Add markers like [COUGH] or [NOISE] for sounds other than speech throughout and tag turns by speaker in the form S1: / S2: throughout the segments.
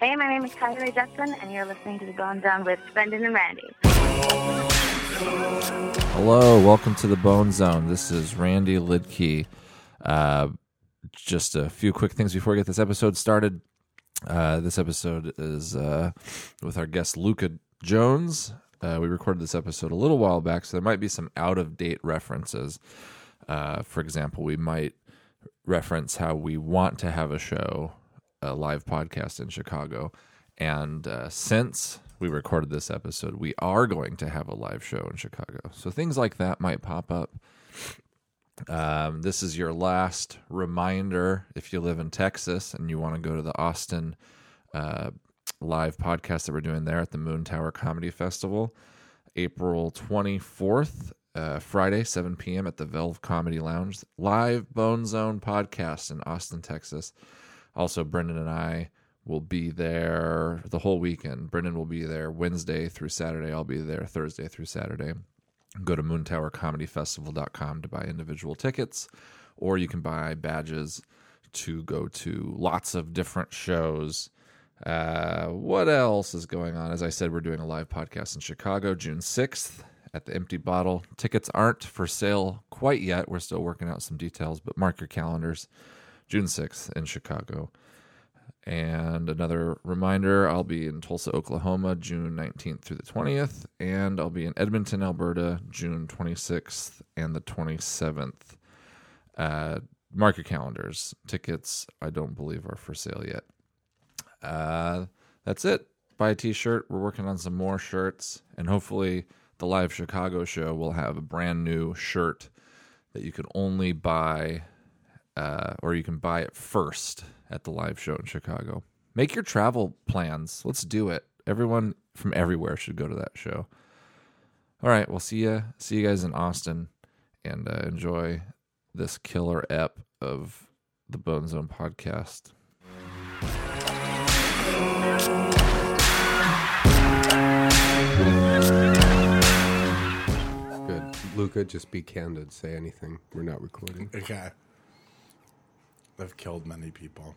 S1: Hey, my name is Kyrie Jackson, and you're listening to the Gone Down with Brendan and Randy.
S2: Hello, welcome to the Bone Zone. This is Randy Lidkey. Uh, just a few quick things before we get this episode started. Uh, this episode is uh, with our guest Luca Jones. Uh, we recorded this episode a little while back, so there might be some out of date references. Uh, for example, we might reference how we want to have a show, a live podcast in Chicago. And uh, since we recorded this episode, we are going to have a live show in Chicago. So things like that might pop up. Um, this is your last reminder if you live in Texas and you want to go to the Austin uh, live podcast that we're doing there at the Moon Tower Comedy Festival, April 24th, uh, Friday, 7 p.m. at the Velve Comedy Lounge, live Bone Zone podcast in Austin, Texas. Also, Brendan and I will be there the whole weekend. Brendan will be there Wednesday through Saturday. I'll be there Thursday through Saturday go to moontowercomedyfestival.com to buy individual tickets or you can buy badges to go to lots of different shows uh, what else is going on as i said we're doing a live podcast in chicago june 6th at the empty bottle tickets aren't for sale quite yet we're still working out some details but mark your calendars june 6th in chicago and another reminder I'll be in Tulsa, Oklahoma, June 19th through the 20th. And I'll be in Edmonton, Alberta, June 26th and the 27th. Uh, mark your calendars. Tickets, I don't believe, are for sale yet. Uh, that's it. Buy a t shirt. We're working on some more shirts. And hopefully, the Live Chicago show will have a brand new shirt that you can only buy uh, or you can buy it first at the live show in Chicago. Make your travel plans. Let's do it. Everyone from everywhere should go to that show. All right, we'll see you. See you guys in Austin, and uh, enjoy this killer ep of the Bone Zone podcast.
S3: Good. Luca, just be candid. Say anything. We're not recording.
S4: Okay. I've killed many people.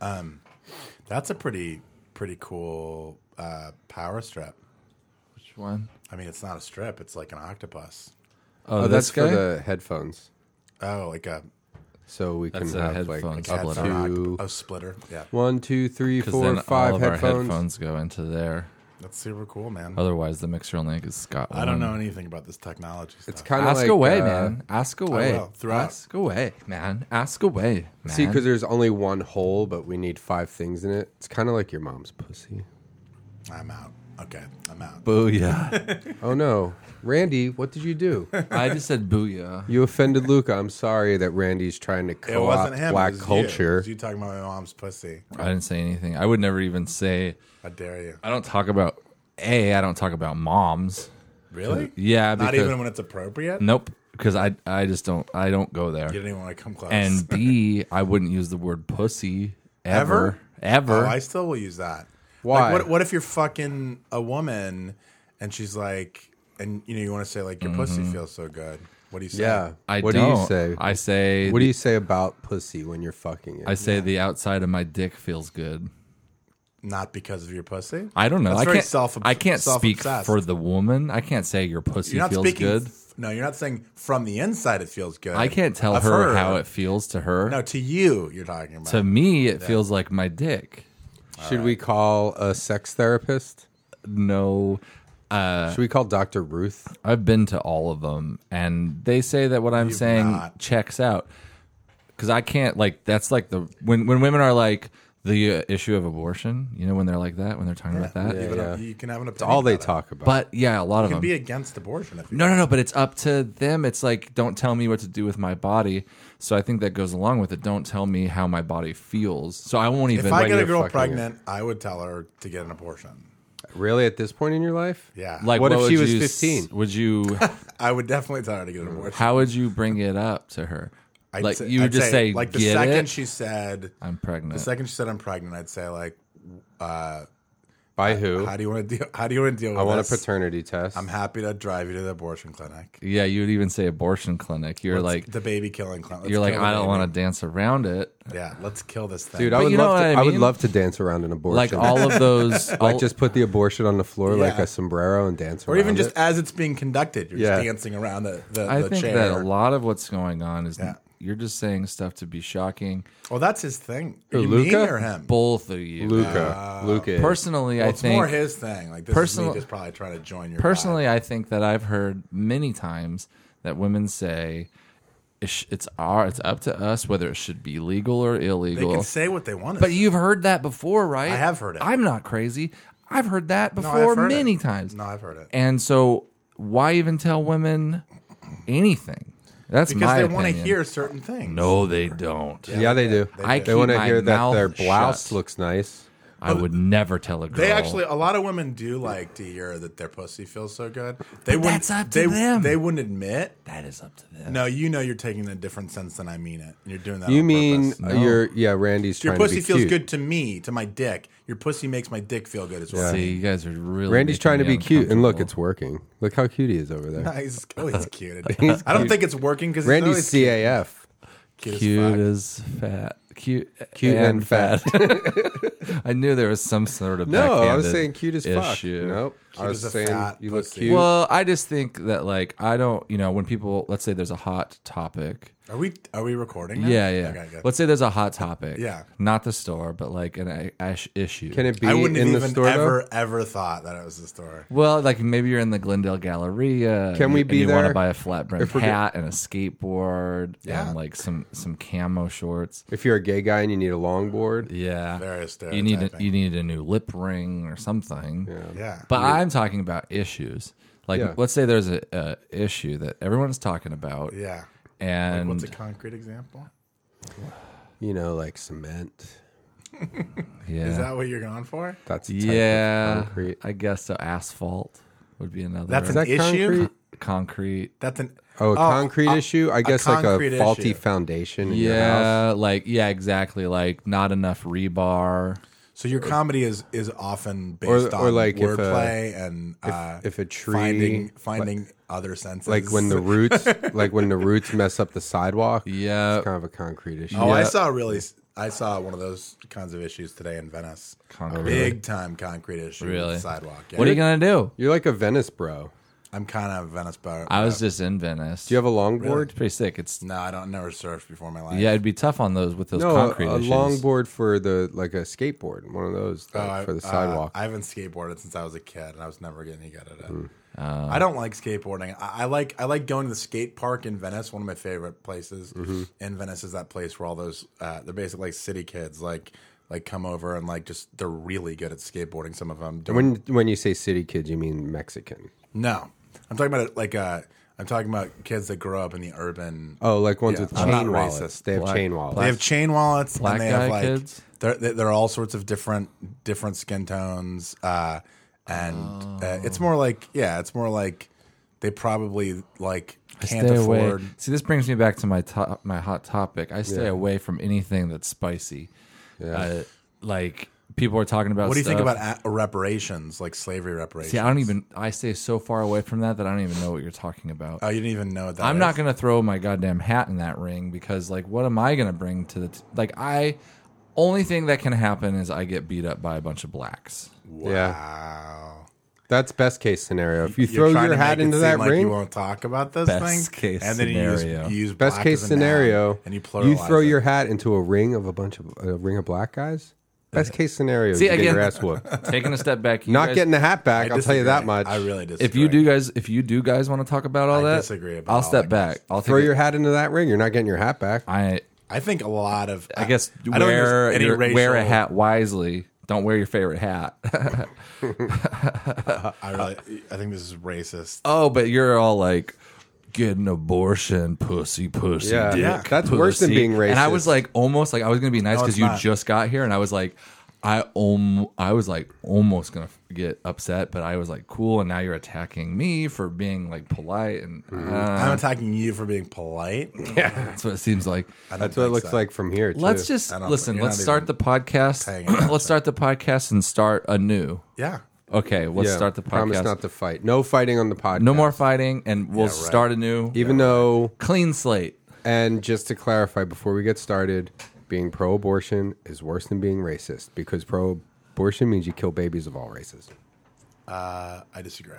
S4: Um, that's a pretty pretty cool uh, power strip.
S2: Which one?
S4: I mean, it's not a strip; it's like an octopus.
S2: Oh,
S3: Oh,
S2: this
S3: that's
S2: guy?
S3: for the headphones.
S4: Oh, like a,
S3: So we
S2: That's
S3: can
S2: a
S3: have like
S2: headphone.
S4: a
S2: Doublet
S4: headphone
S3: two.
S4: octop- a splitter. Yeah,
S3: one, two, three,
S2: Because
S3: four,
S2: then
S3: five
S2: all of our
S3: headphones.
S2: headphones go into there.
S4: that's super cool, man.
S2: Otherwise, the mixer only is Scotland.
S4: I don't know anything about this technology stuff.
S3: It's kind of
S2: Ask
S3: like,
S2: away,
S3: uh,
S2: man. Ask away.
S4: will, throughout.
S2: Ask away, man. Ask away, man.
S3: See, because there's only one hole, but we need five things in it. It's kind of like your mom's pussy.
S4: I'm out. Okay, I'm out.
S2: booyah.
S3: Oh no, Randy, what did you
S4: [LAUGHS]
S3: do?
S2: [LAUGHS] I just said booyah.
S3: You offended Luca. I'm sorry that Randy's trying to
S4: it
S3: co-opt
S4: wasn't him.
S3: black
S4: it was you. It
S3: culture.
S4: was You. talking about my mom's pussy?
S2: I didn't say anything. I would never even say.
S4: I dare you.
S2: I don't talk about a. I don't talk about moms.
S4: Really?
S2: Yeah,
S4: Not
S2: because-
S4: even when it's appropriate.
S2: Nope, because I I just don't I don't go there.
S4: You didn't even want to come close.
S2: And b I wouldn't use the word pussy ever ever.
S4: Oh, I still will use that.
S3: Why?
S4: Like, what, what if you're fucking a woman and she's like, and you know, you want to say like your
S2: Mm-hmm.
S4: pussy feels so good. What do you say?
S3: yeah.
S2: I
S3: what do you
S2: don't.
S3: say?
S2: I say.
S3: what do you say about pussy when you're fucking it?
S2: I say the outside of my dick feels good.
S4: Not because of your pussy.
S2: I don't know.
S4: That's
S2: I
S4: very
S2: can't.
S4: self.
S2: I can't speak
S4: self-obsessed.
S2: for the woman. I can't say your pussy
S4: You're not
S2: feels
S4: speaking.
S2: good.
S4: No, you're not saying from the inside it feels good.
S2: I can't tell
S4: I've
S2: her
S4: heard.
S2: how it feels to her.
S4: No, to you, you're talking about.
S2: to me, it feels like my dick.
S3: Should we call a sex therapist?
S2: No,
S3: Should we call Dr. Ruth?
S2: I've been to all of them, and they say that what I'm saying
S4: not.
S2: checks out. Because I can't like that's like the when when women are like the uh, issue of abortion, you know, when they're like that, when they're talking about that.
S4: you, have an-
S3: yeah.
S4: you can have an opinion.
S3: All they
S4: about it.
S3: talk about.
S2: But yeah, a lot of
S4: You
S2: them.
S4: can be against abortion if you
S2: no, no, no. But it's up to them. It's like don't tell me what to do with my body. So I think that goes along with it. Don't tell me how my body feels. So I won't even.
S4: If I get a
S3: you're
S4: girl
S3: fucking it.
S4: pregnant, I would tell her to get an abortion.
S3: really, at this point in your life?
S4: Yeah.
S2: like,
S3: what if
S2: would
S3: she was
S2: you s-
S3: 15?
S2: Would you?
S4: I would definitely tell her to get an abortion.
S2: How would you bring it up to her?
S4: I'd
S2: like
S4: say-
S2: you would
S4: I'd
S2: just say,
S4: like the
S2: "Get
S4: second
S2: it?
S4: she said
S2: I'm
S4: the
S2: pregnant.
S4: second she said I'm pregnant, I'd say like uh
S3: By who?
S4: How do you want to deal? How do you want to deal with
S3: I want a
S4: this?
S3: paternity test.
S4: I'm happy to drive you to the abortion clinic.
S2: Yeah, you would even say abortion clinic. You're like,
S4: the baby killing clinic. Let's
S2: you're like,
S4: kill the
S2: I don't
S4: baby.
S2: want to dance around it.
S4: Yeah, let's kill this thing,
S3: Dude, I would
S2: you know
S3: love.
S2: what
S3: To, I,
S2: I
S3: would
S2: mean?
S3: love to dance around an abortion.
S2: Like all of
S4: [LAUGHS]
S2: those,
S3: like
S2: all-
S3: just put the abortion on the floor like
S4: Yeah.
S3: a sombrero and dance
S4: or
S3: around
S4: even just
S3: it.
S4: as it's being conducted, you're just
S3: Yeah.
S4: dancing around the the,
S2: I
S4: the
S2: think
S4: chair.
S2: that a lot of what's going on is
S4: Yeah.
S2: you're just saying stuff to be shocking.
S4: Well, that's his thing. Are
S3: Who,
S4: you
S3: Luca?
S4: mean or him?
S2: Both of you,
S3: Luca. Luca.
S2: personally,
S4: Well,
S2: I
S4: it's
S2: think
S4: more his thing. Like this
S2: Personal-
S4: is me just probably trying to join your
S2: personally, I think that I've heard many times that women say. "It's- It's our. It's up to us whether it should be legal or
S4: vibe. They
S2: illegal.
S4: can say what they want. to
S2: But
S4: say.
S2: you've heard that before, right?
S4: I have heard it.
S2: I'm not crazy. I've heard that
S4: No,
S2: before
S4: I've heard it.
S2: many times.
S4: No, I've heard it.
S2: And so, why even tell women anything? That's
S4: because
S2: my
S4: they
S2: want
S4: want to hear certain things.
S2: No, they don't.
S3: yeah, they do.
S2: I
S3: they want
S2: keep
S3: to
S2: my
S3: hear that
S2: mouth
S3: their blouse
S2: shut.
S3: looks nice.
S2: I would never tell a girl.
S4: They actually, a lot of women do like to hear that their pussy feels so good. They wouldn't.
S2: that's up to
S4: they,
S2: them.
S4: They wouldn't admit.
S2: That is up to them.
S4: No, you know you're taking a different sense than I mean it. And you're doing that.
S3: You
S4: on
S3: mean
S4: purpose.
S3: uh, your yeah? Randy's
S4: your
S3: trying to
S4: pussy
S3: be
S4: feels
S3: cute.
S4: good to me, to my dick. Your pussy makes my dick feel good as well.
S2: See, you guys are really.
S3: Randy's
S2: making
S3: trying to
S2: me
S3: be cute, and look, it's
S2: uncomfortable.
S3: working. Look how cute he is over there.
S4: He's, oh, he's cute. I don't think [LAUGHS] it's working because
S3: Randy's
S4: cute,
S3: CAF.
S4: cute, as
S2: cute
S4: fuck.
S2: as fat. Cute,
S3: Cute and fat.
S2: I knew there was some sort of
S3: No, I was
S2: backhanded
S3: saying cute as fuck.
S2: issue.
S3: Nope. I was
S4: as a
S3: saying
S4: fat
S3: you look
S4: pussy.
S3: cute.
S2: Well, I just think that like I don't, you know, when people let's say there's a hot topic.
S4: Are we are we recording? Now?
S2: Yeah, yeah.
S4: Okay, good.
S2: Let's say there's a hot topic.
S4: Yeah.
S2: Not the store, but like an a- ash issue.
S3: Can it be
S4: I wouldn't have
S3: in the
S4: even
S3: store?
S4: ever
S3: though?
S4: ever thought that it was the store.
S2: well, like maybe you're in the Glendale Galleria.
S3: Can
S2: and
S3: we
S2: you-
S3: be
S2: and You want
S3: there?
S2: to buy a flat brim
S3: we're go-
S2: hat and a skateboard
S4: Yeah.
S2: and like some some camo shorts.
S3: If you're a gay guy and you need a longboard,
S2: Yeah.
S4: Very
S2: you need a,
S4: stereotyping.
S2: you need a new lip ring or something.
S4: Yeah,
S2: But I'm talking about issues. Like
S3: Yeah.
S2: let's say there's a, a issue that everyone's talking about.
S4: yeah.
S2: And
S4: What's a concrete example?
S3: you know, like cement.
S2: yeah.
S4: Is that what you're going for?
S3: That's a type of
S2: Yeah,
S3: concrete.
S2: I guess so. Asphalt would be another.
S4: That's
S3: Is
S4: an
S3: that
S4: issue.
S3: concrete?
S2: concrete.
S4: That's an uh,
S3: Oh, a concrete
S4: a-
S3: issue. I guess like
S4: concrete
S3: a faulty
S4: issue.
S3: foundation. In Your house.
S2: Yeah, like yeah, exactly. Like not enough rebar.
S4: So your comedy is is often based
S3: Or-
S4: on
S3: or like if a-
S4: wordplay and uh,
S3: if a tree-
S4: finding finding other senses,
S3: Like when
S4: [LAUGHS]
S3: the roots, like when the roots mess up the sidewalk.
S2: Yeah.
S3: it's kind of a concrete issue.
S4: oh, I saw a really I saw one of those kinds of issues today in Venice.
S2: Concrete.
S4: Big time concrete issue. with
S2: Really?
S4: the sidewalk. Yeah.
S2: What are you gonna do?
S3: You're like a Venice bro.
S4: I'm kind of Venice, but
S2: I was just in Venice.
S3: Do you have a longboard?
S2: It's pretty sick. It's
S4: no, I don't never surfed before in my life.
S2: yeah, it'd be tough on those with those
S3: No, a,
S2: concrete
S3: a
S2: issues.
S3: longboard for the like a skateboard, one of those
S4: Oh,
S3: like,
S4: I-
S3: for the
S4: uh,
S3: sidewalk. Hmm.
S4: I haven't skateboarded since I was a kid, and I was never getting good at it. I don't like skateboarding. I, I like I like going to the skate park in Venice. One of my favorite places
S3: Mm-hmm.
S4: in Venice is that place where all those uh, they're basically like city kids like like come over and like just they're really good at skateboarding. Some of them doing
S3: when when you say city kids, you mean Mexican?
S4: no. I'm talking about like uh, I'm talking about kids that grow up in the urban.
S3: Oh, like ones
S4: Yeah,
S3: with
S4: I'm not
S3: chain wallets.
S4: racist.
S3: They have
S2: Black-
S3: chain wallets.
S4: They have chain wallets
S2: Black
S4: and they have
S2: guy
S4: like
S2: kids?
S4: they're they- they're all sorts of different different skin tones, uh, and uh, it's more like yeah, it's more like they probably like can't
S2: Stay away.
S4: afford.
S2: See, this brings me back to my top, my hot topic. I stay away from anything that's spicy. Yeah. like people are talking about.
S4: What do you think
S2: stuff.
S4: about a- reparations, like slavery reparations?
S2: See, I don't even. I stay so far away from that that I don't even know what you're talking about.
S4: oh, you didn't even know what that.
S2: I'm not
S4: is?
S2: gonna throw my goddamn hat in that ring because like what am I gonna bring to the t- like I only thing that can happen is I get beat up by a bunch of
S4: [LAUGHS]
S2: blacks.
S3: Yeah,
S4: Wow.
S3: that's best case scenario. If you
S4: You're
S3: throw
S4: trying
S3: your
S4: to
S3: hat
S4: make it
S3: into
S4: seem
S3: that
S4: like
S3: ring,
S4: You won't talk about this
S2: Best
S4: thing.
S2: case
S4: and then you use,
S2: scenario.
S4: you use
S3: best
S4: black
S3: case
S4: as a noun,
S3: scenario,
S4: and you pluralize.
S3: you throw
S4: it.
S3: your hat into a ring of a bunch of a ring of black guys. Best case scenario,
S2: See,
S3: you get your
S2: again-
S3: ass
S4: [LAUGHS]
S3: whooped.
S2: Taking a step back, you
S3: Not
S2: guys-
S3: getting the hat
S4: I
S3: back. I'll tell you that
S4: disagree.
S3: much.
S4: I really disagree.
S2: If you do guys, if you do guys want to talk about all
S4: I
S2: that,
S4: disagree about
S2: I'll
S4: all
S2: step
S4: that.
S2: back. I'll
S3: throw
S2: take a-
S3: your hat into that ring. You're not getting your hat back.
S2: I
S4: I think a lot of
S2: I guess
S4: I don't use
S2: wear
S4: any
S2: your- wear a
S4: racial-
S2: hat wisely. Don't wear your favorite hat. [LAUGHS]
S4: I really, I think this is racist.
S2: oh, but you're all like. Get an abortion, pussy, pussy,
S3: Yeah.
S2: dick.
S3: Yeah. That's worse than
S2: pussy."
S3: being
S2: And I was
S3: racist.
S2: like, almost like I was gonna be nice
S4: No,
S2: because
S4: it's
S2: you
S4: not.
S2: just got here, and I was like, I om- I was like almost gonna get upset, but I was like, cool. And now you're attacking me for being like polite, and
S3: Mm.
S2: uh,
S3: [LAUGHS]
S4: I'm attacking you for being polite.
S2: that's what it seems like.
S4: I don't
S3: That's what it
S4: think
S3: looks
S4: so.
S3: like from here. Too.
S2: Let's just
S4: I don't-
S2: listen.
S4: you're
S2: Let's
S4: not
S2: start
S4: even
S2: the podcast.
S4: paying attention.
S2: let's start the podcast and start anew.
S4: Yeah.
S2: Okay, let's
S3: Yeah,
S2: start the
S3: Promise
S2: podcast.
S3: not to fight. No fighting on the podcast.
S2: no more fighting, and we'll
S4: right.
S2: start anew.
S3: Even though,
S2: clean slate.
S3: and just to clarify before we get started, being pro-abortion is worse than being racist because pro-abortion means you kill babies of all races.
S4: I disagree.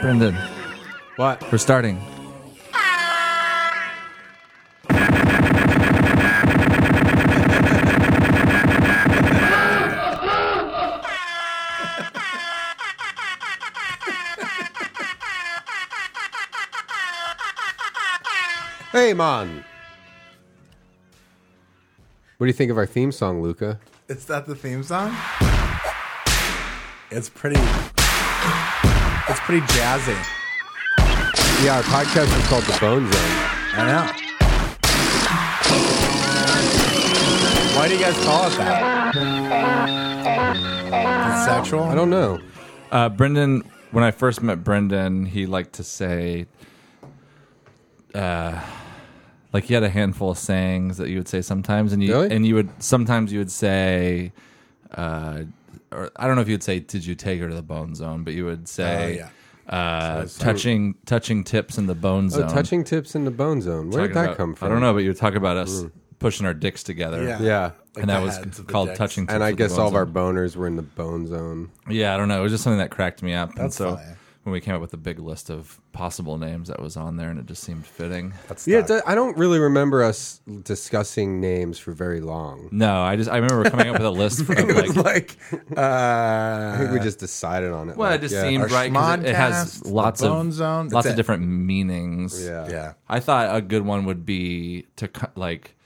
S2: Brendan,
S3: What?
S2: we're starting.
S3: Hey, man. What do you think of our theme song, Luca?
S4: Is that the theme song? It's pretty. It's pretty jazzy.
S3: Yeah, our podcast is called The Bone Zone.
S4: I know. Why do you guys call it that? It's sexual?
S3: I don't know.
S2: Uh, Brendan, when I first met Brendan, he liked to say, uh, like he had a handful of sayings that you would say sometimes, and you
S3: Really?
S2: and you would sometimes you would say, uh, or I don't know if you'd say, "Did you take her to the bone zone?" But you
S3: Oh,
S2: would say,
S4: Oh, yeah.
S2: uh, "Touching touching tips in the bone
S3: Oh,
S2: zone."
S3: touching tips in the bone zone. Where
S2: Talking
S3: did that
S2: about-
S3: come from? Hmm.
S2: I don't know, but you were talking about us pushing our dicks together.
S4: Yeah.
S3: Yeah.
S4: Like
S2: And that
S4: the
S2: was
S4: heads of the
S2: called
S4: dicks.
S2: touching. Tips
S3: And I
S2: with the
S3: guess
S2: Bone
S3: all of
S2: Zone.
S3: our boners were in the bone zone.
S2: Yeah, I don't know. It was just something that cracked me up. and so
S4: funny.
S2: when we came up with the big list of possible names that was on there, and it just seemed fitting.
S4: That's
S3: Yeah,
S4: yeah,
S3: it does, I don't really remember us discussing names for very long.
S2: No, I just I remember coming up with a list [LAUGHS] of like.
S3: [LAUGHS]
S2: uh,
S4: it's like,
S3: I think we just decided on it.
S2: Well, it
S3: like,
S2: just
S3: yeah.
S2: seemed right 'cause it, it has
S4: Schmoncast, the
S2: lots
S4: Bone
S2: of
S4: Zone.
S2: lots
S4: That's
S2: of
S4: it.
S2: different meanings.
S3: Yeah.
S4: yeah.
S2: I thought a good one would be to cu- like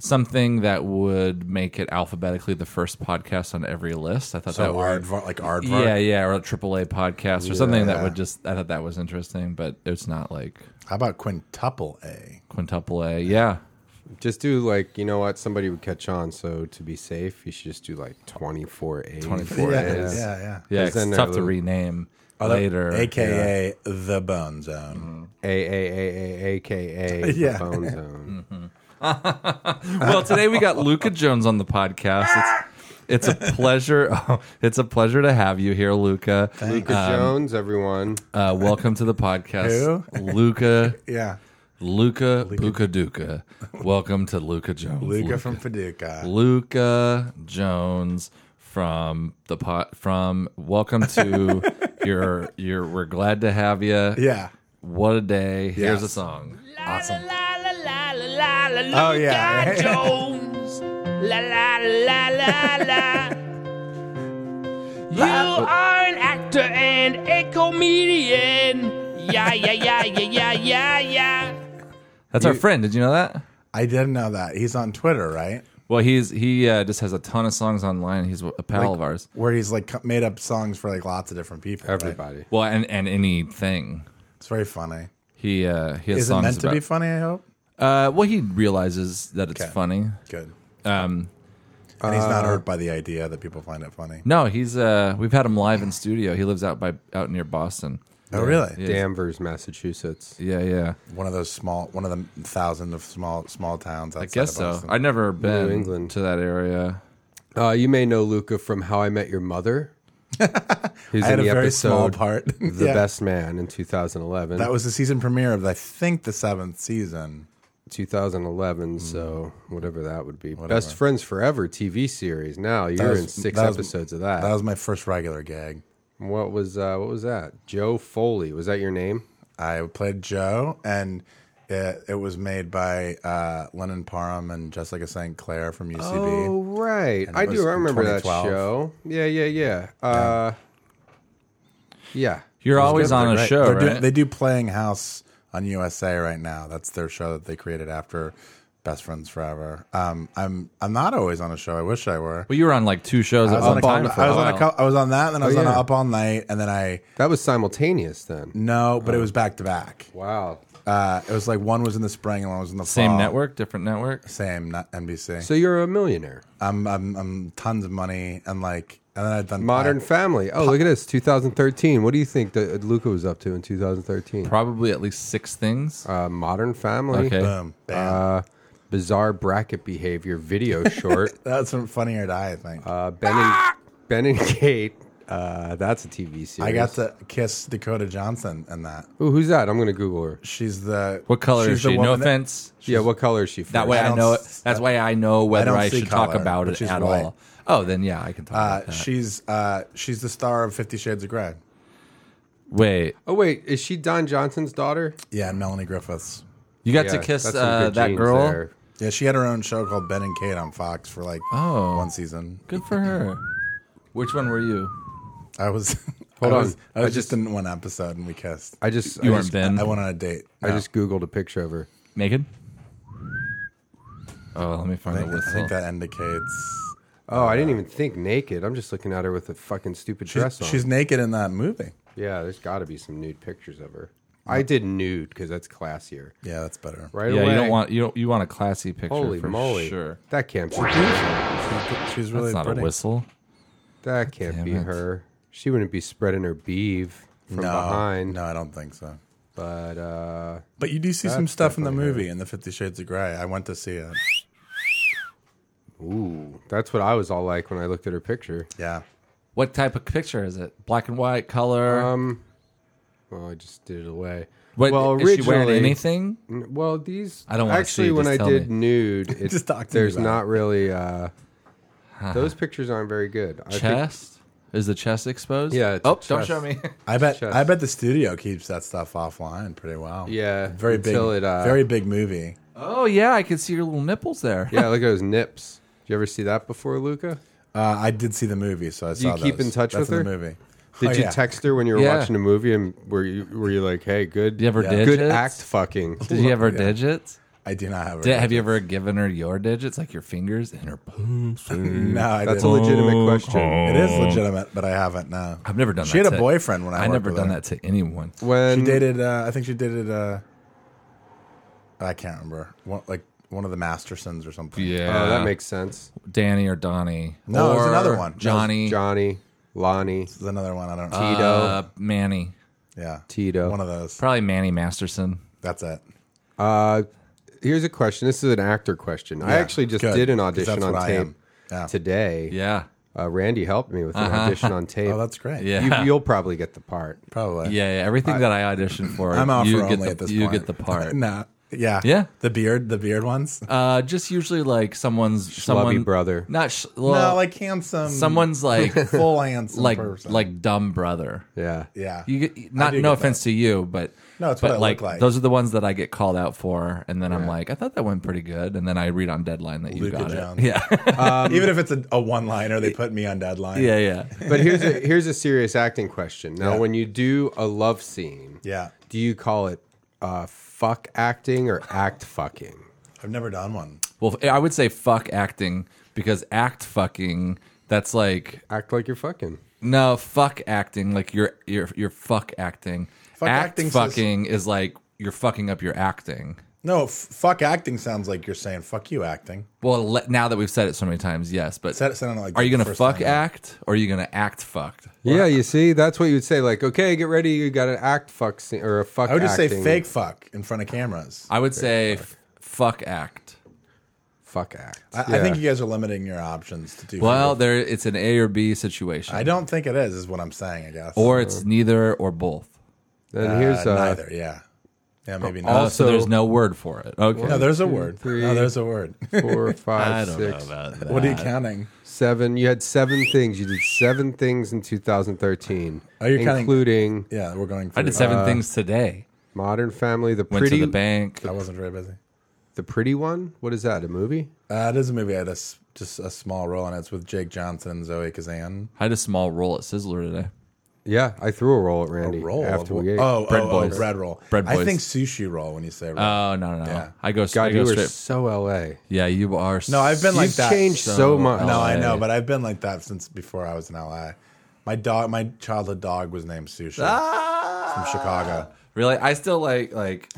S2: something that would make it alphabetically the first podcast on every list. I thought that
S4: So
S2: would
S4: aardvark, like aardvark.
S2: Yeah, yeah, or a AAA podcast or something that would just. I thought that was interesting, but it's not like
S4: How about quintuple A?
S2: quintuple A. Yeah,
S3: Just do like, you know what? Somebody would catch on. So to be safe, you should just do like 24 A's.
S2: 24
S4: yeah,
S2: A's.
S4: yeah, yeah.
S2: yeah.
S3: 'Cause
S2: It's
S3: then
S2: tough
S3: they're
S2: to
S3: lo-
S2: rename
S4: Oh,
S2: later.
S4: AKA the Bone Zone.
S3: A, A, A, A, A, K, A.
S4: [LAUGHS] Yeah.
S3: the Bone zone.
S2: well, today we got Luca Jones on the podcast. It's, it's a pleasure. [LAUGHS] oh, it's a pleasure to have you here, Luca.
S4: Mm.
S3: Luca
S4: Um,
S3: Jones, everyone.
S2: Uh, welcome to the podcast, Luca.
S4: Yeah.
S2: Luca Buca Duca. Welcome to Luca Jones.
S4: Luca from Paducah.
S2: Luca Jones from the pot from welcome
S4: [LAUGHS]
S2: to your your we're glad to have you.
S4: Yeah.
S2: What a day. Here's
S4: Yes.
S2: a song.
S4: Awesome.
S5: La la la la la la.
S4: Oh, yeah. [LAUGHS]
S5: Luka Jones. La la la la
S4: [LAUGHS]
S5: la. You are an actor and a comedian. Yeah yeah yeah yeah yeah yeah yeah.
S2: That's our friend. Did you know that?
S4: I didn't know that. He's on Twitter, right?
S2: Well, he's he uh, just has a ton of songs online. He's a pal of ours.
S4: Where he's like co- made up songs for like lots of different people. right?
S3: Everybody.
S2: Well, and and anything.
S4: It's very funny.
S2: He uh he has
S4: Is it
S2: songs
S4: meant to
S2: about,
S4: be funny, I hope?
S2: Uh well, he realizes that it's
S4: Okay.
S2: funny.
S4: Good.
S2: Um uh,
S4: And he's not hurt by the idea that people find it funny.
S2: no, he's uh we've had him live in studio. He lives out by out near Boston.
S4: Oh, really?
S3: Danvers, Massachusetts.
S2: Yeah, yeah.
S4: One of those small, one of the thousand of small small towns. Outside
S2: I guess
S4: of
S2: so.
S4: Boston.
S2: I've never been
S3: England.
S2: to that area.
S3: Uh, you may know Luca from How I Met Your
S4: [LAUGHS]
S3: Mother. He's
S4: I had
S3: in
S4: a
S3: the
S4: very small
S3: episode
S4: part.
S3: The
S4: [LAUGHS] Yeah.
S3: Best Man in 2011.
S4: That was the season premiere of I think the seventh season.
S3: 2011, so whatever that would be. Best Friends Forever TV series. Now you're
S4: was-
S3: in six
S4: that was-
S3: episodes of that.
S4: That was my first regular gag.
S3: what was uh, what was that? Joe Foley was that your name?
S4: I played Joe, and it, it was made by uh, Lennon Parham and Jessica St. Clair from UCB.
S3: Oh right,
S4: And it
S3: I
S4: was
S3: do. I remember that
S4: 2012.
S3: show. Yeah, yeah, yeah. Uh, yeah.
S2: You're always on a
S3: right?
S2: show,
S4: They're
S2: right?
S4: doing- they do Playing House on USA right now. That's their show that they created after Best Friends Forever. Um, I'm I'm not always on a show. I wish I were.
S2: well, you were on like two shows at
S4: I was, on
S2: one
S4: a,
S2: time.
S4: couple-
S2: for
S4: I was
S2: a Oh,
S4: on
S2: while.
S4: a couple- I was on that, and then I was on
S3: yeah.
S4: Up All Night, and then I
S3: That was simultaneous then.
S4: no, but it was back to back.
S3: Wow.
S4: Uh, It was like one was in the spring and one was in the
S2: Same
S4: fall.
S2: network, different network.
S4: Same, not NBC.
S3: So you're a millionaire.
S4: I'm, I'm I'm tons of money and like and then I've done
S3: Modern
S4: I,
S3: Family. Oh, look at this. 2013. What do you think that Luca was up to in 2013?
S2: Probably at least six things.
S3: Uh, Modern Family.
S2: Okay.
S4: boom bam.
S3: Uh, bizarre bracket behavior video short.
S4: That's from Funny or Die. I think
S3: uh, ben and Ben and Kate. Uh, that's a TV series.
S4: I got to kiss Dakota Johnson in that.
S3: Ooh, who's that? I'm gonna Google her.
S4: She's the
S2: what color
S4: she's
S2: is
S4: the
S2: she? No
S4: woman that-
S2: offense.
S3: yeah, what color is she? Oh, From?
S2: That way
S4: I
S2: I,
S4: don't
S2: know it.
S4: s-
S2: That's why I know whether
S4: don't
S2: I,
S4: see
S2: should talk
S4: color,
S2: about
S4: but
S2: it
S4: she's
S2: at
S4: white.
S2: all. Oh, then yeah, I can talk about
S4: Uh,
S2: that.
S4: she's uh, she's the star of Fifty Shades of Grey.
S2: Wait,
S3: Oh wait, is she Don Johnson's daughter?
S4: Yeah, and Melanie Griffiths.
S2: you got
S3: Yeah,
S2: to kiss
S3: that's some
S2: uh,
S3: good
S2: that
S3: genes
S2: girl.
S3: there.
S4: Yeah, she had her own show called Ben and Kate on Fox for like
S2: Oh.
S4: one season.
S2: Good for her. Which one were you?
S4: I was [LAUGHS]
S3: Hold
S4: I
S3: on.
S4: was, I
S3: I
S4: was just in one episode and we kissed.
S3: I just
S2: You
S3: I
S2: weren't
S3: just,
S2: Ben.
S4: I went on a date.
S3: I just googled a picture of her.
S2: naked. Oh, let me find
S4: I
S2: the
S4: think, I
S2: whistle.
S4: think that indicates
S2: Uh,
S3: Oh, I didn't even think naked. I'm just looking at her with a fucking stupid
S4: she's,
S3: dress on.
S4: she's naked in that movie.
S3: yeah, there's got to be some nude pictures of her. I did nude because that's classier.
S4: Yeah, that's better.
S3: Right
S2: yeah,
S3: away.
S2: you don't want you don't you want a classy picture
S3: Holy
S2: for
S3: moly!
S2: sure.
S3: That can't be. her.
S4: She's, she's really
S2: That's not
S4: pretty.
S2: a whistle.
S3: That can't
S2: Damn
S3: be
S2: it.
S3: her. She wouldn't be spreading her beeve from
S4: no,
S3: behind.
S4: no, I don't think so.
S3: But uh,
S4: But you do see some stuff in the movie in the Fifty Shades of Grey. I went to see it.
S3: ooh, that's what I was all like when I looked at her picture.
S4: Yeah.
S2: What type of picture is it? Black and white,
S4: Uh,
S2: color.
S3: Um, well, I just did it away.
S2: what,
S3: well,
S2: is she wearing
S3: originally-
S2: anything?
S3: N- Well, these
S2: I don't wanna
S3: actually
S2: see it,
S3: when
S2: just
S3: I
S2: tell
S3: did
S2: me. [LAUGHS]
S3: nude, it,
S4: Just talk to me
S3: there's
S4: about
S3: not really. Uh, those pictures aren't very good. I think-
S2: Chest. Is the chest exposed?
S3: Yeah, it's a
S2: Oh, don't
S3: chest.
S2: show me. [LAUGHS]
S4: I bet
S3: Chest.
S4: I bet the studio keeps that stuff offline pretty well.
S3: Yeah,
S4: Very big
S3: until it, uh,
S4: very big movie.
S2: oh yeah, I can see your little nipples there.
S3: yeah, look at those nips. Did you ever see that before, Luca?
S4: Uh, I did see the movie, so I
S3: you
S4: saw
S3: keep
S4: those.
S3: in touch
S4: That's
S3: with
S4: in
S3: her?
S4: the movie.
S3: Did
S4: Oh,
S3: you
S4: yeah.
S3: text her when you were
S2: Yeah.
S3: watching a movie and were you were you like, hey, good,
S2: You ever
S4: Yeah.
S2: digits?
S3: good act fucking?
S2: [LAUGHS] Did you ever
S4: Yeah.
S2: digits?
S4: I do not have. her.
S2: Did, have you ever given her your digits, like your fingers and her pussy?
S4: [LAUGHS] No, I
S3: That's a
S4: didn't.
S3: legitimate Oh. question.
S4: It is legitimate, but I haven't. No,
S2: I've never done
S4: She
S2: that.
S4: had a
S2: to-
S4: boyfriend when I
S2: I
S4: worked
S2: never
S4: with
S2: done
S4: her.
S2: that to anyone.
S3: When
S4: She dated. Uh, I think she dated. Uh, I can't remember. One, like one of the Mastersons or something.
S3: Oh, that makes sense.
S2: Danny or Donnie.
S4: uh, No, it was
S2: Or
S4: another one. That was
S2: Johnny.
S3: Johnny, Lonnie,
S4: There's another one. I don't know.
S3: Tito.
S2: Uh, Manny.
S4: yeah,
S3: Tito.
S4: One of those.
S2: Probably Manny Masterson.
S4: That's it.
S3: Uh, here's a question. This is an actor question. I
S4: Yeah,
S3: actually just
S4: good,
S3: did an
S4: 'cause
S3: audition
S4: that's
S3: on
S4: what I
S3: tape
S4: am. Yeah.
S3: today.
S2: Yeah. Uh-huh.
S3: Uh, Randy helped me with an audition
S4: [LAUGHS]
S3: on tape.
S4: Oh, that's great.
S2: Yeah.
S3: you, you'll probably get the part.
S2: [LAUGHS]
S4: probably.
S2: Yeah, yeah. Everything that I auditioned for,
S4: I'm out
S2: you
S4: for
S2: get
S4: only
S2: the,
S4: at this
S2: You
S4: point.
S2: get
S4: [LAUGHS]
S2: the part.
S4: no. Yeah.
S2: Yeah.
S4: The beard. The beard ones.
S2: Uh, just usually like someone's someone
S3: brother.
S2: Not sh-
S4: no,
S2: well,
S4: like
S2: [LAUGHS]
S4: handsome.
S2: someone's like
S4: [LAUGHS] full handsome.
S2: like
S4: person.
S2: like dumb brother.
S3: Yeah.
S4: Yeah.
S2: You get, not
S4: do
S2: no
S4: get that.
S2: offense to you, but
S4: No, it's
S2: but
S4: what I look
S2: like,
S4: like.
S2: those are the ones that I get called out for, and then I'm like, I thought that went pretty good, and then I read on deadline that you
S4: Luka
S2: got
S4: Jones.
S2: it. [LAUGHS] Yeah,
S4: Even if it's a, a one liner, they put me on deadline.
S2: Um, yeah, yeah.
S3: But here's
S4: [LAUGHS]
S3: a here's a serious acting question. Now,
S4: Yeah.
S3: when you do a love scene,
S4: Yeah.
S3: do you call it uh, fuck acting or act fucking?
S4: I've never done one.
S2: Well, I would say fuck acting because act fucking. That's like
S3: Act like you're fucking.
S2: no fuck acting. Like you're you're you're fuck acting.
S4: Fuck
S2: act
S4: acting says-
S2: fucking is like you're fucking up your acting.
S4: No, f- fuck acting sounds like you're saying fuck you acting.
S2: Well, le- now that we've said it so many times, yes. But
S4: Said it sounded like
S2: are you
S4: the
S2: gonna
S4: first
S2: fuck
S4: time.
S2: act or are you gonna act fucked?
S3: Yeah, you see, that's what you'd say. Like, okay, get ready. You got an act fuck scene or a fuck.
S4: I would just say
S3: acting-
S4: fake fuck in front of cameras. I,
S2: I would say f- fuck act.
S3: fuck act.
S4: I think
S3: Yeah.
S4: you guys are limiting your options to do.
S2: Well, there it's an A or B situation,
S4: I don't think it is. Is what I'm saying. I guess
S2: or it's neither or both.
S3: Then here's
S4: Uh,
S3: uh,
S4: neither. Yeah. Yeah, maybe not.
S2: Oh, so
S3: Also-
S2: there's no word for it. Okay.
S4: no, there's a
S3: two,
S4: word.
S3: three.
S4: No, there's a word.
S3: [LAUGHS]
S4: [LAUGHS]
S3: Four,
S2: I
S3: five,
S2: don't
S3: six,
S2: know about that.
S4: what are you counting?
S3: seven. You had seven things. You did seven things in 2013,
S4: Oh, you're counting-
S3: including
S4: Yeah, we're going. uh, Through.
S2: I did seven things today.
S3: Modern Family, the
S2: Went
S3: pretty,
S2: to the bank.
S4: I wasn't very busy.
S3: the pretty one. What is that? A movie?
S4: Uh, it is a movie. I had a s just a small role, and it's with Jake Johnson and Zoe Kazan.
S2: I had a small roll at Sizzler today.
S3: Yeah, I threw a roll at
S4: A
S3: Randy
S4: roll.
S3: after we ate.
S4: oh,
S2: Bread
S4: oh,
S2: Boys.
S4: Oh, bread roll.
S2: Bread
S4: I
S2: Boys.
S4: think sushi roll when you say roll.
S2: Oh no no! no.
S4: Yeah.
S2: I go. I go
S3: God, you were
S2: straight.
S3: so LA.
S2: yeah, you are.
S4: no, I've been like
S3: You've
S4: that.
S3: changed so, much.
S4: No, I know,
S2: LA.
S4: but I've been like that since before I was in LA. My dog, my childhood dog, was named Sushi
S3: Ah!
S4: from Chicago.
S2: Really, I still like like.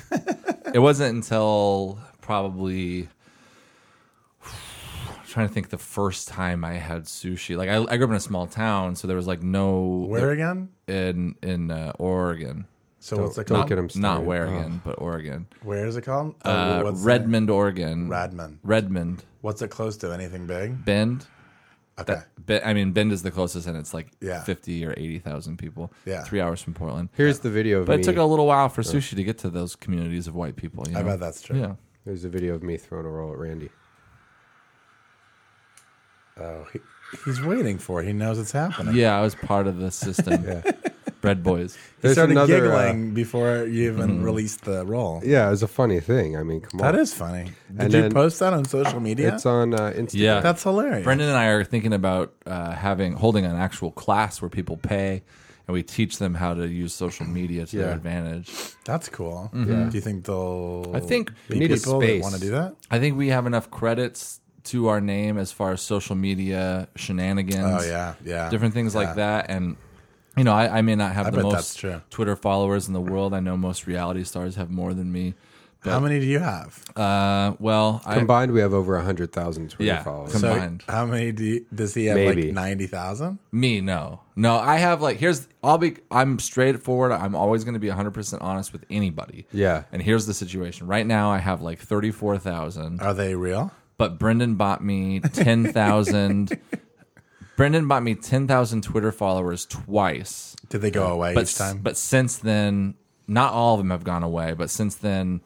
S2: it wasn't until probably. I'm trying to think the first time I had sushi. Like I, I grew up in a small town, so there was like no
S4: Where again?
S2: in in uh, Oregon,
S4: So what's it
S3: don't
S4: called?
S3: get him
S2: not
S3: started.
S2: Waregan, but Oregon,
S4: Where is it called? Oh,
S2: uh,
S4: what's It?
S2: Redmond, Oregon,
S4: Radman.
S2: Redmond,
S4: What's it close to? Anything big?
S2: Bend.
S4: Okay.
S2: Be- I mean, Bend is the closest, and it's like
S4: Yeah.
S2: fifty or eighty thousand people.
S4: Yeah.
S2: three hours from Portland.
S3: Here's the video of
S2: But
S3: me.
S2: it took a little while for sushi to get to those communities of white people. You know?
S4: I bet that's true.
S2: Yeah.
S3: There's a video of me throwing a roll at Randy.
S4: Oh, he, he's waiting for it. He knows it's happening.
S2: Yeah, I was part of the
S4: [LAUGHS]
S2: system. Bread boys.
S4: He
S3: [LAUGHS] There's
S4: started
S3: another, uh,
S4: giggling before you even
S2: Mm-hmm.
S4: released the roll.
S3: Yeah, it was a funny thing. I mean, come on.
S4: That is funny. Did
S3: And
S4: you
S3: then-
S4: post that on social media?
S3: It's on uh, Instagram.
S2: Yeah.
S4: That's hilarious.
S2: Brendan and I are thinking about uh, having holding an actual class where people pay and we teach them how to use social media to their
S3: Yeah.
S2: advantage.
S4: That's cool. Mm-hmm. Do you think they'll?
S2: I think
S4: be
S2: we
S3: need a
S4: people
S3: space.
S4: want to do that.
S2: I think we have enough credits to our name as far as social media shenanigans.
S4: Oh yeah, yeah.
S2: different things
S4: Yeah.
S2: like that. And you know, I, I may not have the
S4: bet
S2: most
S4: that's true.
S2: Twitter followers in the world. I know most reality stars have more than me.
S4: How many do you have?
S2: Uh, well, I,
S3: Combined, we have over 100,000 Twitter
S2: Yeah.
S3: followers.
S2: Com-
S4: So
S2: combined.
S4: how many do you, does he have?
S3: Maybe.
S4: Like ninety thousand.
S2: me no, no. I have like here's I'll be I'm straightforward. I'm always going to be 100 percent honest with anybody.
S3: Yeah.
S2: And here's the situation right now. I have like 34,000,
S4: Are they real?
S2: but Brendan bought me 10,000. [LAUGHS] Brendan bought me 10,000 Twitter followers twice.
S4: Did they go away
S2: but
S4: each time?
S2: but since then, not all of them have gone away. But since then,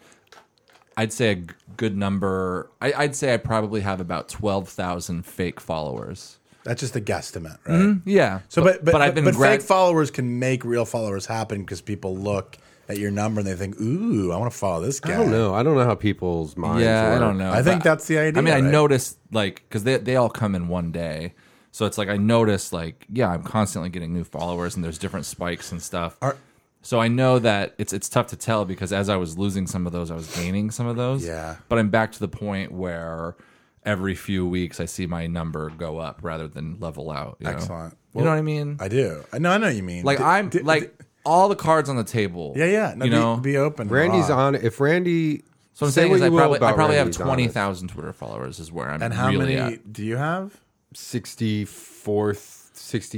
S2: I'd say a g- good number. I, I'd say I probably have about twelve thousand fake followers.
S4: That's just a guesstimate, right?
S2: Yeah.
S4: So, but but, but,
S2: Mm-hmm. I've been
S4: but
S2: grad-
S4: fake followers can make real followers happen because people look at your number and they think, "Ooh, I want to follow this guy."
S3: I don't know. I don't know how people's minds
S2: Yeah, I
S3: work.
S2: don't know.
S4: I think
S2: but-
S4: that's the idea,
S2: I mean, I
S4: right?
S2: noticed like because they they all come in one day. So it's like I noticed like yeah, I'm constantly getting new followers and there's different spikes and stuff.
S4: Are-
S2: so I know that it's it's tough to tell because as I was losing some of those, I was gaining some of those.
S4: Yeah.
S2: But I'm back to the point where every few weeks I see my number go up rather than level out. you know?
S4: Excellent.
S2: You know what I mean?
S4: I do. I know. I know what you mean.
S2: like
S4: D-
S2: I'm
S4: d-
S2: like all the cards on the table.
S4: yeah, yeah. No,
S2: you
S4: be,
S2: know,
S4: be open.
S3: Randy's
S4: raw.
S3: on. If Randy.
S2: so I'm
S3: say
S2: saying
S3: what
S2: is I
S3: you will
S2: probably I
S3: about
S2: probably have
S3: Randy's
S2: twenty
S3: honest.
S2: thousand Twitter followers is where I'm.
S4: And how
S2: really
S4: many
S2: at.
S4: do you have?
S3: 64,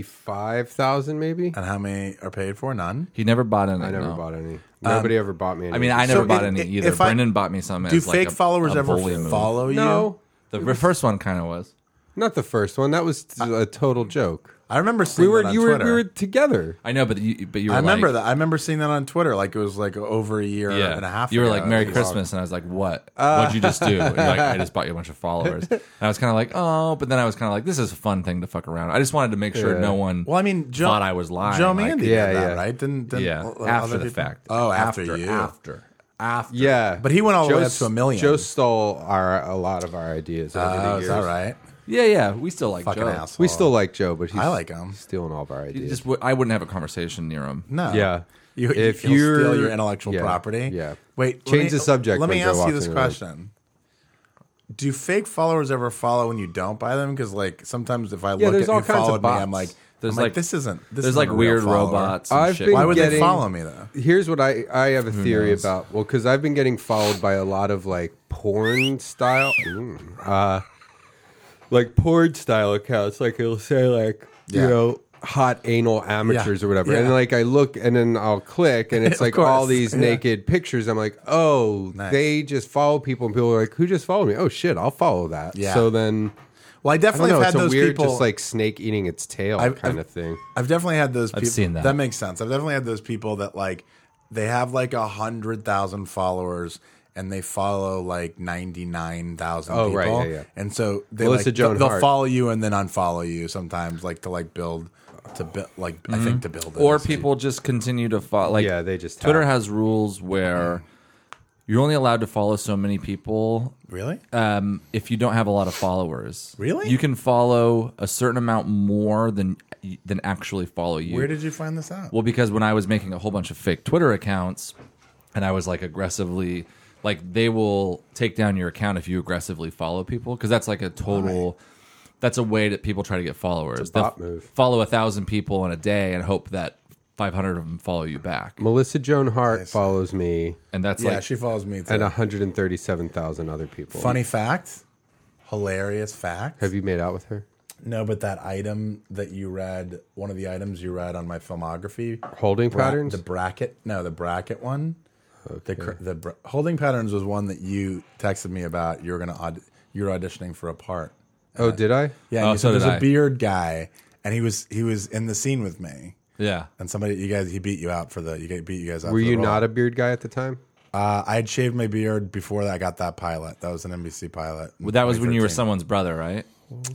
S3: 65,000 maybe.
S4: And how many are paid for? None.
S2: He never bought any.
S3: I never
S2: no.
S3: bought any. Nobody ever bought me any.
S2: Um, I mean, I never
S4: So
S2: bought
S4: it-
S2: any
S4: it-
S2: either.
S4: if I-
S2: Brendan bought me some.
S4: Do
S2: as like
S4: fake
S2: a-
S4: followers
S2: a
S4: ever
S2: bully move.
S4: follow you?
S3: No.
S2: The first one kind of was.
S3: Not the first one. That was t- a total joke.
S4: I remember seeing
S3: We were
S4: that on
S3: you were
S4: Twitter.
S3: we were together.
S2: I know, but you, but you were.
S4: I remember
S2: like,
S4: that. I remember seeing that on Twitter. Like it was like over a year
S2: Yeah,
S4: and a half.
S2: You were
S4: ago. Uh,
S2: like, "Merry
S4: It was
S2: Christmas," and I was like, "What? What'd you just do?" And you're
S4: [LAUGHS]
S2: like, I just bought you a bunch of followers. And I was kind of like, "Oh," but then I was kind of like, "This is a fun thing to fuck around." I just wanted to make sure
S3: Yeah.
S2: no one.
S4: Well, I mean, Joe,
S2: thought I was lying.
S4: Joe
S2: like,
S4: Mandy
S3: Yeah,
S4: did that,
S3: yeah.
S4: right? Didn't, didn't
S2: Yeah,
S4: o-
S2: after
S4: other
S2: the
S4: people-
S2: fact.
S4: Oh, after, you.
S2: After. After.
S3: Yeah,
S4: But he went all the way
S3: Joe
S4: up to a
S3: s-
S4: million.
S3: Joe stole our a lot of our ideas. Over
S4: Oh,
S3: the
S4: is
S3: years.
S4: that right?
S2: Yeah, yeah. We still like
S4: Fucking
S2: Joe.
S4: asshole.
S3: We still like Joe, but he's
S4: I like him.
S3: stealing all of our
S2: You
S3: ideas.
S2: Just, w- I wouldn't have a conversation near him.
S4: No.
S3: Yeah.
S4: [LAUGHS] You,
S3: If
S4: if you
S3: you're-
S4: steal your intellectual
S3: yeah,
S4: property.
S3: yeah.
S4: Wait. let
S3: Change the
S4: me-
S3: subject
S4: Let me
S3: when Joe
S4: ask you
S3: walks
S4: this
S3: in the room.
S4: question. Do fake followers ever follow when you don't buy them? Because like sometimes if I look
S3: there's
S4: at
S3: all
S4: who
S3: kinds of
S4: followed me, I'm
S3: bots.
S4: like,
S2: There's
S4: I'm like,
S2: like-
S4: this isn't. This
S2: There's
S4: isn't
S2: like
S4: a real
S2: weird
S4: follower.
S2: robots. And
S3: I've
S2: shit.
S3: been
S4: Why would they
S3: Getting-
S4: follow me though?
S3: Here's what I I have a theory about. Well, because I've been getting followed by a lot of like porn style, mm, uh, like porn style accounts. Like it'll say like
S4: Yeah.
S3: you know hot anal amateurs
S4: Yeah.
S3: or whatever,
S4: Yeah.
S3: and like I look and then I'll click and it's
S4: [LAUGHS] Of
S3: like all
S4: course.
S3: these
S4: Yeah.
S3: naked pictures. I'm like, oh,
S4: Nice.
S3: they just follow people, and people are like, who just followed me? Oh shit, I'll follow that.
S4: Yeah.
S3: So then
S4: Well, I
S3: I don't
S4: definitely
S3: know.
S4: have
S3: It's
S4: had
S3: a
S4: those
S3: weird,
S4: people
S3: just like snake eating its tail
S4: I've-
S3: kind
S4: I've-
S3: of thing.
S4: I've definitely had those people.
S2: seen that.
S4: makes sense. I've definitely had those people that like they have like a hundred thousand followers and they follow like ninety nine thousand
S3: Oh,
S4: people.
S3: right, yeah, yeah.
S4: And so they
S3: Melissa
S4: like,
S3: Joan
S4: they'll
S3: Hart.
S4: follow you and then unfollow you sometimes, like to like build to build like I think to build it
S2: or
S4: is to-
S2: people just continue to follow. Like
S3: Yeah, they just
S2: Twitter
S3: have-
S2: has rules where you're only allowed to follow so many people
S4: really
S2: um, if you don't have a lot of followers.
S4: Really?
S2: you can follow a certain amount more than than actually follow you.
S4: where did you find this out?
S2: Well, because when I was making a whole bunch of fake Twitter accounts and I was like aggressively like they will take down your account if you aggressively follow people because that's like a total that's a way that people try to get followers. They'll
S3: bot move.
S2: Follow a thousand people in a day and hope that 500 of them follow you back.
S3: Melissa Joan Hart follows me
S2: And that's
S4: yeah,
S2: like
S4: she follows me too.
S3: and 137,000 other people.
S4: Funny fact, hilarious fact.
S3: Have you made out with her?
S4: no, but that item that you read, one of the items you read on my filmography,
S3: Holding
S4: bra-
S3: patterns?
S4: the bracket. No, the bracket one. The cr- the br- holding patterns was one that you texted me about. You were gonna aud- you're auditioning for a part.
S3: oh, did I?
S4: Yeah, and
S2: Oh,
S4: you
S2: so
S4: said there's
S2: did
S4: a
S2: I.
S4: beard guy, and he was he was in the scene with me.
S2: yeah.
S4: And somebody, you guys, he beat you out for the. You guys beat you guys out.
S3: Were
S4: for the
S3: you
S4: role.
S3: not a beard guy at the time?
S4: Uh, I had shaved my beard before that. I got that pilot. That was an NBC pilot. in
S2: Well, that was when you were
S4: 2013.
S2: someone's brother, right?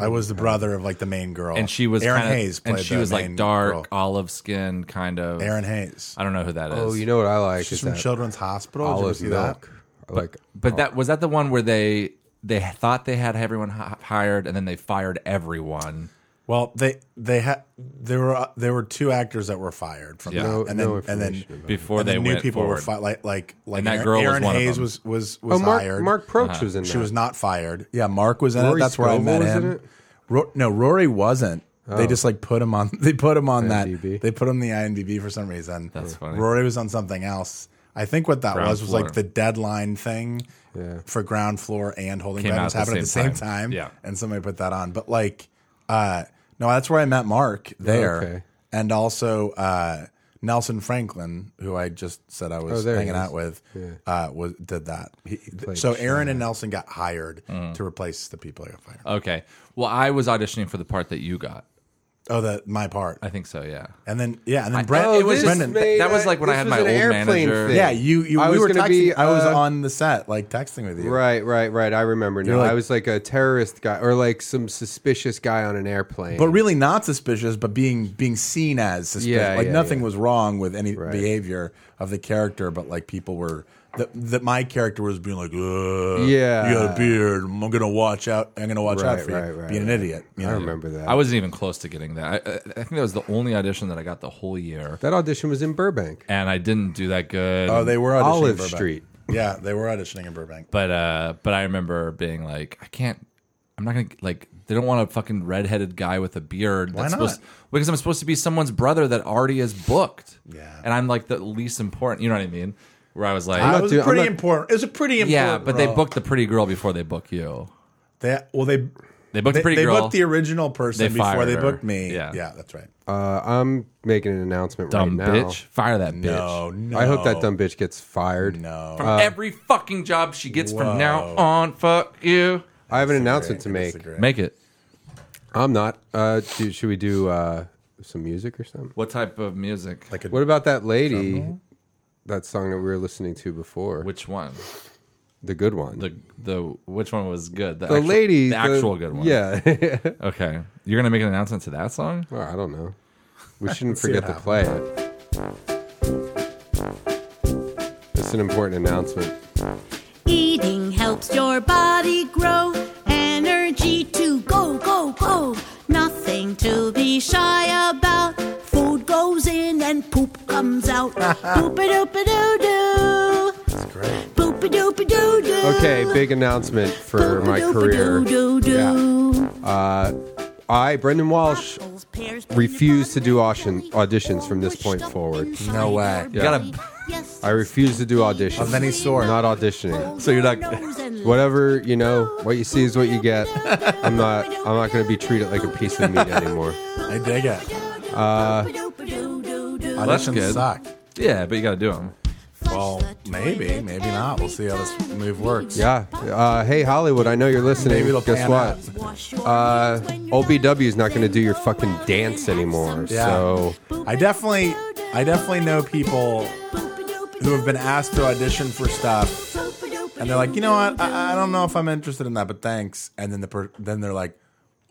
S4: I was the brother of like the main girl,
S2: And she was
S4: Aaron
S2: kinda,
S4: Hayes. Played
S2: and she
S4: the
S2: was
S4: main
S2: like dark,
S4: girl.
S2: olive skin kind of
S4: Aaron Hayes.
S2: I don't know who that is.
S3: Oh, you know what I like
S4: She's
S3: is
S4: from
S3: that
S4: Children's Hospital. Did you
S3: olive
S4: see
S3: milk. I like
S2: But
S4: Oh.
S2: that was that the one where they they thought they had everyone hi- hired and then they fired everyone.
S4: Well, they they had there were uh, there were two actors that were fired from
S2: Yeah.
S4: that,
S2: No-
S4: and then
S3: no
S4: and then
S3: information about
S2: Before
S4: and
S2: they
S4: then new
S2: went
S4: people were
S2: forward.
S4: fi- like like like
S2: And that
S4: Aaron,
S2: girl was
S4: Aaron
S2: one of
S4: Hayes
S2: them.
S4: was was was
S3: Oh, Mark
S4: hired.
S3: Mark Proch
S2: Uh-huh.
S3: was in that.
S4: she was not fired. Yeah, Mark was in
S3: Rory
S4: it. That's where
S3: Scovel
S4: I met
S3: was in
S4: him.
S3: it?
S4: Ro- no, Rory wasn't. They just like put him on. [LAUGHS] They put him on
S3: IMDb.
S4: that. They put him on the IMDb for some reason.
S2: That's funny.
S4: Rory was on something else. I think what that
S2: Ground
S4: was was
S2: floor.
S4: like the deadline thing
S3: Yeah.
S4: for ground floor and holding
S2: Came
S4: patterns
S2: out
S4: happened
S2: the
S4: at the
S2: same
S4: same
S2: time.
S4: time.
S2: Yeah.
S4: and somebody put that on. But like, uh, no, that's where I met Mark there,
S3: Okay.
S4: and also uh, Nelson Franklin, who I just said I was
S3: there he
S4: hanging
S3: is.
S4: out with, uh, was did that. He,
S3: played
S4: so Aaron and Nelson got hired
S2: Mm.
S4: to replace the people that got fired.
S2: Okay. Well, I was auditioning for the part that you got.
S4: Oh, the my part,
S2: I think so. Yeah.
S4: and then yeah, and then Brent.
S2: oh,
S4: it was
S2: this
S4: Brendan.
S2: made- that was like when I
S3: this
S2: had
S3: was
S2: my
S3: an
S2: old
S3: airplane
S2: manager.
S3: thing.
S4: yeah, you. you
S3: I was
S4: we were
S3: gonna
S4: texting,
S3: be,
S4: I was
S3: uh,
S4: on the set, like texting with
S3: [LAUGHS]
S4: you.
S3: Right, right, right. I remember now.
S4: like-
S3: I was like a terrorist guy or like some suspicious guy on an airplane.
S4: but really not suspicious, but being being seen as suspicious.
S3: Yeah,
S4: like
S3: yeah,
S4: nothing
S3: yeah.
S4: was wrong with any
S3: Right.
S4: behavior of the character, but like people were that that my character was being like, Ugh,
S3: Yeah.
S4: you got a beard. I'm gonna watch out. I'm gonna watch out
S3: Right,
S4: for you.
S3: right, right,
S4: being
S3: right.
S4: an idiot. You
S3: I
S4: know?
S3: remember that.
S2: I wasn't even close to getting that. I, I, I think that was the only audition that I got the whole year,
S3: that audition was in Burbank,
S2: and I didn't do that good.
S4: Oh, they were auditioning in
S3: Olive
S4: Burbank.
S3: Street.
S4: Yeah, they were auditioning in Burbank.
S2: but uh, but I remember being like, I can't. I'm not gonna like. They don't want a fucking redheaded guy with a beard.
S4: Why
S2: that's
S4: not?
S2: Supposed because I'm supposed to be someone's brother that already is booked.
S4: Yeah.
S2: And I'm like the least important. You know what I mean? Where I was like,
S4: It
S3: not
S4: was
S3: doing- I'm
S4: pretty
S3: not-
S4: important. It was a pretty important.
S2: yeah, but they
S4: role.
S2: booked the pretty girl before they book you.
S4: They, well,
S2: They
S4: they
S2: booked
S4: they,
S2: the pretty
S4: they
S2: girl.
S4: booked the original person
S2: They
S4: before
S2: fired
S4: they
S2: her.
S4: booked me.
S2: Yeah.
S4: that's right.
S3: Uh, I'm making an announcement
S2: dumb
S3: right now.
S2: bitch. Fire that bitch.
S4: No, no.
S3: I hope that dumb bitch gets fired.
S4: No.
S2: From every fucking job she gets from now on, fuck you.
S3: I have an announcement to make.
S2: Make it.
S3: I'm not. Uh, do, should we do uh, some music or something?
S2: What type of music?
S4: Like a,
S3: What about that lady? That song that we were listening to before,
S2: Which one?
S3: the good one, the,
S2: The the which one was good? The, actual,
S3: lady,
S2: the actual good one.
S3: Yeah, [LAUGHS]
S2: Okay. You're gonna make an announcement to that song?
S3: Well, I don't know.
S4: [LAUGHS]
S3: We shouldn't
S4: see what
S3: forget to play it. It's an important announcement.
S6: Eating helps your body grow, energy to go, go, go. Nothing to be shy about. Food goes in and poop comes
S3: [LAUGHS]
S6: out. Boop a doop a doo doo. That's great. Boop a doop a doo doo.
S3: Okay, big announcement for my career. Uh, I, Brendan Walsh, refuse to do audition, auditions from this point forward.
S4: No way.
S6: You
S2: gotta-
S3: I refuse to do auditions
S4: Of any sort.
S3: Not auditioning.
S4: So you're not-
S3: Whatever you know, what you see is what you get. I'm not. I'm not going to be treated like a piece of meat anymore.
S4: I dig it.
S6: Uh,
S2: that's
S4: Auditions
S2: good.
S4: suck.
S2: Yeah, but you gotta do them.
S4: Well, maybe, maybe not. We'll see how this move works.
S3: Yeah. Uh, hey Hollywood, I know you're listening.
S4: Maybe it'll
S3: Guess
S4: pan
S3: what?
S4: out.
S6: Uh,
S3: OBW is not going to do your fucking dance anymore.
S4: Yeah.
S3: So
S4: I definitely, I definitely know people who have been asked to audition for stuff, and they're like, you know what, I, I don't know if I'm interested in that, but thanks. And then the per- then they're like,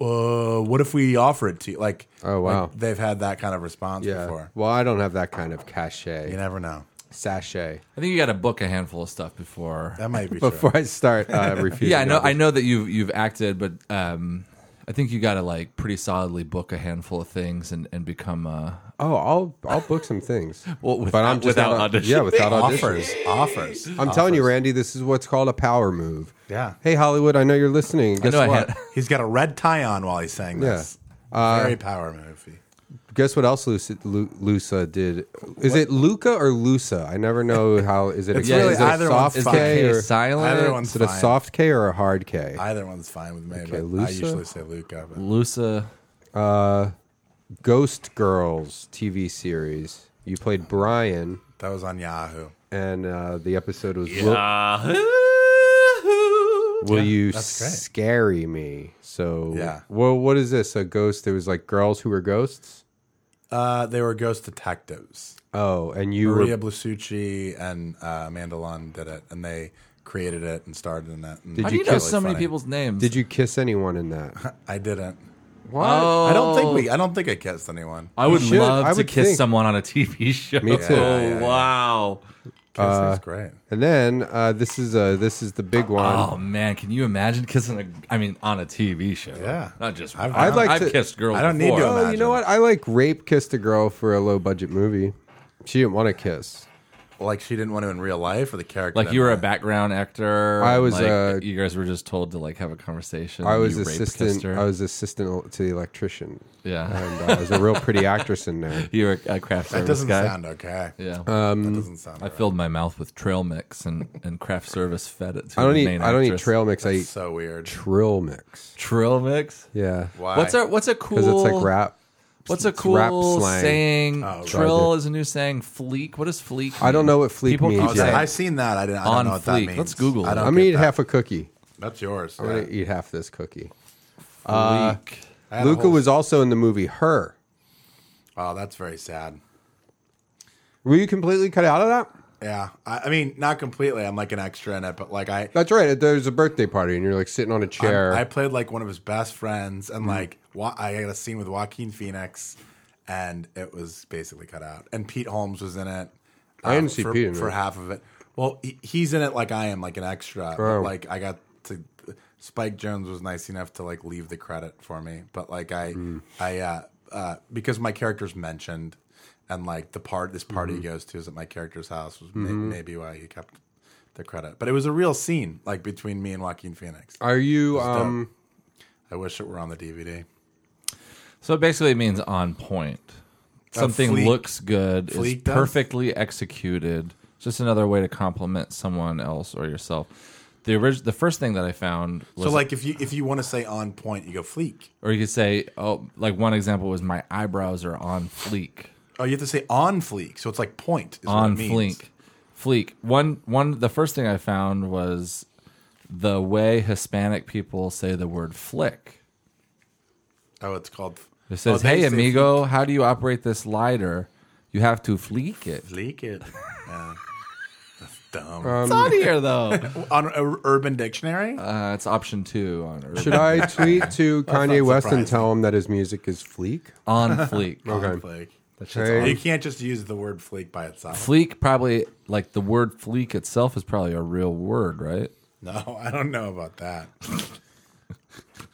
S4: uh, what if we offer it to you? Like,
S3: Oh, wow.
S4: like, they've had that kind of response
S3: Yeah.
S4: before.
S3: Well, I don't have that kind of cachet.
S4: You never know.
S3: sachet.
S2: I think you got to book a handful of stuff before.
S4: That might be true.
S3: Before I
S4: [LAUGHS]
S3: start uh, refusing.
S2: yeah, I know. I
S3: auditions.
S2: know that you've you've acted, but um, I think you got to like pretty solidly book a handful of things and and become uh, a.
S3: Oh, I'll I'll book some
S4: [LAUGHS]
S3: things.
S2: Well,
S3: but I'm
S2: without-
S3: just
S2: without
S3: not-
S2: auditioning.
S3: Yeah, without auditions.
S4: Offers, offers.
S3: I'm telling you, Randy, this is what's called a power move.
S4: Yeah.
S3: Hey, Hollywood, I know you're listening. Guess
S2: know I
S3: what?
S2: had-
S4: He's got a red tie on while he's saying
S3: Yeah. Uh,
S4: this. Very power movie.
S3: Guess what else Lucy, Lu, Lusa did? Is it Luca or Lusa? I never
S4: [LAUGHS]
S3: know how. Is it
S4: It's
S3: a,
S4: really
S3: is it a
S4: either one's
S3: soft
S4: fine.
S3: K
S2: Is
S3: or
S2: it silent?
S4: Either
S3: is
S4: one's
S3: it a
S4: fine.
S3: soft K or a hard K?
S4: Either one's fine with me. but I
S3: Lusa?
S4: usually say Luca. But
S2: Lusa.
S3: Ghost Girls TV series. You played Brian,
S4: that was on Yahoo.
S3: and uh, the episode was Will, will you
S4: great.
S3: scary me? So
S4: Yeah.
S3: Well, what is this? A ghost? There was like girls who were ghosts.
S4: Uh, they were ghost detectives.
S3: Oh, and you
S4: Maria
S3: were.
S4: Blasucci and uh, Amanda Lund did it, and they created it and starred in it. And
S3: Did
S2: How do
S3: you
S2: you know
S3: kiss-
S2: so many people's names?
S3: Did you kiss anyone
S2: [LAUGHS]
S3: in that?
S4: I didn't.
S3: What?
S2: Oh,
S4: I don't think we. I don't think I kissed anyone.
S2: I would
S3: You should.
S2: love
S3: I
S2: to
S3: would
S2: kiss
S3: think.
S2: someone on a TV [LAUGHS] show.
S3: Me too.
S4: Yeah, yeah, yeah.
S2: Oh, wow.
S3: Uh,
S4: Kissing's great.
S3: And then uh, this is uh, this is the big one.
S2: Oh man, can you imagine kissing a? I mean, on a TV show.
S4: Yeah.
S2: not just.
S4: I've-
S2: I've,
S4: I'd
S3: like to-
S2: kissed girls.
S4: I don't need
S2: before.
S4: to
S3: Oh, you
S4: imagine.
S3: know what? I like rape kissed a girl for a low budget movie. She didn't want to kiss.
S4: Like she didn't want to in real life, or the character.
S2: Like
S4: didn't
S2: you were a
S4: want it?
S2: background actor.
S3: I was,
S2: Like,
S3: uh,
S2: you guys were just told to like have a conversation.
S3: I
S2: and
S3: was
S2: you rape kissed
S3: assistant.
S2: her.
S3: I was assistant to the electrician.
S2: Yeah,
S3: And, uh, I was a real pretty actress in there.
S2: [LAUGHS] you were a craft
S4: That
S2: service
S4: doesn't
S2: guy.
S4: sound okay.
S2: yeah,
S3: Uh, Um,
S4: that doesn't sound.
S2: I
S4: right.
S2: filled my mouth with trail mix and and craft service fed it. To
S3: I don't
S2: the
S3: eat.
S2: Main
S3: I don't eat
S2: actress.
S3: trail mix. I eat
S4: so weird.
S3: trill mix.
S2: trail mix.
S3: Yeah,
S4: Why?
S2: What's a what's a cool?
S3: because it's like rap.
S2: What's a
S3: it's rap
S2: cool
S3: slang.
S2: saying?
S4: Oh, right.
S2: Trill is a new saying. Fleek. What is fleek?
S3: I don't know what fleek
S2: People
S3: means
S2: keep
S4: Oh, so
S3: yet.
S2: saying-
S4: I've seen that. I didn't. I
S2: On
S4: don't know what that
S2: fleek.
S4: means.
S2: Let's Google
S4: I
S2: it.
S4: don't
S3: I'm gonna
S4: get
S3: eat
S4: that.
S3: half a cookie.
S4: That's yours.
S3: I'm gonna
S4: Yeah.
S3: eat half this cookie. Uh,
S2: Fleek.
S4: I had a
S3: Luca
S4: whole-
S3: was also in the movie Her.
S4: Oh, that's very sad.
S3: Were you completely cut out of that?
S4: Yeah, I, I mean, not completely. I'm like an extra in it, but like I,
S3: That's right. There's a birthday party, and you're like sitting on a chair.
S4: I played like one of his best friends, and
S3: Mm-hmm.
S4: like wa- I had a scene with Joaquin Phoenix, and it was basically cut out. And Pete Holmes was in it. um,
S3: I didn't see
S4: for,
S3: Pete in
S4: for
S3: it.
S4: half of it. Well, he, he's in it like I am, like an extra. but,
S3: Oh.
S4: like I got to. Spike Jones was nice enough to like leave the credit for me, but like I,
S3: Mm.
S4: I uh, uh, because my character's mentioned, and like the part this party
S3: Mm-hmm.
S4: he goes to is at my character's house was may- maybe why he kept the credit. But it was a real scene, like between me and Joaquin Phoenix.
S3: Are you? Um,
S4: I wish it were on the DVD.
S2: So basically, it means on point. Something
S4: fleek.
S2: looks good, is
S4: Fleek does?
S2: perfectly executed. It's Just another way to compliment someone else or yourself. The orig- the first thing that I found was,
S4: So, like, if you if you want to say on point, you go fleek.
S2: or you could say, oh, like one example was my eyebrows are on fleek,
S4: Oh, you have to say on fleek. So it's like point. Is
S2: on
S4: what it means.
S2: fleek, fleek. One one. The first thing I found was the way Hispanic people say the word flick.
S4: Oh, it's called.
S2: It says,
S4: oh, they
S2: "Hey,
S4: say
S2: amigo, how do you operate this lighter? You have to fleek it."
S4: Fleek it. [LAUGHS] Yeah. That's dumb.
S2: It's on here
S4: [LAUGHS]
S2: though.
S4: on Ur- Urban Dictionary.
S2: Uh, it's option two on Urban.
S3: should [LAUGHS] I tweet to Kanye West and
S4: surprising.
S3: tell him that his music is fleek?
S2: [LAUGHS] on fleek.
S4: on fleek.
S3: Hey,
S4: You can't just use the word fleek by itself.
S2: Fleek probably like the word fleek itself is probably a real word, right?
S4: No, I don't know about that.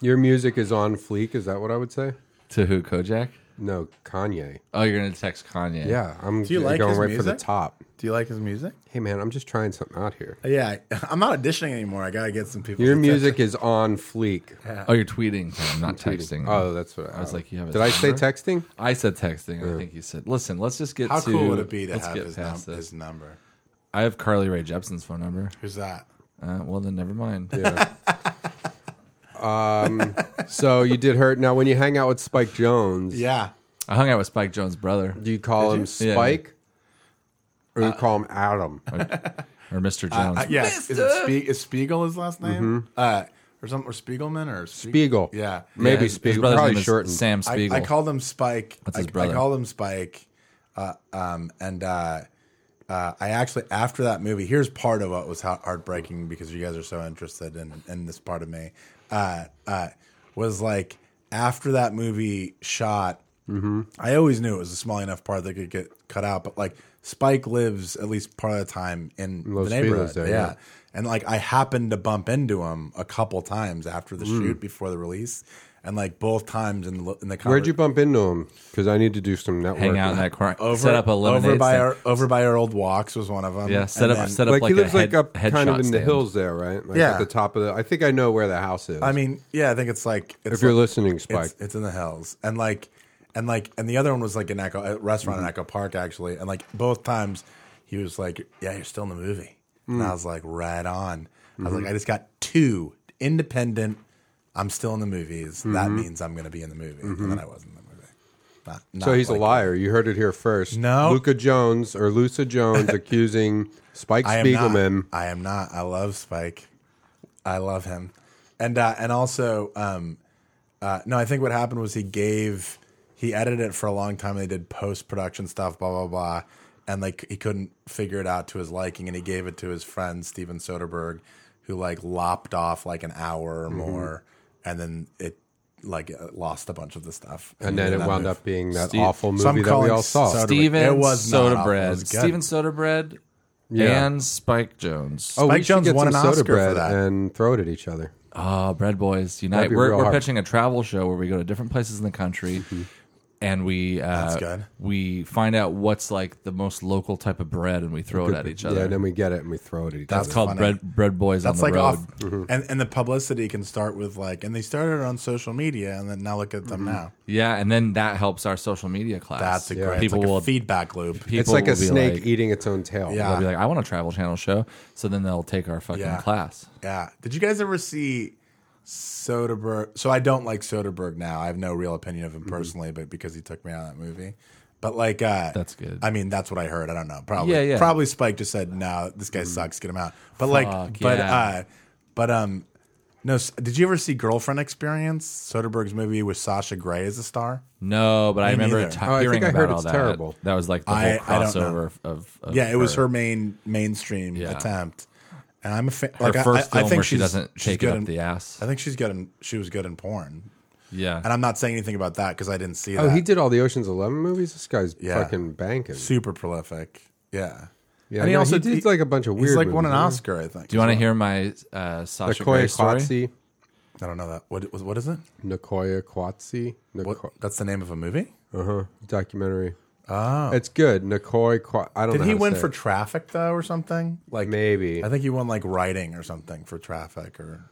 S3: your music is on fleek. Is that what I would say?
S2: To who Kojak?
S3: No, Kanye.
S2: Oh, you're gonna text Kanye.
S3: Yeah, I'm
S4: Do you like
S3: going
S4: his
S3: right for the
S4: music?
S3: top.
S4: Do you like his music?
S3: Hey man, I'm just trying something out here.
S4: Uh, Yeah, [LAUGHS] I, I'm not auditioning anymore. I gotta get some people.
S3: Your music is on fleek.
S2: Oh, you're tweeting. I'm not texting.
S3: Oh, that's what
S2: I was like, you have. his
S3: Did I say
S2: number?
S3: texting?
S2: I said texting. I think you said. Listen, let's just get.
S4: How
S2: to,
S4: cool would it be to
S2: let's
S4: have
S2: get
S4: his, num-
S2: past
S4: his
S2: this.
S4: number?
S2: I have Carly Rae Jepsen's phone number.
S4: Who's that?
S2: Uh, well, then never mind.
S3: So you did hurt. Now, when you hang out with Spike Jones,
S4: Yeah.
S2: I hung out with Spike Jones' brother
S3: do you call him
S2: Yeah. Uh,
S3: Spike or you call him Adam?
S2: or Mr. Jones.
S4: Uh, yeah, is it Spie- is Spiegel his last name?
S3: Mm-hmm.
S4: Uh, or something, or Spiegelman, or Spie-
S3: Spiegel.
S4: Yeah,
S2: Yeah,
S3: Maybe
S2: his- his
S3: Spiegel.
S2: brother's
S3: Probably
S2: name is
S3: shortened.
S2: Sam
S4: I,
S2: Spiegel.
S4: I called him Spike.
S2: That's
S4: I,
S2: his brother.
S4: I called him Spike, uh, um, and uh, Uh, I actually, after that movie, here's part of what was ha- heartbreaking because you guys are so interested in, in this part of me. Uh, uh, was like after that movie shot,
S3: Mm-hmm.
S4: I always knew it was a small enough part that could get cut out, but like Spike lives at least part of the time in
S3: Los
S4: the neighborhood.
S3: Feliz there,
S4: yeah.
S3: yeah.
S4: And like I happened to bump into him a couple times after the
S2: Mm.
S4: shoot before the release. And like both times in the, in the
S3: Where'd
S4: conver-
S3: you bump into him? Because I need to do some networking.
S2: Hang out in that corner.
S4: over
S2: set up a lemonade
S4: over by
S2: stand.
S4: our over by our old walks was one of them.
S2: yeah, set
S4: And
S2: up
S4: then-
S2: set up
S3: Like,
S2: like,
S3: he lives
S2: a head,
S3: like up
S2: headshot
S3: kind of in the
S2: stand.
S3: hills there, right? Like
S4: Yeah.
S3: at the top of the. I think I know where the house is.
S4: I mean, yeah, I think it's like it's
S3: if you're
S4: like-
S3: listening, Spike,
S4: It's, it's in the hills, and like, and like, and the other one was like an Echo a restaurant
S3: Mm-hmm.
S4: in Echo Park actually, and like both times he was like, "Yeah, you're still in the movie," and
S3: Mm.
S4: I was like, "Right on." I was
S3: Mm-hmm.
S4: like, "I just got two independent. I'm still in the movies. That
S3: Mm-hmm.
S4: means I'm going to be in the movie." And then I wasn't in the movie. Not-
S3: so
S4: not
S3: he's
S4: like-
S3: a liar. You heard it here first.
S4: No.
S3: Luca Jones or
S2: [LAUGHS]
S3: Lusa Jones accusing Spike
S4: I am
S3: Spiegelman.
S4: Not, I am not. I love Spike. I love him, and uh, and also, um, uh, no, I think what happened was he gave he edited it for a long time. They did post production stuff, blah blah blah, and like he couldn't figure it out to his liking, and he gave it to his friend Steven Soderbergh, who like lopped off like an hour
S3: Mm-hmm.
S4: or more, and then it like uh, lost a bunch of the stuff,
S3: and then
S4: he
S3: it
S4: did not
S3: wound
S4: move.
S3: up being that
S2: Steve-
S3: awful
S4: So I'm
S3: movie that we
S4: calling
S3: all saw.
S4: Soderbergh.
S2: Steven
S4: It was not awful. It
S2: Soderbergh.
S4: was good.
S2: Steven Soderbergh
S3: Yeah.
S2: and Spike Jones.
S3: oh, we
S4: Spike
S3: should
S4: Jonze
S3: get
S4: won
S3: some
S4: an Oscar
S3: soda
S4: for
S3: bread
S4: that.
S3: and throw it at each other.
S2: Oh, Bread Boys Unite.
S3: be
S2: We're,
S3: real
S2: we're
S3: hard.
S2: pitching a travel show where we go to different places in the country and we uh,
S4: Mm-hmm. That's good.
S2: we find out what's like the most local type of bread and we throw it at each
S3: Yeah,
S2: other.
S3: and then we get it and we throw it at each
S2: That's
S3: other.
S2: called
S4: funny.
S2: Bread Bread Boys
S4: That's
S2: on
S4: like
S2: the road.
S4: off, and and the publicity can start with like, and they started on social media, and then now look at them now.
S2: Yeah, and then that helps our social media class.
S4: That's a
S2: yeah.
S4: great
S2: people
S4: it's like
S2: will
S4: a feedback loop.
S2: people
S3: It's like a
S2: will be
S3: snake
S2: like-
S3: eating its own tail.
S4: Yeah.
S2: They'll be like, I want a travel channel show. So then they'll take our fucking
S4: Yeah.
S2: class.
S4: Yeah. Did you guys ever see Soderbergh? So I don't like Soderbergh now. I have no real opinion of him personally, but because he took me out of that movie. But like, uh,
S2: That's good.
S4: I mean, that's what I heard. I don't know. Probably,
S2: Yeah, yeah.
S4: probably Spike just said, "No, this guy sucks. Get him out." But like,
S2: Fuck,
S4: but
S2: yeah.
S4: uh, but um, no. s- Did you ever see Girlfriend Experience? Soderbergh's movie with Sasha Grey as a star.
S2: No, but I
S4: Me
S2: remember
S4: neither.
S2: t-
S4: Oh,
S3: I
S2: hearing
S3: think I
S2: about
S3: heard
S2: all
S3: it's
S2: that.
S3: terrible.
S2: That was like the whole
S4: I- I don't know.
S2: crossover of, of, of
S4: yeah, it was her main mainstream
S2: Yeah.
S4: attempt. And I'm a fan.
S2: her first
S4: I,
S2: film
S4: think
S2: where she
S4: she's-
S2: doesn't
S4: she's
S2: shake it
S4: good
S2: up
S4: in-
S2: the ass.
S4: I think she's good. In, she was good in porn.
S2: Yeah,
S4: And I'm not saying anything about that because I didn't see that.
S3: Oh, he did all the Ocean's Eleven movies. This guy's
S4: Yeah.
S3: fucking banking.
S4: super prolific. Yeah.
S3: Yeah, no, he did, like, a bunch of
S4: He's
S3: weird
S4: like won an
S3: movies, yeah.
S4: Oscar, I think.
S2: Do you want to hear my uh, Sasha Grey
S3: Nicoya
S2: story?
S3: Quatsi.
S4: I don't know that. What what is it?
S3: Nicoya Quatsi.
S4: What,
S3: Nico-
S4: that's the name of a movie.
S3: uh huh. Documentary. Oh. It's good. Nicoya Quatsi. I don't
S4: Did
S3: know.
S4: he
S3: how to
S4: win
S3: say
S4: for
S3: it.
S4: Traffic though, or something? Like
S3: Maybe.
S4: I think he won like writing or something for Traffic. Or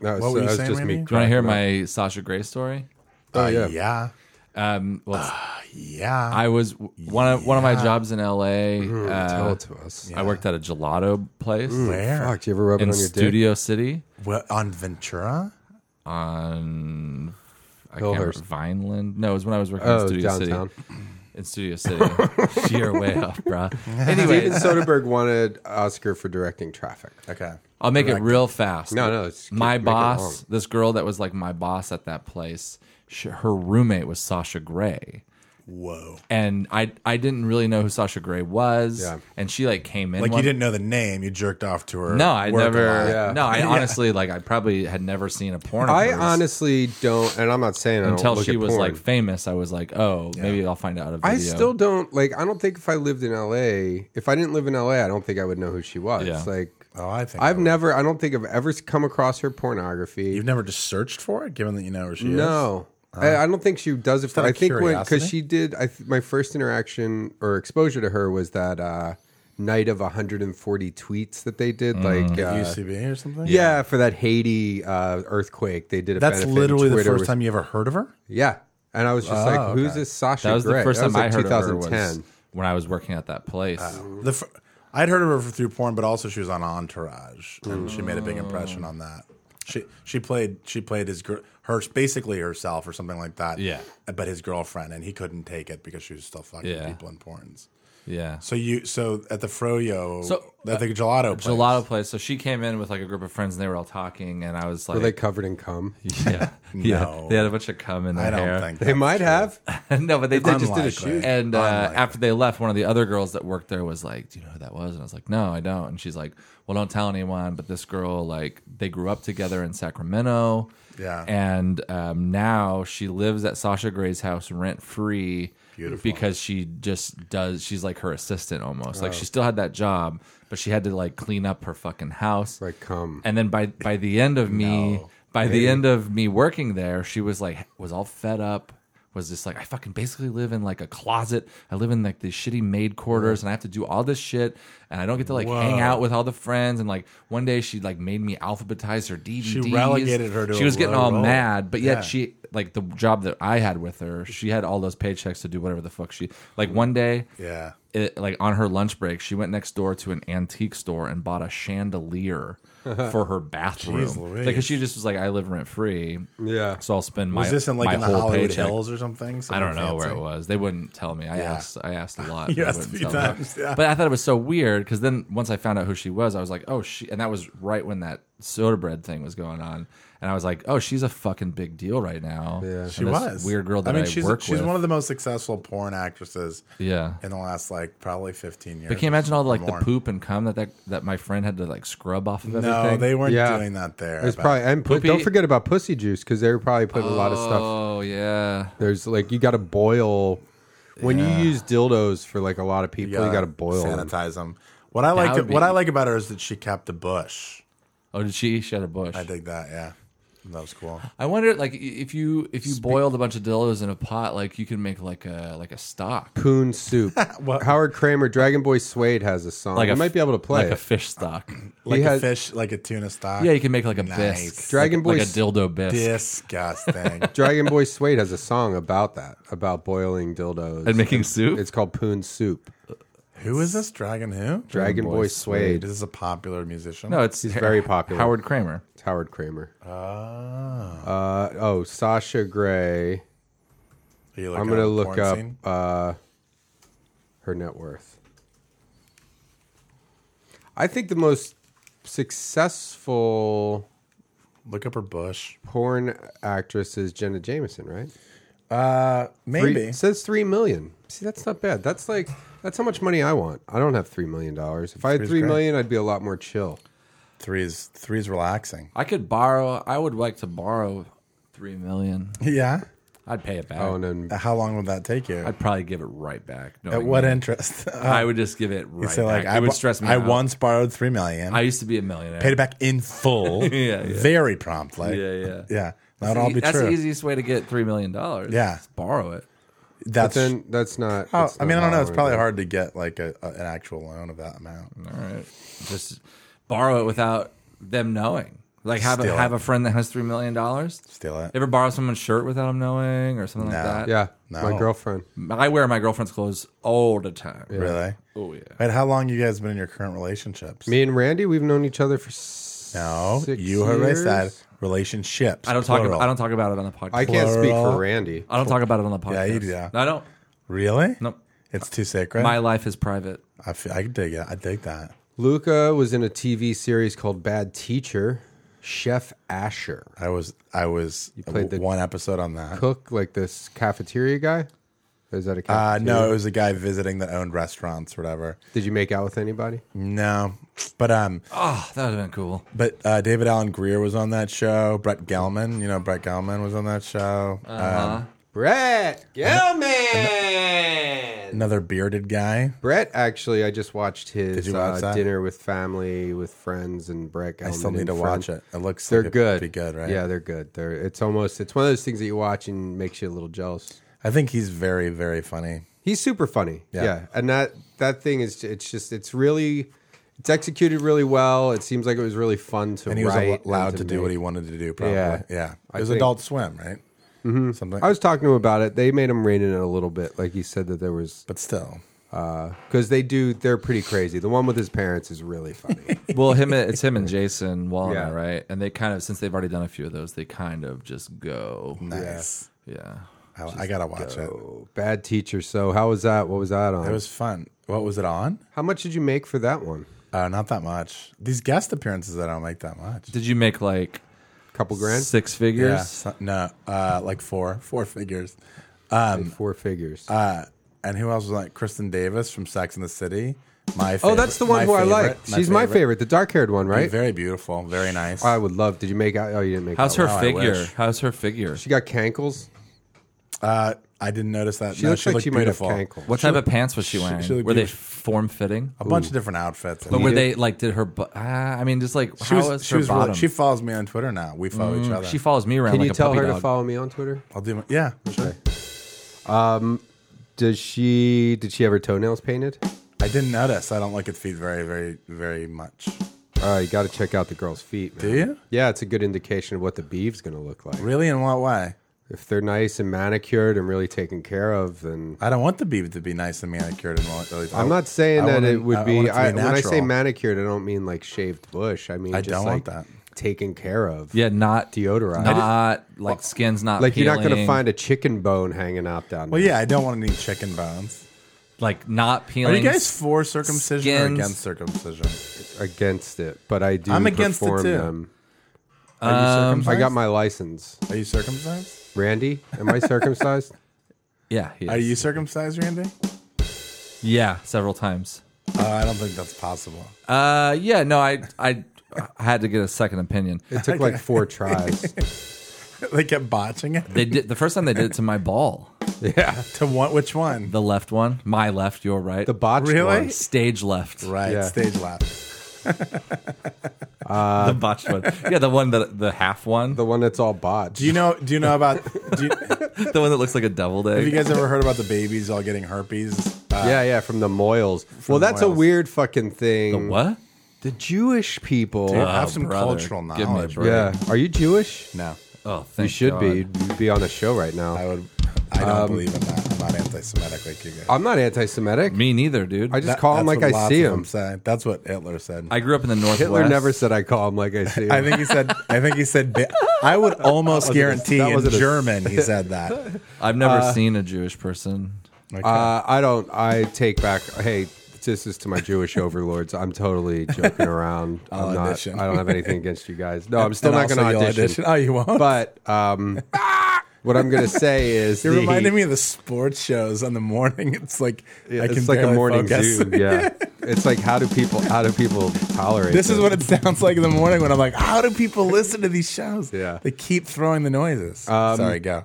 S3: That was,
S4: What
S3: that
S4: were you
S3: was
S4: saying,
S3: just me.
S4: Randy?
S2: Do you want to hear my Sasha Grey story?
S3: Oh,
S4: Uh,
S3: yeah.
S4: yeah,
S2: Um, well,
S4: [SIGHS] yeah.
S2: I was one of one of my jobs in L.A.
S4: Mm-hmm.
S2: uh,
S3: Tell it to us.
S2: I worked at a gelato place
S4: Where
S3: Fuck, do you ever rub it
S2: in
S3: on your
S2: Studio City
S4: Well, on Ventura?
S2: on I
S3: Hillhurst.
S2: can't remember, Vineland. No, it was when I was
S3: dick?
S2: working in
S3: Oh,
S2: Studio
S3: downtown.
S2: City. In Studio
S4: [LAUGHS]
S2: City, you're way off, bruh.
S3: Steven [LAUGHS] Soderbergh wanted Oscar for directing Traffic.
S4: Okay.
S2: I'll make it real fast.
S3: No, no, it's-
S2: my
S3: make it
S2: boss,
S3: long.
S2: this girl that was like my boss at that place, she, her roommate was Sasha Grey.
S4: Whoa.
S2: and I I didn't really know who Sasha Grey was.
S3: Yeah.
S2: And she like came in.
S4: Like
S2: one-
S4: you didn't know the name, you jerked off to her.
S2: No, I
S4: work a
S2: never.
S4: lot.
S3: Yeah.
S2: No,
S4: [LAUGHS]
S2: I honestly like I probably had never seen a porn. of
S3: I
S2: hers.
S3: honestly don't, and I'm not saying I
S2: until
S3: don't look
S2: she
S3: at
S2: was
S3: porn.
S2: like famous, I was like, oh, maybe I'll find out. A video.
S3: I still don't like. I don't think if I lived in L.A., if I didn't live in L.A., I don't think I would know who she was.
S2: Yeah.
S3: Like,
S4: Oh, I think
S3: I've
S4: I would.
S3: never. I don't think I've ever come across her pornography.
S4: You've never just searched for it, given that you know where she is.
S3: No, I, I don't think she does it. For,
S4: out
S3: I
S4: of
S3: think when because
S4: curiosity?
S3: she did. I th- my first interaction or exposure to her was that uh, night of 140 tweets that they
S2: Mm.
S3: did. Like, uh,
S4: UCB or something.
S3: yeah, for that Haiti uh, earthquake, they did. A
S4: that's
S3: benefit,
S4: literally
S3: and
S4: the
S3: Twitter
S4: first
S3: was-
S4: time you ever heard of her.
S3: Yeah, and I was just like,
S4: Oh,
S3: "Who's
S4: okay.
S3: this Sasha?"
S2: that was
S3: Gray?
S2: the first
S3: That
S2: time
S3: was,
S2: I
S3: like,
S2: heard
S3: 2010.
S2: of her was when I was working at that place.
S3: Um, Mm-hmm.
S4: The fir- I'd heard of her through porn, but also she was on Entourage, and she made a
S2: Mm.
S4: big impression on that. She she played she played his gir- her basically herself or something like that. uh,
S2: Yeah.
S4: but his girlfriend, and he couldn't take it because she was still fucking
S2: Yeah.
S4: people in porns.
S2: Yeah.
S4: So you so at the froyo,
S2: So, uh,
S4: at the gelato, place,
S2: Gelato place. So she came in with like a group of friends and they were all talking and I was like
S3: Were they covered in cum?
S4: [LAUGHS]
S2: Yeah.
S4: No.
S2: Yeah. They had a bunch of cum in their
S4: I don't
S2: hair.
S4: think
S3: They
S2: [LAUGHS]
S3: might have.
S2: no, but they,
S4: They
S2: did
S4: just did a
S2: Unlikely.
S4: shoot.
S2: And uh,
S4: Unlikely.
S2: after they left, one of the other girls that worked there was like, "Do you know who that was?" And I was like, "No, I don't." And she's like, "Well, don't tell anyone." But this girl, like, they grew up together in Sacramento.
S4: Yeah.
S2: And um, now she lives at Sasha Gray's house rent free.
S4: Beautiful.
S2: Because she just does. She's like her assistant almost.
S4: Oh.
S2: Like she still had that job, but she had to like clean up her fucking house.
S3: Like cum.
S2: And then by by the end of me by the end of me working there, she was like was all fed up. Was just like I fucking basically live in like a closet. I live in like these shitty maid quarters, and I have to do all this shit, and I don't get to like hang out with all the friends. And like one day, she like made me alphabetize her DVDs.
S4: relegated her to
S2: She
S4: a
S2: was getting
S4: low
S2: all
S4: role.
S2: mad, but yet
S4: Yeah.
S2: she like the job that I had with her. She had all those paychecks to do whatever the fuck she like. One day,
S4: Yeah.
S2: it, like on her lunch break, she went next door to an antique store and bought a
S4: [LAUGHS]
S2: chandelier for her
S4: Jeez
S2: bathroom.
S4: Louise.
S2: Like, 'cause she just was like, I live rent free.
S3: Yeah.
S2: So I'll spend my
S4: Was this in like
S2: my
S4: in the
S2: whole
S4: Hollywood
S2: paycheck.
S4: Hills or something?
S2: I don't know
S4: Something
S2: where it
S4: fancy?
S2: was. They wouldn't tell me. I
S4: Yeah.
S2: asked. I
S4: [LAUGHS]
S2: asked a lot.
S4: You
S2: They
S4: asked
S2: wouldn't
S4: a few
S2: tell me.
S4: times, yeah.
S2: But I thought it was so weird because then once I found out who she was, I was like, oh, she. And that was right when that soda bread thing was going on, and I was like, oh, she's a fucking big deal right now. Yeah,
S4: She was
S2: weird girl that
S4: I mean,
S2: I
S4: she's
S2: work
S4: she's
S2: with.
S4: one of the most successful porn actresses
S2: yeah,
S4: in the last like probably fifteen years.
S2: But can you imagine all the, like
S4: or
S2: the
S4: more.
S2: poop and cum that, that that my friend had to like scrub off of everything?
S4: No, they weren't
S3: Yeah.
S4: doing that there.
S3: It's
S4: but-
S3: probably and put,
S2: Poopy-
S3: don't forget about pussy juice because they were probably putting a lot of stuff.
S2: Oh yeah,
S3: There's like you got to boil when you use dildos for like a lot of people. You got to boil them.
S4: sanitize them. What I like,
S2: would
S4: what
S2: be-
S4: I like about her is that she kept the bush.
S2: oh did she? She had a bush.
S4: I
S2: I,
S4: dig that. Yeah, that was cool.
S2: wonder, like, i- if you if you boiled a bunch of dildos in a pot, like you can make like a like a stock, [LAUGHS]
S3: Poon soup. Howard Kramer, Dragon Boy Suede has a song.
S2: like
S3: you
S2: a,
S3: might be able to play
S2: like
S3: it.
S2: a [LAUGHS] fish
S3: [CLEARS THROAT]
S2: stock.
S4: Like a
S3: has-
S4: fish, like a tuna stock.
S2: yeah, you can make like a
S4: Nice.
S2: bisque,
S3: Dragon
S2: like, a-
S3: Boy's-
S2: like a dildo bisque, [LAUGHS]
S4: Disgusting.
S3: Dragon Boy Suede has a song about that, about boiling dildos
S2: and making soup.
S3: It's called Poon Soup.
S4: who is this dragon? Who?
S3: Dragon Boy Suede.
S4: This is a popular musician.
S2: no, it's
S3: He's very popular.
S2: Howard Kramer.
S3: It's Howard Kramer.
S4: Ah.
S3: Uh, oh, Sasha Gray.
S4: Are you
S3: I'm going
S4: looking
S3: to
S4: up the
S3: look
S4: porn
S3: up
S4: scene?
S3: uh, her net worth. I think the most successful
S4: Look up her bush.
S3: porn actress is Jenna Jameson, right?
S4: Uh,
S3: Three-
S4: maybe.
S3: it says three million. See, that's not bad. That's like that's how much money I want. I don't have three million dollars. If I had
S4: Three's
S3: three
S4: great.
S3: million, I'd be a lot more chill.
S4: Three's three's relaxing.
S2: I could borrow. I would like to borrow three million.
S4: Yeah.
S2: I'd pay it back.
S3: Oh, and then
S4: Uh, How long would that take you?
S2: I'd probably give it right back.
S4: At
S2: knowing
S4: what
S2: me.
S4: [LAUGHS] interest?
S2: I would just give it right
S4: You'd Uh, say
S2: back. Like,
S4: like
S2: it
S4: I
S2: would
S4: bo-
S2: stress me.
S4: I
S2: out.
S4: once borrowed three million.
S2: I used to be a millionaire.
S4: paid it back in full.
S2: [LAUGHS] Yeah, yeah.
S4: Very prompt. Like,
S2: Yeah,
S4: [LAUGHS]
S2: yeah.
S4: Yeah. That
S2: That's
S4: would
S2: the-
S4: all be
S2: that's
S4: true.
S2: the easiest way to get three million dollars.
S4: Yeah.
S2: borrow it.
S3: but
S4: That's
S3: then that's not.
S4: how,
S3: that's
S4: I mean,
S3: not
S4: I don't
S3: how
S4: know. It's
S3: would
S4: probably
S3: do it.
S4: hard to get like a, a- an actual loan of that amount.
S2: All right, just borrow it without them knowing. Like have a,
S4: Steal
S2: have
S4: it.
S2: a friend that has three million dollars.
S4: Steal it.
S2: Ever borrow someone's shirt without them knowing or something
S4: No.
S2: like that?
S3: Yeah,
S4: No.
S3: my girlfriend.
S2: I wear my girlfriend's clothes all the time.
S4: Really?
S2: Oh yeah.
S4: Wait, how long you guys been in your current relationships?
S3: Me and Randy, we've known each other for s-
S4: No,
S3: six
S4: you erase
S3: years.
S4: that relationships.
S2: I don't talk.
S4: plural.
S2: I don't talk about it on the podcast.
S3: I can't speak
S4: Plural.
S3: for Randy.
S2: I don't talk about it on the podcast.
S4: Yeah, you do that.
S2: No, I don't.
S4: Really?
S2: No,
S4: It's too sacred.
S2: my life is private.
S4: I feel, I dig it. I dig that.
S3: Luca was in a TV series called Bad Teacher. Chef Asher,
S4: I was I was
S3: played the-
S4: one episode on that.
S3: cook like this cafeteria guy. Is that a
S4: Uh,
S3: cafeteria?
S4: no, it was a guy visiting that owned restaurants, or whatever.
S3: Did you make out with anybody?
S4: No, but um,
S2: Oh, that would have been cool.
S4: But uh, David Allen Greer was on that show. Brett Gelman, you know, Brett Gelman was on that show.
S3: Uh-huh.
S4: Um,
S3: Brett Gelman.
S4: another bearded guy.
S3: Brett, actually, I just watched his
S4: Did you watch
S3: uh,
S4: that?
S3: dinner with family, with friends, and Brett.
S4: I still
S3: Gelman
S4: need
S3: and
S4: to watch
S3: friends.
S4: it. It looks
S3: Oh, They're
S4: like
S3: good.
S4: It'd be good, right?
S3: Yeah, they're good. They're. It's almost. It's one of those things that you watch and makes you a little jealous.
S4: I think he's very, very funny.
S3: He's super funny.
S4: Yeah.
S3: Yeah, and that that thing is. It's just. It's really. It's executed really well. It seems like it was really fun to
S4: And he was
S3: write
S4: al- allowed
S3: and
S4: to, do
S3: make.
S4: what he wanted to do. Probably. Yeah.
S3: Yeah.
S4: It
S3: I
S4: was
S3: think-
S4: Adult Swim, right? Mm-hmm. Something.
S3: I was talking to him about it. They made him rein in it a little bit. Like he said that there was
S4: but still,
S3: because they do. They're pretty crazy. The one with his parents is really
S4: [LAUGHS]
S3: funny.
S2: Well, him, it's him and Jason Wallner,
S3: Yeah.
S2: right? And they kind of, since they've already done a few of those, they kind of just go.
S4: nice.
S2: Yeah.
S4: I, I gotta watch it.
S3: Oh, bad teacher. So how was that? What was that on?
S4: It was fun. What was it on?
S3: how much did you make for that one?
S4: Uh, not that much. These guest appearances, I don't make that much.
S2: Did you make like
S3: Couple grand,
S2: six
S4: Yeah,
S2: figures?
S4: so- no, uh, like four, four figures.
S3: four figures.
S4: Uh, and who else was like Kristen Davis from Sex and the City? My
S3: oh,
S4: favorite-
S3: that's the one
S4: my
S3: who I
S4: favorite,
S3: like. She's my favorite, the dark haired one, right?
S4: Very beautiful, very nice.
S3: I would love. Did you make out? Oh, you didn't make.
S2: How's
S3: that
S2: her
S3: one.
S4: I
S2: figure?
S4: wish.
S2: How's her figure?
S3: She got cankles.
S4: Uh, I didn't notice that.
S3: She
S4: no,
S3: looks
S4: she
S3: like
S4: looked
S3: she might have
S4: beautiful.
S3: cankles.
S2: What type of pants was she wearing?
S4: she looked
S2: were they
S4: beautiful.
S2: form fitting?
S4: A bunch of different outfits.
S2: But were they like? Did her? Bu- ah, I mean, just like
S4: she
S2: how
S4: was,
S2: was,
S4: she
S2: her
S4: was really-
S2: bottom?
S4: she follows me on Twitter now. We follow
S3: Mm,
S4: each other.
S2: She follows me around.
S3: Can
S2: like
S3: you
S2: a
S3: tell
S2: puppy
S3: her
S2: dog.
S3: to follow me on Twitter? Um,
S4: I'll do. My, yeah, sure.
S3: Does she? Did she have her toenails painted?
S4: I didn't notice. I don't look at feet very, very, very much.
S3: Uh, you got to check out the girl's feet. Man.
S4: Do you?
S3: Yeah, it's a good indication of what the beeve's going to look like.
S4: Really? In what way?
S3: If they're nice and manicured and really taken care of, then
S4: I don't want the beaver to be nice and manicured and all. Really,
S3: I'm not saying
S4: I
S3: that
S4: want
S3: it would
S4: I
S3: be.
S4: want it to
S3: I, when I say
S4: natural.
S3: manicured, I don't mean like shaved bush. I mean
S4: I
S3: just
S4: don't
S3: like
S4: want that.
S3: taken care of.
S2: Yeah, not
S3: deodorized.
S2: Not like skin's not
S3: like you're not going to
S2: peeling,
S3: find a chicken bone hanging out down
S4: well,
S3: there.
S4: yeah, I don't want any chicken bones.
S2: like not peeling.
S4: Are you guys for circumcision or
S2: skins.
S4: against circumcision?
S3: against it, but I do.
S4: I'm against it,
S3: perform
S4: too. Um,
S3: Them.
S4: Are you circumcised?
S3: I got my license.
S4: Are you circumcised?
S3: Randy, am I circumcised?
S4: [LAUGHS]
S2: Yeah, he
S4: Are
S2: is.
S4: you circumcised, Randy?
S2: Yeah, several times.
S4: Uh, I don't think that's possible. [LAUGHS]
S2: Uh, yeah, no, I I had to get a second opinion.
S3: It took like four tries.
S4: they kept botching it.
S2: They did the first time they did it to my ball,
S3: yeah,
S4: To what? Which one?
S2: the left one, my left, your right,
S3: the botched
S4: Really?
S3: one.
S2: stage left,
S4: right
S3: Yeah.
S4: stage left.
S2: the botched one. Yeah, the one that the half one,
S3: The one that's all botched.
S4: Do you know? Do you know about?
S3: [LAUGHS]
S4: Do you,
S2: the one that looks like a deviled
S4: have you
S2: egg.
S4: guys ever heard about the babies all getting herpes? Uh,
S3: yeah, yeah, from the moils. Well,
S4: the
S3: that's a
S4: moils.
S3: weird fucking thing.
S2: The what?
S3: The Jewish people.
S4: Dude,
S2: Oh,
S4: have some
S2: brother,
S4: cultural knowledge.
S2: give me a break.
S3: yeah. Are you Jewish?
S4: No,
S2: Oh,
S3: You
S2: thank
S3: should be.
S2: God.
S3: You'd be on a show right now.
S4: I would. I don't believe in that. I'm not anti-Semitic like you guys.
S3: I'm not anti-Semitic.
S2: Me neither, dude.
S3: I just call him
S4: that's
S3: like
S4: what
S3: I
S4: lots
S3: see
S4: of them
S3: him.
S4: say. That's what Hitler said.
S2: I grew up in the northwest.
S3: Hitler never said I call him like I
S4: [LAUGHS]
S3: see him.
S4: I think he said. I think he said. Ba-
S3: [LAUGHS]
S4: I would almost guarantee
S3: that
S4: in
S3: wasn't a-
S4: German he said
S3: [LAUGHS]
S4: that. Okay.
S2: I've never seen a Jewish person.
S3: uh, I don't. I take back. Hey, this is to my Jewish overlords. I'm totally
S4: [LAUGHS]
S3: joking around.
S4: I'll
S3: I'm not,
S4: audition.
S3: I don't have anything against you guys. No, I'm still not
S4: And
S3: going to
S4: also you'll
S3: audition.
S4: Oh, you won't.
S3: But um, what I'm going to say is
S4: You're
S3: the,
S4: reminding me of the sports shows on the morning. [LAUGHS] It's like I can
S3: It's like a
S4: barely
S3: morning
S4: focus.
S3: Zoom. Yeah. it's like how do people how do people tolerate
S4: [LAUGHS] This is what it sounds like in the morning when I'm like, how do people listen to these shows?
S3: Yeah. Um,
S4: They keep throwing the noises. Sorry, go.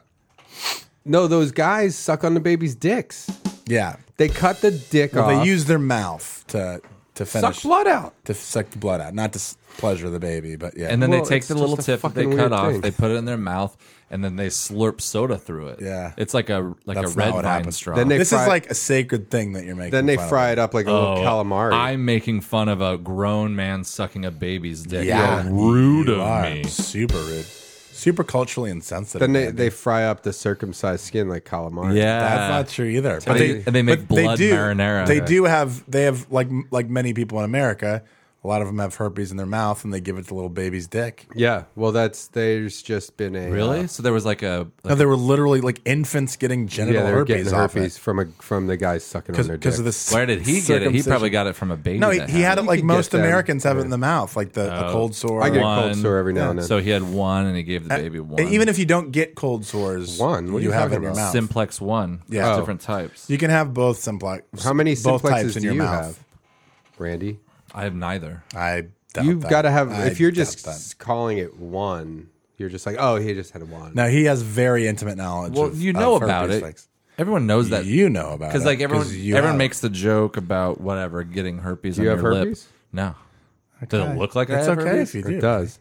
S3: No, those guys suck on the baby's dicks.
S4: Yeah.
S3: They cut the dick
S4: Well,
S3: off.
S4: they use their mouth to to finish
S3: uh, suck blood out.
S4: to suck the blood out, not to s- pleasure the baby, but yeah.
S2: And then
S3: Well,
S2: they take
S3: it's
S2: the
S3: just
S2: little
S3: a
S2: tip that they
S3: fucking
S2: cut
S3: weird
S2: off,
S3: thing.
S2: they put it in their mouth, and then they slurp soda through it.
S4: Yeah.
S2: it's like a like
S4: That's
S2: a
S4: not
S2: red
S4: what
S2: vine
S4: happens.
S2: straw.
S3: Then they
S4: this
S3: fry-
S4: is like a sacred thing that you're making.
S3: Then they
S4: fun of.
S3: fry it up like a little calamari.
S2: Oh, I'm making fun of a grown man sucking a baby's dick.
S4: Yeah,
S2: How rude
S4: You
S2: of
S4: are
S2: me.
S4: Super rude. Super culturally insensitive.
S3: then they,
S4: man.
S3: they fry up the circumcised skin like calamari.
S2: Yeah,
S4: That's not true either. But
S2: they- and they make
S4: but
S2: blood marinara.
S4: They do have they have like like many people in America. A lot of them have herpes in their mouth, and they give it to little baby's dick.
S3: Yeah. Well, that's there's just been a
S2: Really? So there was like a
S4: No, they were literally like infants getting
S3: Uh,
S4: genital
S3: yeah, they're getting
S4: herpes,
S3: the
S4: off
S3: herpes from a from the guys sucking on their dick.
S4: because of this.
S2: where did he get it? He probably got it from a baby.
S4: No, he,
S2: that
S4: he had it like
S3: could
S4: most
S3: get them.
S4: Americans have it in the mouth, like the,
S2: Oh.
S4: the cold sore.
S3: I get
S2: One.
S3: a cold sore every now and then.
S2: So he had one, and he gave the baby one.
S4: Uh, And even if you don't get cold sores,
S3: One? What are you
S4: have
S3: talking
S4: it in your
S3: about?
S4: mouth.
S2: simplex one,
S4: Yeah.
S2: there's
S4: Oh.
S2: different types.
S4: you can have both simplex.
S3: How many
S4: both types
S3: simplexes
S4: in
S3: do
S4: your
S3: you
S4: mouth?
S3: have, Randy?
S2: I have neither.
S4: I doubt
S3: You've
S4: that.
S3: got to have.
S4: I
S3: if you're
S4: doubt
S3: just
S4: that.
S3: calling it one, you're just like, oh, he just had one.
S4: No, he has very intimate knowledge.
S2: Well,
S4: of-
S2: you know
S4: of
S2: about
S4: herpes
S2: it.
S4: Fix.
S2: Everyone knows that
S4: you know about it
S2: because like everyone,
S4: 'cause you
S2: everyone
S4: have
S2: makes the joke about whatever getting herpes.
S3: you
S2: on
S3: have
S2: your
S3: herpes?
S2: Lip. No. Does
S4: Okay.
S2: it look like I
S4: it's
S2: have
S4: okay
S2: herpes?
S4: if you do.
S3: it does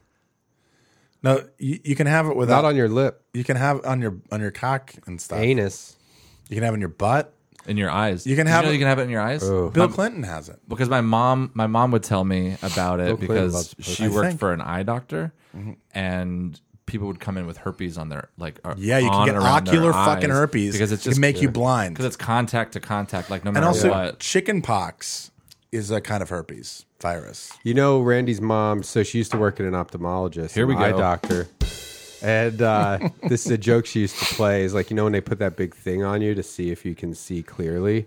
S4: No, you, you can have it without.
S3: not on your lip,
S4: you can have it on your on your cock and stuff.
S3: anus.
S4: You can have it in your butt.
S2: in your eyes.
S4: You can
S2: Did
S4: have
S2: know
S4: it-
S2: you can have it in your eyes.
S4: Bill Clinton has it.
S2: because my mom my mom would tell me about it
S3: Clinton
S2: because
S3: loves pussy.
S2: she
S4: I
S2: worked
S4: think.
S2: for an eye doctor
S3: Mm-hmm.
S2: and people would come in with herpes on their like ar-
S4: Yeah, you can
S2: on
S4: get
S2: around their
S4: ocular fucking
S2: eyes
S4: herpes
S2: because it's
S4: It can
S2: just
S4: make you blind.
S2: because it's contact to contact like no matter
S4: and also,
S2: what
S4: chicken pox is a kind of herpes virus.
S3: You know, Randy's mom. So she used to work at an ophthalmologist,
S2: Here we
S3: an eye
S2: go.
S3: doctor, And uh, [LAUGHS] this is a joke she used to play. Is like you know when they put that big thing on you to see if you can see clearly.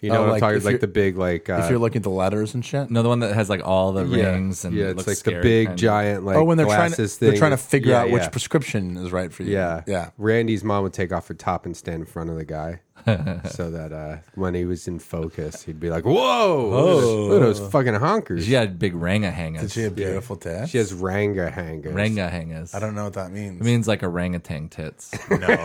S3: You know
S4: Oh,
S3: what
S4: like
S3: I'm talking
S4: if
S3: like
S4: you're-
S3: the big like uh,
S4: if you're looking at the letters and shit.
S2: No, the one that has like all the rings and
S3: yeah,
S2: it
S3: it's
S2: looks
S3: like the
S2: scary
S3: big
S2: kind of-
S3: giant like
S4: oh, when they're trying to
S3: glasses
S4: they're
S3: thing.
S4: trying to figure
S3: Yeah,
S4: out which
S3: yeah.
S4: prescription is right for you.
S3: Yeah.
S4: yeah.
S3: Randy's mom would take off her top and stand in front of
S2: [LAUGHS]
S3: the guy so that uh, when he was in focus, he'd be like, Whoa, look at those- look at
S2: Oh.
S3: those fucking honkers.
S2: She had big ranga hangers.
S4: She had beautiful tits.
S3: She has Ranga hangers.
S2: Ranga hangers.
S4: I don't know what that means.
S2: It means like orangutan
S3: [LAUGHS]
S2: tits.
S4: no,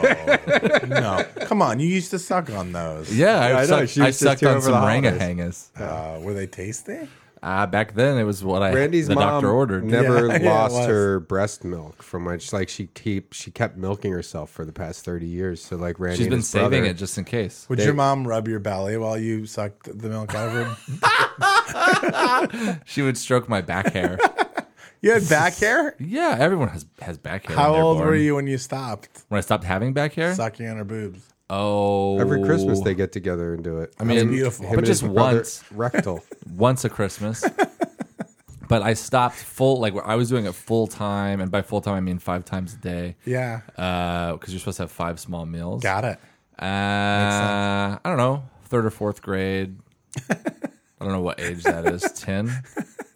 S4: no. Come on, you used to suck on those.
S2: Yeah,
S3: Yeah,
S2: I,
S3: I know.
S2: sucked,
S3: She was
S2: I
S3: just
S2: sucked
S3: here
S2: on
S3: over the
S2: some ranga
S3: holidays.
S2: hangers.
S4: Uh, were they tasty?
S2: Uh, back then, it was what I
S3: Randy's
S2: the
S3: mom
S2: doctor ordered. [LAUGHS]
S3: never
S4: Yeah, yeah, it
S3: lost
S4: was.
S3: her breast milk from which like she keep she kept milking herself for the past thirty years. So like Randy
S2: She's
S3: and
S2: been
S3: his
S2: saving
S3: brother-
S2: it just in case.
S4: Would
S3: They-
S4: your mom rub your belly while you sucked the milk out of her?
S2: She would stroke my back
S4: [LAUGHS]
S2: hair.
S4: you had back
S3: [LAUGHS]
S4: hair.
S2: yeah, everyone has has back hair.
S4: How
S2: when they're
S4: old were
S2: born.
S4: you when you stopped
S2: when I stopped having back hair?
S4: sucking on her boobs?
S2: Oh,
S3: Every Christmas they get together and do it. I
S4: mean, beautiful.
S2: But just once.
S3: rectal.
S2: once a
S4: [LAUGHS]
S2: Christmas. but I stopped full. Like I was doing it full time, and by full time I mean five times a day.
S4: Yeah,
S3: Uh,
S2: because you're supposed to have five small meals.
S4: got it.
S2: Uh, I don't know, third or fourth grade. I don't know what age that
S4: [LAUGHS]
S2: is. Ten.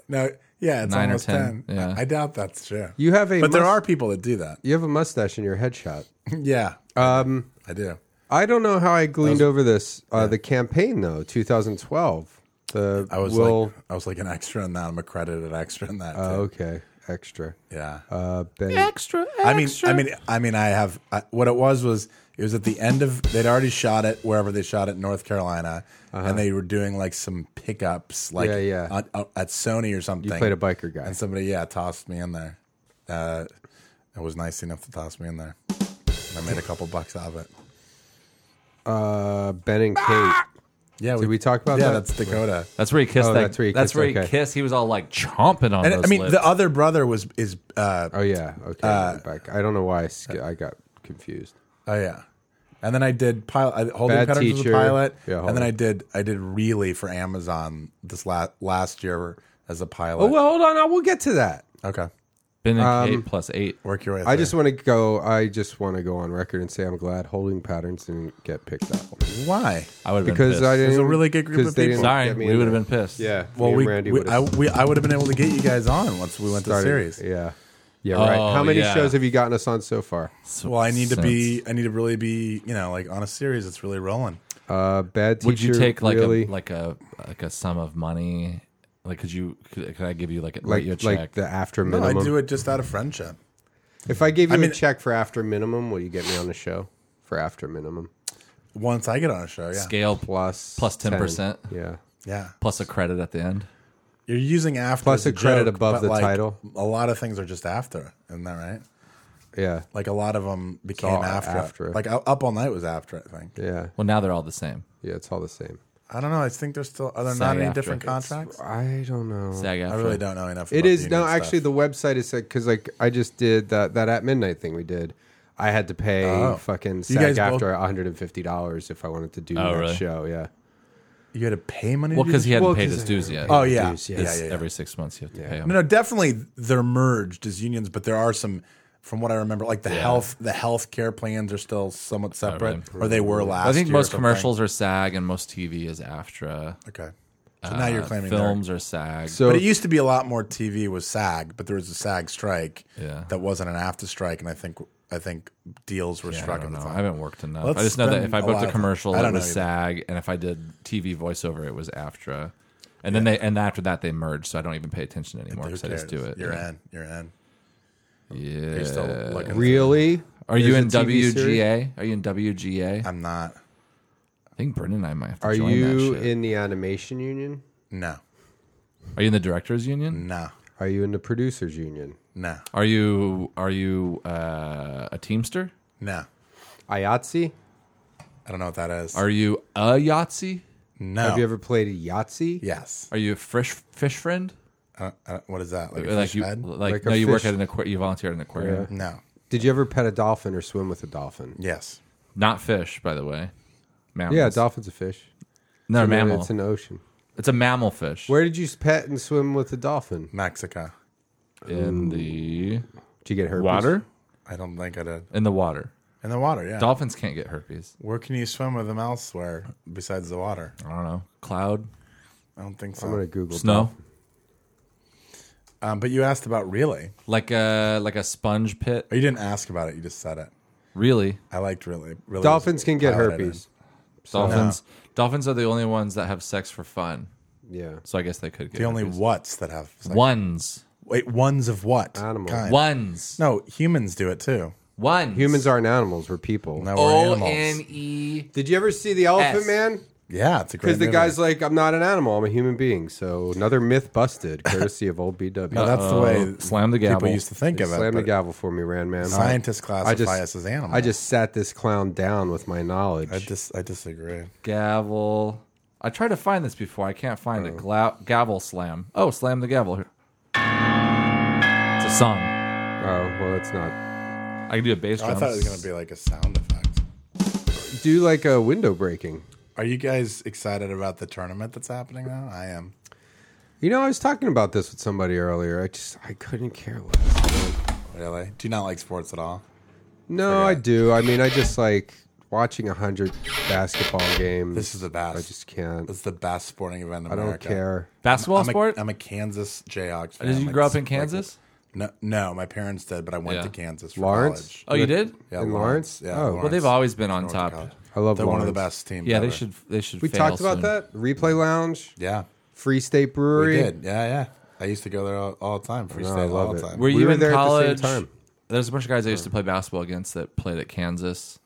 S4: No, yeah, it's
S2: Nine or
S4: almost
S2: 10,
S4: ten.
S2: yeah.
S4: I, I doubt that's true.
S3: You have a
S4: but there
S3: mus-
S4: are people that do that.
S3: you have a mustache in your headshot.
S4: [LAUGHS] yeah,
S3: Um,
S4: I do.
S3: I don't know how I gleaned over this. Uh, The campaign, though, 2012. The
S4: I was
S3: will.
S4: like, I was like an extra in that. I'm a credited extra in that. Too.
S3: oh, okay, extra.
S4: yeah.
S3: Uh, Benny.
S4: I mean, I mean, I mean, I have I, what it was was it was at the end of they'd already shot it wherever they shot it in North Carolina, and they were doing like some pickups like
S3: Uh-huh. Yeah, yeah.
S4: on- on- at Sony or something.
S3: played a biker guy.
S4: and somebody yeah tossed me in there. Uh, it was nice enough to toss me in there. And I made a couple bucks out of it.
S3: Uh, Ben and Kate.
S4: Yeah,
S3: Did we talk about
S4: yeah,
S3: that?
S4: that's Dakota.
S2: That's where he kissed.
S3: Oh,
S2: that,
S3: that's where he kissed, okay.
S2: kissed. He was all like chomping on.
S4: And
S2: those
S4: I mean,
S2: lips.
S4: the other brother was is uh,
S3: Oh yeah. Okay. we're back. I don't know why I, sk- I got confused.
S4: Oh yeah. And then I did pilot I, holding
S3: Bad
S4: patterns was a
S3: Teacher.
S4: pilot.
S3: Yeah,
S4: and
S3: Holding.
S4: then I did I did really for Amazon this last last year as a pilot.
S3: Oh well, hold on. I will get to that.
S4: Okay.
S2: Ben and
S4: um,
S2: Kate plus eight.
S4: Work your way.
S3: I just want to go. I just want to go on record and say I'm glad holding patterns didn't get picked up
S4: through. why?
S2: I would have
S3: because I didn't.
S4: was a really good group
S3: 'cause
S4: of
S3: they
S4: people.
S3: didn't
S2: Sorry,
S3: get me
S2: we
S3: in
S2: would have
S3: there.
S2: been pissed.
S3: Yeah.
S4: Well,
S3: me
S4: we,
S3: and Randy
S4: we-
S3: would
S4: I
S3: have
S4: we, I would have been able to get you guys on once we went to series.
S3: Yeah. Yeah. Right.
S2: Oh,
S3: How many
S2: yeah.
S3: shows have you gotten us on so far?
S4: Well, I need to be I need to really be, you know, like on a series that's really rolling.
S3: Uh, bad teacher.
S2: Would you take like
S3: really,
S2: a like a like a sum of money? Like, could you? Could, could I give you like a,
S3: like
S2: like, your check?
S3: like the after
S4: No, I
S3: minimum?
S4: do it just out of friendship.
S3: If I gave you
S4: mean-
S3: a check for after minimum, will you get me on the show for after minimum
S4: Once I get on a show, yeah.
S2: scale
S3: plus
S2: Plus 10%.
S3: 10. Yeah.
S4: Yeah.
S2: plus a credit at the end.
S4: You're using after
S3: Plus
S4: as a
S3: a credit
S4: joke,
S3: above
S4: but,
S3: the
S4: like,
S3: title.
S4: A lot of things are just after, isn't that right?
S3: Yeah.
S4: Like a lot of them became
S3: all
S4: after.
S3: after.
S4: Like Up Up all night was after. I think.
S3: Yeah.
S2: Well, now they're all the same.
S3: Yeah. It's all the same.
S4: I don't know. I think there's still are there
S2: Sag
S4: not any
S2: after.
S4: different
S2: It's-
S4: contracts?
S3: I don't know.
S2: SAG
S4: I
S2: after.
S4: really don't know enough.
S3: It
S4: about
S3: is
S4: union
S3: no.
S4: stuff.
S3: Actually, the website is said because like I just did that that at midnight thing we did. I had to pay
S4: Oh.
S3: fucking
S4: You guys
S3: SAG after
S4: both-
S3: one hundred and fifty dollars if I wanted to do
S2: Oh,
S3: that
S2: really?
S3: show. Yeah.
S4: you had to pay money.
S2: Well,
S4: to do
S2: because
S4: this?
S2: he hadn't
S3: Well,
S2: paid
S3: 'cause
S2: his
S3: I-
S2: dues yet.
S4: Oh yeah,
S3: dues,
S4: yeah,
S3: yeah.
S4: yeah,
S2: It's
S4: yeah.
S2: Every six months you have to pay him.
S4: no, no, definitely they're merged as unions, but there are some. From what I remember, like the health, the health care plans are still somewhat separate, or they were last.
S2: I think
S4: year or
S2: most
S4: something.
S2: commercials are SAG and most TV is AFTRA.
S4: Okay, so now you're claiming they're-
S2: Uh, Films are SAG.
S3: So
S4: But it used to be a lot more TV was SAG, but there was a SAG strike
S2: Yeah.
S4: that wasn't an after strike, and I think I think deals were
S2: I
S4: struck
S2: don't
S4: at the
S2: know. I
S4: time.
S2: haven't worked enough.
S4: Let's
S2: I just know that if
S4: spend
S2: I
S4: a
S2: booked
S4: lot
S2: a
S4: of-
S2: commercial,
S4: I
S2: it
S4: don't
S2: was
S4: know either.
S2: SAG, and if I did TV voiceover, it was AFTRA. And then they and after that they merged, so I don't even pay attention anymore
S4: Who
S2: because I just
S4: cares?
S2: do it.
S4: You're
S2: yeah.
S4: in. You're in.
S2: Yeah.
S4: You're still looking. at it.
S3: really,
S2: Are you
S3: There's
S2: in
S3: a TV
S2: WGA?
S3: series?
S2: Are you in WGA?
S4: I'm not.
S2: I think Brendan and I might have to
S3: Are
S2: join
S3: you
S2: that shit.
S3: in the animation union?
S4: No.
S2: Are you in the directors union?
S4: No.
S3: Are you in the producers union?
S4: No.
S2: Are you are you uh, a teamster?
S4: No.
S3: Ayatsi?
S4: I don't know what that is.
S2: Are you a Yahtzee?
S4: no.
S3: Have you ever played a Yahtzee?
S4: Yes.
S2: Are you a fish fish friend?
S4: Uh, uh, what is that? Like, a
S2: like
S4: fish
S2: you
S4: head?
S2: like,
S3: Like a
S2: no, you work
S3: fish-
S2: at an aquarium. You volunteer at an aquarium.
S4: No.
S3: Did you ever pet a dolphin or swim with a dolphin?
S4: Yes.
S2: Not fish, by the way. Mammals.
S3: Yeah, a dolphin's a fish.
S2: No,
S3: I mean,
S2: mammal.
S3: It's an ocean.
S2: mammal fish.
S3: Where did you pet and swim with a dolphin?
S4: Mexico.
S2: in the
S3: Did you get herpes?
S2: water?
S4: I don't think I did.
S2: in the water.
S4: In the water, yeah.
S2: Dolphins can't get herpes.
S4: Where can you swim with them elsewhere besides the water?
S2: I don't know. Cloud,
S4: I don't think
S3: I'm gonna
S4: so.
S3: Google
S2: snow,
S4: Um, but you asked about really.
S2: like a like a sponge pit.
S4: Or you didn't ask about it. You just said it.
S2: Really,
S4: I liked really. really
S3: Dolphins
S4: was
S3: can get
S4: highlighted.
S3: herpes.
S2: dolphins. Dolphins are the only ones that have sex for fun.
S3: Yeah.
S2: So I guess they could get
S4: The only
S2: herpes.
S4: whats that have sex.
S2: ones,
S4: Wait, ones of what?
S3: Animal.
S4: Kind?
S2: ones,
S4: No, humans do it too.
S2: ones.
S3: Humans aren't animals. We're people.
S4: Now we're
S2: O
S4: animals.
S2: N E.
S3: Did you ever see The Elephant
S2: S.
S3: Man?
S4: Yeah, it's a great
S3: Because the
S4: movie.
S3: guy's like, I'm not an animal. I'm a human being. So another myth busted, courtesy of old BW.
S4: No, that's the way
S2: Uh, Slam the
S4: people
S2: gavel.
S4: used to think of it.
S3: Slam the
S4: but
S3: gavel for me, Rand Man.
S4: Scientists classify
S3: I just,
S4: us as animals.
S3: I just sat this clown down with my knowledge.
S4: I dis- I disagree.
S2: gavel. I tried to find this before. I can't find it. Gla- gavel slam. Oh, slam the gavel. Here. It's a song.
S3: oh, well, that's not.
S2: I can do a bass
S4: Oh,
S2: drum.
S4: I thought it was gonna be like a sound effect.
S3: Do like a window breaking.
S4: Are you guys excited about the tournament that's happening now? I am.
S3: You know, I was talking about this with somebody earlier. I just, I couldn't care less.
S4: Really? Do you not like sports at all?
S3: No, I do. I mean, I just like watching a 100 basketball games.
S4: This is the best.
S3: I just can't.
S4: It's the best sporting event in
S3: I don't
S4: America.
S3: care.
S2: basketball
S4: I'm a-
S2: sport.
S4: I'm a Kansas Jayhawks fan.
S2: Did you
S4: Like,
S2: grow up in
S4: like,
S2: Kansas?
S4: no, no, my parents did, but I went
S2: Yeah.
S4: to Kansas for
S3: Lawrence?
S4: college.
S2: oh, you did.
S4: Yeah,
S3: In Lawrence?
S4: Yeah,
S3: Oh. Well,
S2: Well, they've always been on top.
S3: I love
S4: They're one of the
S3: Lawrence.
S4: best teams.
S2: Yeah, they
S4: ever.
S2: should. They should.
S3: We
S2: fail
S3: talked about
S2: soon.
S3: that. Replay Lounge,
S4: Yeah,
S3: Free State
S4: we
S3: Brewery.
S4: did. Yeah, yeah. I used to go there all, all the time. Free
S3: No,
S4: state
S3: I love
S4: all the
S3: it.
S4: time.
S2: Were
S3: We
S2: you
S3: were
S2: in
S3: there at the
S2: college?
S3: same time.
S2: There's a bunch of guys I used to play basketball against that played at Kansas.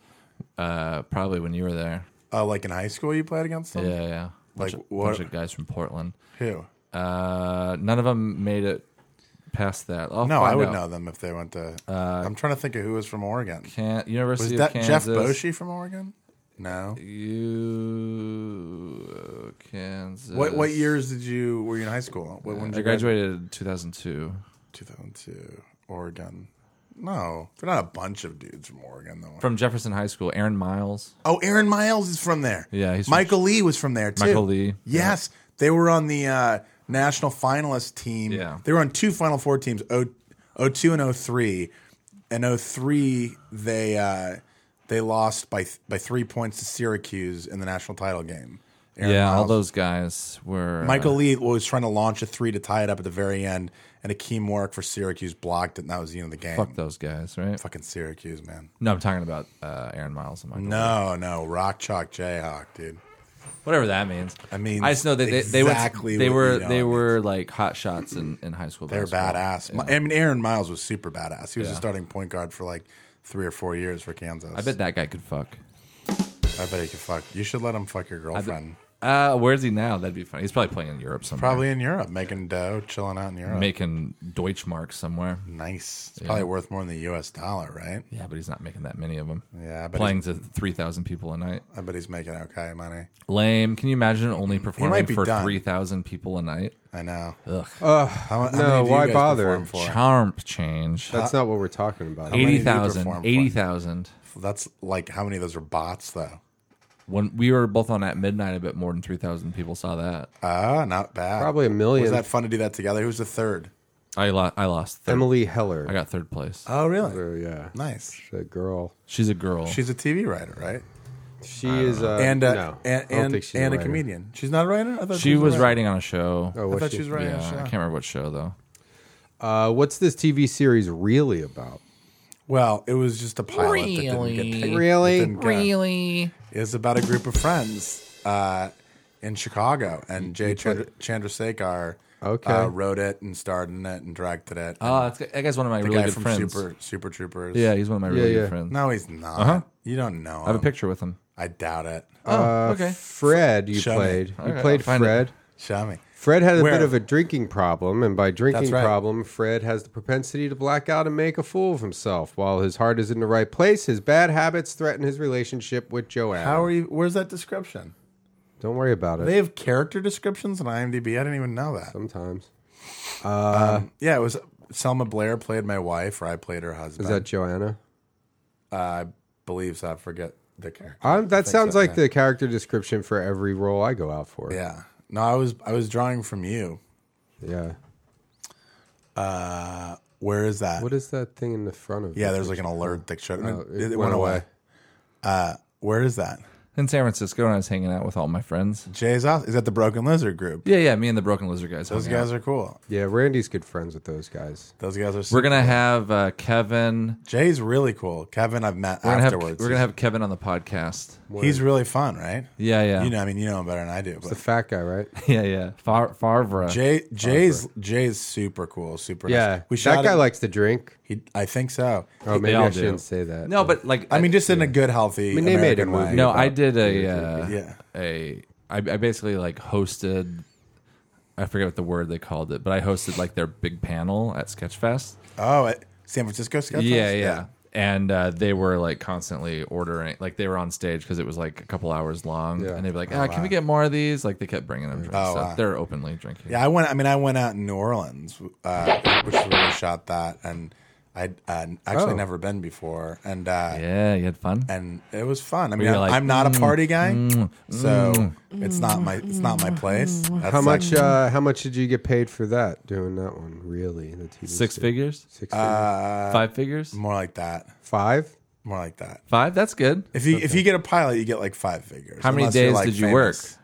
S2: Uh, probably when you were there.
S4: Oh, like in high school, you played against
S3: Um,
S4: them.
S2: Yeah, yeah. Bunch
S4: Like,
S2: of-
S4: what-
S2: bunch of guys from Portland.
S4: Who?
S2: Uh, none of them made it past that. I'll
S4: No, I
S2: find
S4: would
S2: out.
S4: know them if they went to. I'm trying to think of who was from Oregon.
S2: Can-
S4: Was
S2: University
S4: that
S2: of Kansas.
S4: Jeff Boshi from Oregon? No.
S2: You uh, Kansas.
S4: What what years did you were you in high school? What, when did
S2: I
S4: you graduate?
S2: graduated in 2002.
S4: 2002. Oregon. No, they're not a bunch of dudes from Oregon though.
S2: From Jefferson High School, Aaron Miles.
S4: oh, Aaron Miles is from there.
S2: Yeah, he's from-
S4: Michael Lee was from there too.
S2: Michael Lee,
S4: Yes, they were on the uh, national finalist team.
S2: Yeah.
S4: they were on two Final Four teams. O two and 03. and 03, they uh, they lost by th- by three points to Syracuse in the national title game. Aaron
S2: yeah, all
S4: Miles-
S2: those guys were. uh,
S4: Michael Lee was trying to launch a three to tie it up at the very end, and a key mark for Syracuse blocked it, and that was the end of the game.
S2: Fuck those guys, right?
S4: Fucking Syracuse, man.
S2: No, I'm talking about uh, Aaron Miles and Michael.
S4: No, no, Rock Chalk Jayhawk, dude.
S2: Whatever that means.
S4: I mean,
S2: I just know that they, they,
S4: exactly
S2: went, they
S4: what
S2: were
S4: you know
S2: they
S4: it
S2: were like hot shots in, in high school.
S4: They're
S2: basketball.
S4: badass. My- I mean, Aaron Miles was super badass. He was a starting point guard for like three or four years for Kansas.
S2: I bet that guy could fuck.
S4: I bet he could fuck. You should let him fuck your girlfriend.
S2: Uh, where's he now? That'd be funny. He's probably playing in Europe somewhere.
S4: Probably in Europe, making dough, chilling out in Europe.
S2: making Deutschmark somewhere.
S4: nice. It's probably worth more than the U.S. dollar, right?
S2: Yeah, but he's not making that many of them.
S4: Yeah, I bet
S2: playing to three thousand people a night.
S4: I bet he's making okay money.
S2: Lame. Can you imagine only performing
S4: be
S2: for
S4: done.
S2: three thousand people a night?
S4: I know.
S3: Ugh,
S4: How, how
S3: no,
S4: many do you
S3: why
S4: guys
S3: bother?
S4: perform For?
S2: Charm change.
S3: that's not what we're talking about.
S4: many do
S2: Eighty
S4: you
S2: thousand.
S4: perform for?
S2: Eighty thousand.
S4: That's like how many of those are bots though?
S2: When we were both on at midnight, a bit more than three thousand people saw that.
S4: Ah, not bad.
S3: Probably a million.
S4: Was that fun to do that together? Who's the third?
S2: I lost. I lost. Third.
S3: Emily Heller.
S2: I got third place.
S4: Oh,
S3: Or,
S4: really?
S3: yeah.
S4: Nice.
S3: The girl.
S2: She's a girl.
S4: She's a TV writer, right?
S3: She is uh,
S4: and uh,
S3: no,
S4: and
S3: I don't
S4: and,
S3: think she's
S4: and a,
S3: writer.
S4: comedian. She's not a writer. I thought
S2: she was
S4: a writer.
S2: writing on a show.
S3: Oh,
S4: I
S3: was
S4: thought
S3: she?
S4: she was
S2: yeah,
S4: writing.
S2: I
S4: Yeah,
S2: can't remember what show though.
S3: Uh, what's this TV series really about?
S4: Well, it was just a pilot that didn't get picked.
S3: Really?
S4: really. It's about a group of friends uh, in Chicago, and Jay Chandra, Chandrasekhar
S3: Okay.
S4: uh, wrote it and starred in it and directed it.
S2: Oh, that's, that guy's one of my
S4: the
S2: really
S4: guy
S2: good
S4: from
S2: friends.
S4: Super Super Troopers.
S2: Yeah, he's one of my really
S3: yeah.
S2: good friends.
S4: No, he's not. You don't know.
S2: I have a picture with him.
S4: I doubt it.
S3: Uh-huh.
S2: Oh, okay.
S3: Uh, Fred, you
S4: Show me.
S3: played.
S2: All
S3: You
S2: right, I'll
S3: played
S2: find it.
S3: Fred.
S4: Show me.
S3: Fred had a
S4: Where?
S3: bit of a drinking problem, and by drinking
S4: That's right.
S3: problem, Fred has the propensity to black out and make a fool of himself. While his heart is in the right place, his bad habits threaten his relationship with Joanne.
S4: How are you? Where's that description?
S3: Don't worry about it.
S4: They have character descriptions on IMDb. I didn't even know that.
S3: Sometimes
S4: Yeah, it was Selma Blair played my wife, or I played her husband.
S3: is that Joanna?
S4: believe so? I forget the character.
S3: Um, that sounds
S4: so,
S3: like
S4: yeah.
S3: the character description for every role I go out for.
S4: Yeah. No, I was I was drawing from you.
S3: Yeah.
S4: Where is that?
S3: What is that thing in the front of?
S4: yeah,
S3: it?
S4: there's like an alert that showed.
S3: Oh,
S4: it, it went away. Uh, Where is that?
S2: in San Francisco, and I was hanging out with all my friends.
S4: Jay's off. Is that the Broken Lizard group?
S2: Yeah, yeah, me and the Broken Lizard guys.
S4: Those
S2: hung out.
S4: guys are cool.
S3: Yeah, Randy's good friends with those guys.
S4: Those guys are.
S2: We're gonna have uh, Kevin.
S4: Jay's really cool. Kevin, I've met
S2: We're gonna have,
S4: afterwards.
S2: we're gonna have Kevin on the podcast.
S4: He's really fun, right?
S2: Yeah, yeah,
S4: You know, I mean, you know him better than I do.
S3: The
S4: But
S3: fat guy, right?
S2: [LAUGHS] yeah, yeah. Far, Farvra.
S4: Jay, Jay's, Jay's super cool. Super.
S3: Yeah,
S4: nice. we shot
S3: that guy
S4: him-
S3: likes to drink.
S4: He, I think so.
S3: Oh, maybe
S2: all
S3: I
S2: do.
S3: shouldn't say that.
S2: no, but like
S4: I mean, just in a good, healthy. I
S3: mean, they
S4: they
S3: made a
S4: way.
S3: movie.
S2: no.
S3: about-
S2: I did a uh,
S4: Yeah.
S2: a I, I basically like hosted. I forget what the word they called it, but I hosted like their big panel at Sketchfest.
S4: Oh, at San Francisco Sketch
S2: yeah,
S4: Fest?
S2: yeah. And uh, they were like constantly ordering, like they were on stage because it was like a couple hours long,
S3: Yeah.
S2: and they'd be like, ah, "Can we get more of these?" Like they kept bringing them drinks.
S4: Oh,
S2: so
S4: wow.
S2: They're openly drinking.
S4: Yeah, I went. I mean, I went out in New Orleans, uh, which is where we shot that, and I uh, actually
S3: Oh.
S4: never been before, and uh,
S2: yeah. You had fun.
S4: and it was fun. I mean,
S2: you're
S4: I'm,
S2: like, mm,
S4: I'm not a party guy, so it's not my it's not my place. That's
S3: How much?
S4: Like,
S3: Uh, how much did you get paid for that? Doing that one, really? The TV
S2: Six
S3: station.
S2: figures,
S3: Six figures?
S4: Uh,
S2: five figures,
S4: more like that.
S3: Five?
S4: More like that.
S2: five. That's good.
S4: If you if you get a pilot, you get like five figures.
S2: How many
S4: unless you're,
S2: days
S4: like,
S2: did you
S4: famous.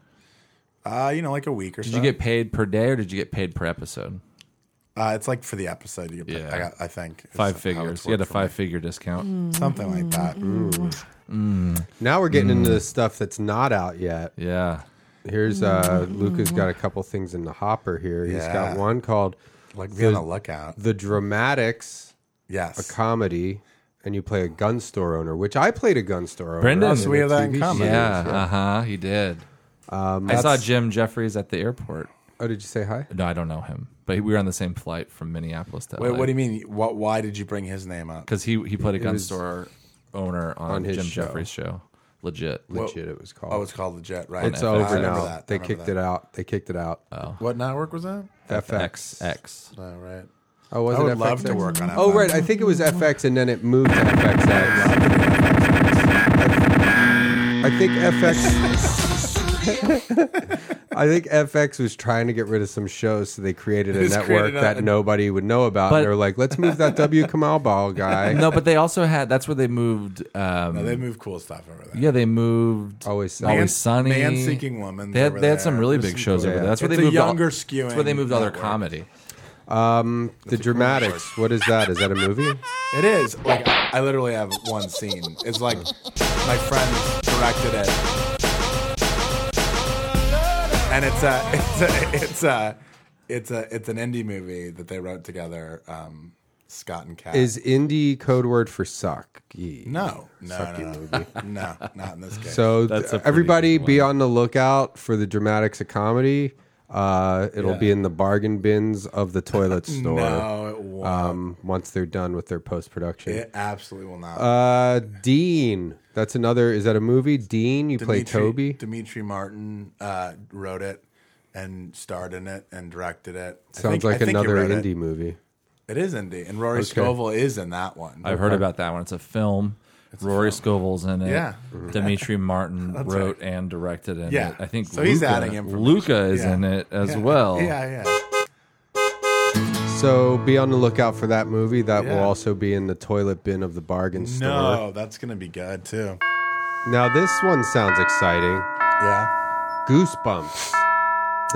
S4: Uh, you know, like a week or.
S2: Did you get paid per day, or did you get paid per episode?
S4: Uh, it's like for the episode. You get,
S2: Yeah.
S4: I, got, I think is
S2: Five
S4: how
S2: figures.
S4: it's
S2: You had a
S4: worked for me.
S2: five figure discount.
S4: something like that.
S3: Now we're getting
S4: Mm.
S3: into the stuff that's not out yet.
S2: Yeah.
S3: Here's uh, Luca's got a couple things in the hopper here. He's
S4: Yeah.
S3: got one called
S4: Like be on the lookout.
S3: "The Dramatics,"
S4: Yes.
S3: a comedy, and you play a gun store owner, which I played a gun store owner.
S2: Brendan.
S3: on
S2: So
S4: we
S3: a
S4: have that in
S3: TV
S4: common.
S3: series.
S2: Yeah. Uh huh. He did.
S4: Um,
S2: I saw Jim Jeffries at the airport.
S3: Oh, did you say hi?
S2: No, I don't know him, but we were on the same flight from Minneapolis to
S4: Wait, what do you mean? What? Why did you bring his name up?
S2: Because he he played a gun
S3: was
S2: store owner on,
S3: on his
S2: Jim
S3: show.
S2: Jeffries' show. Legit.
S3: Legit, it was called.
S4: Oh, it's called legit, right?
S3: It's over
S4: remember
S3: now.
S4: that. Oh,
S3: They kicked it out. They kicked it out.
S4: out. What network was that?
S3: FX.
S2: X.
S4: Oh, right.
S3: Oh, was
S4: I
S3: it
S4: would love
S3: FXX?
S4: to work on
S3: Oh,
S4: FX.
S3: right. I think it was FX, and then it moved to FXX. I think FX. [LAUGHS] I think FX was trying to get rid of some shows, so they created a
S4: Just
S3: network
S4: created a-
S3: that nobody would know about.
S2: But-
S3: and they were like, "Let's move that W Kamal Ball guy."
S2: No, but they also had. That's where they moved. Um,
S4: No, they move cool stuff over there.
S2: yeah, they
S4: Oh,
S2: moved.
S3: Always Sunny.
S2: always
S3: Man-
S2: sunny.
S4: Man Seeking Woman.
S2: They had, they had some really big shows
S3: cool-
S2: over
S3: Yeah.
S2: there. That's where
S4: It's
S2: they
S4: a
S2: moved.
S4: younger
S2: all,
S4: skewing
S2: That's where they moved all their
S4: network.
S2: comedy.
S3: the Dramatics. What is that? Is that a movie?
S4: It is. Like I, I literally have one scene. It's like my friend directed it, and it's a [LAUGHS] it's a it's a it's a it's an indie movie that they wrote together. Um, Scott and Cat
S3: Is indie code word for suck?
S4: no no no, no, [LAUGHS] no not in this case.
S3: So
S2: That's
S3: th-
S2: a pretty
S3: everybody
S2: good
S3: be
S2: one.
S3: on the lookout for the dramatics of comedy. Uh, it'll
S4: Yeah.
S3: be in the bargain bins of the
S4: [LAUGHS]
S3: toilet store
S4: no, it won't.
S3: um, once they're done with their post production.
S4: it absolutely will not.
S3: Uh, Dean, that's another. Is that a movie? Dean, you play
S4: Dimitri-
S3: Toby.
S4: Dimitri Martin uh, wrote it and starred in it and directed it. I
S3: Sounds
S4: think- I
S3: like
S4: think he
S3: another
S4: wrote
S3: indie
S4: It.
S3: movie.
S4: it is indie, and Rory
S3: Okay.
S4: Scovel is in that one.
S2: I've heard about that one. It's a film. Rory Scovel's in it.
S4: Yeah. [LAUGHS]
S2: Dimitri Martin wrote and directed in
S4: Yeah.
S2: it. I think
S4: So he's
S2: Luca-
S4: adding information.
S2: Luca is
S4: Yeah.
S2: in it as
S4: Yeah.
S2: well.
S4: Yeah, yeah.
S3: So be on the lookout for that movie. That will
S4: Yeah.
S3: also be in the toilet bin of the bargain store.
S4: No, that's gonna be good too.
S3: Now this one sounds exciting.
S4: Yeah,
S3: Goosebumps.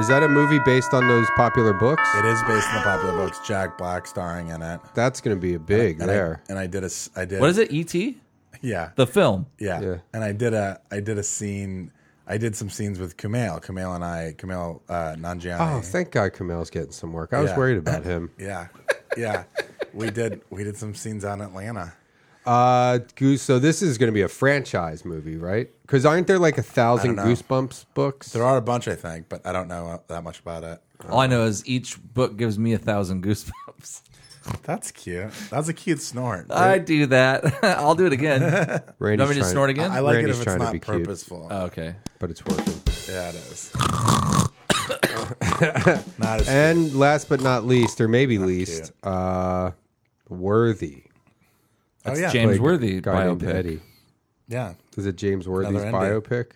S3: Is that a movie based on those popular books?
S4: it is based on the popular books. Jack Black starring in it.
S3: That's going to be a big
S4: And
S3: there.
S4: I, and I did a. s- I did.
S2: What is it? E.T.
S4: Yeah,
S2: The film.
S4: yeah,
S3: Yeah.
S4: And I did a. I did a scene. I did some scenes with Kumail. Kumail and I. Kumail uh, Nanjiani.
S3: Oh, thank God Kamel's getting some work. I was
S4: Yeah.
S3: worried about
S4: [CLEARS THROAT]
S3: him.
S4: Yeah, yeah. we did. We did some scenes out in Atlanta.
S3: Uh, Goose. So this is going to be a franchise movie, right? Because aren't there like a thousand
S4: I don't know.
S3: Goosebumps books?
S4: There are a bunch, I think, but I don't know uh, that much about it.
S2: All I know is each book gives me a thousand goosebumps. [LAUGHS]
S4: That's cute. That's a cute snort.
S2: I do that. [LAUGHS] I'll do it
S4: [LAUGHS]
S2: again. you
S3: Randy's
S2: want me to
S3: trying-
S2: snort again?
S4: I like
S3: Randy's
S4: it if
S3: trying
S4: it's
S3: to be
S4: not
S3: cute.
S4: purposeful.
S2: Oh, okay.
S3: but it's working.
S4: yeah, it [COUGHS] is. not as
S3: And last but not least, or maybe least,
S4: cute.
S3: uh, Worthy.
S4: oh, yeah.
S2: James
S3: Played
S2: Worthy
S3: guy named
S2: biopic.
S3: Eddie.
S4: Yeah,
S3: Is it James Worthy's
S4: Another Andy.
S3: biopic?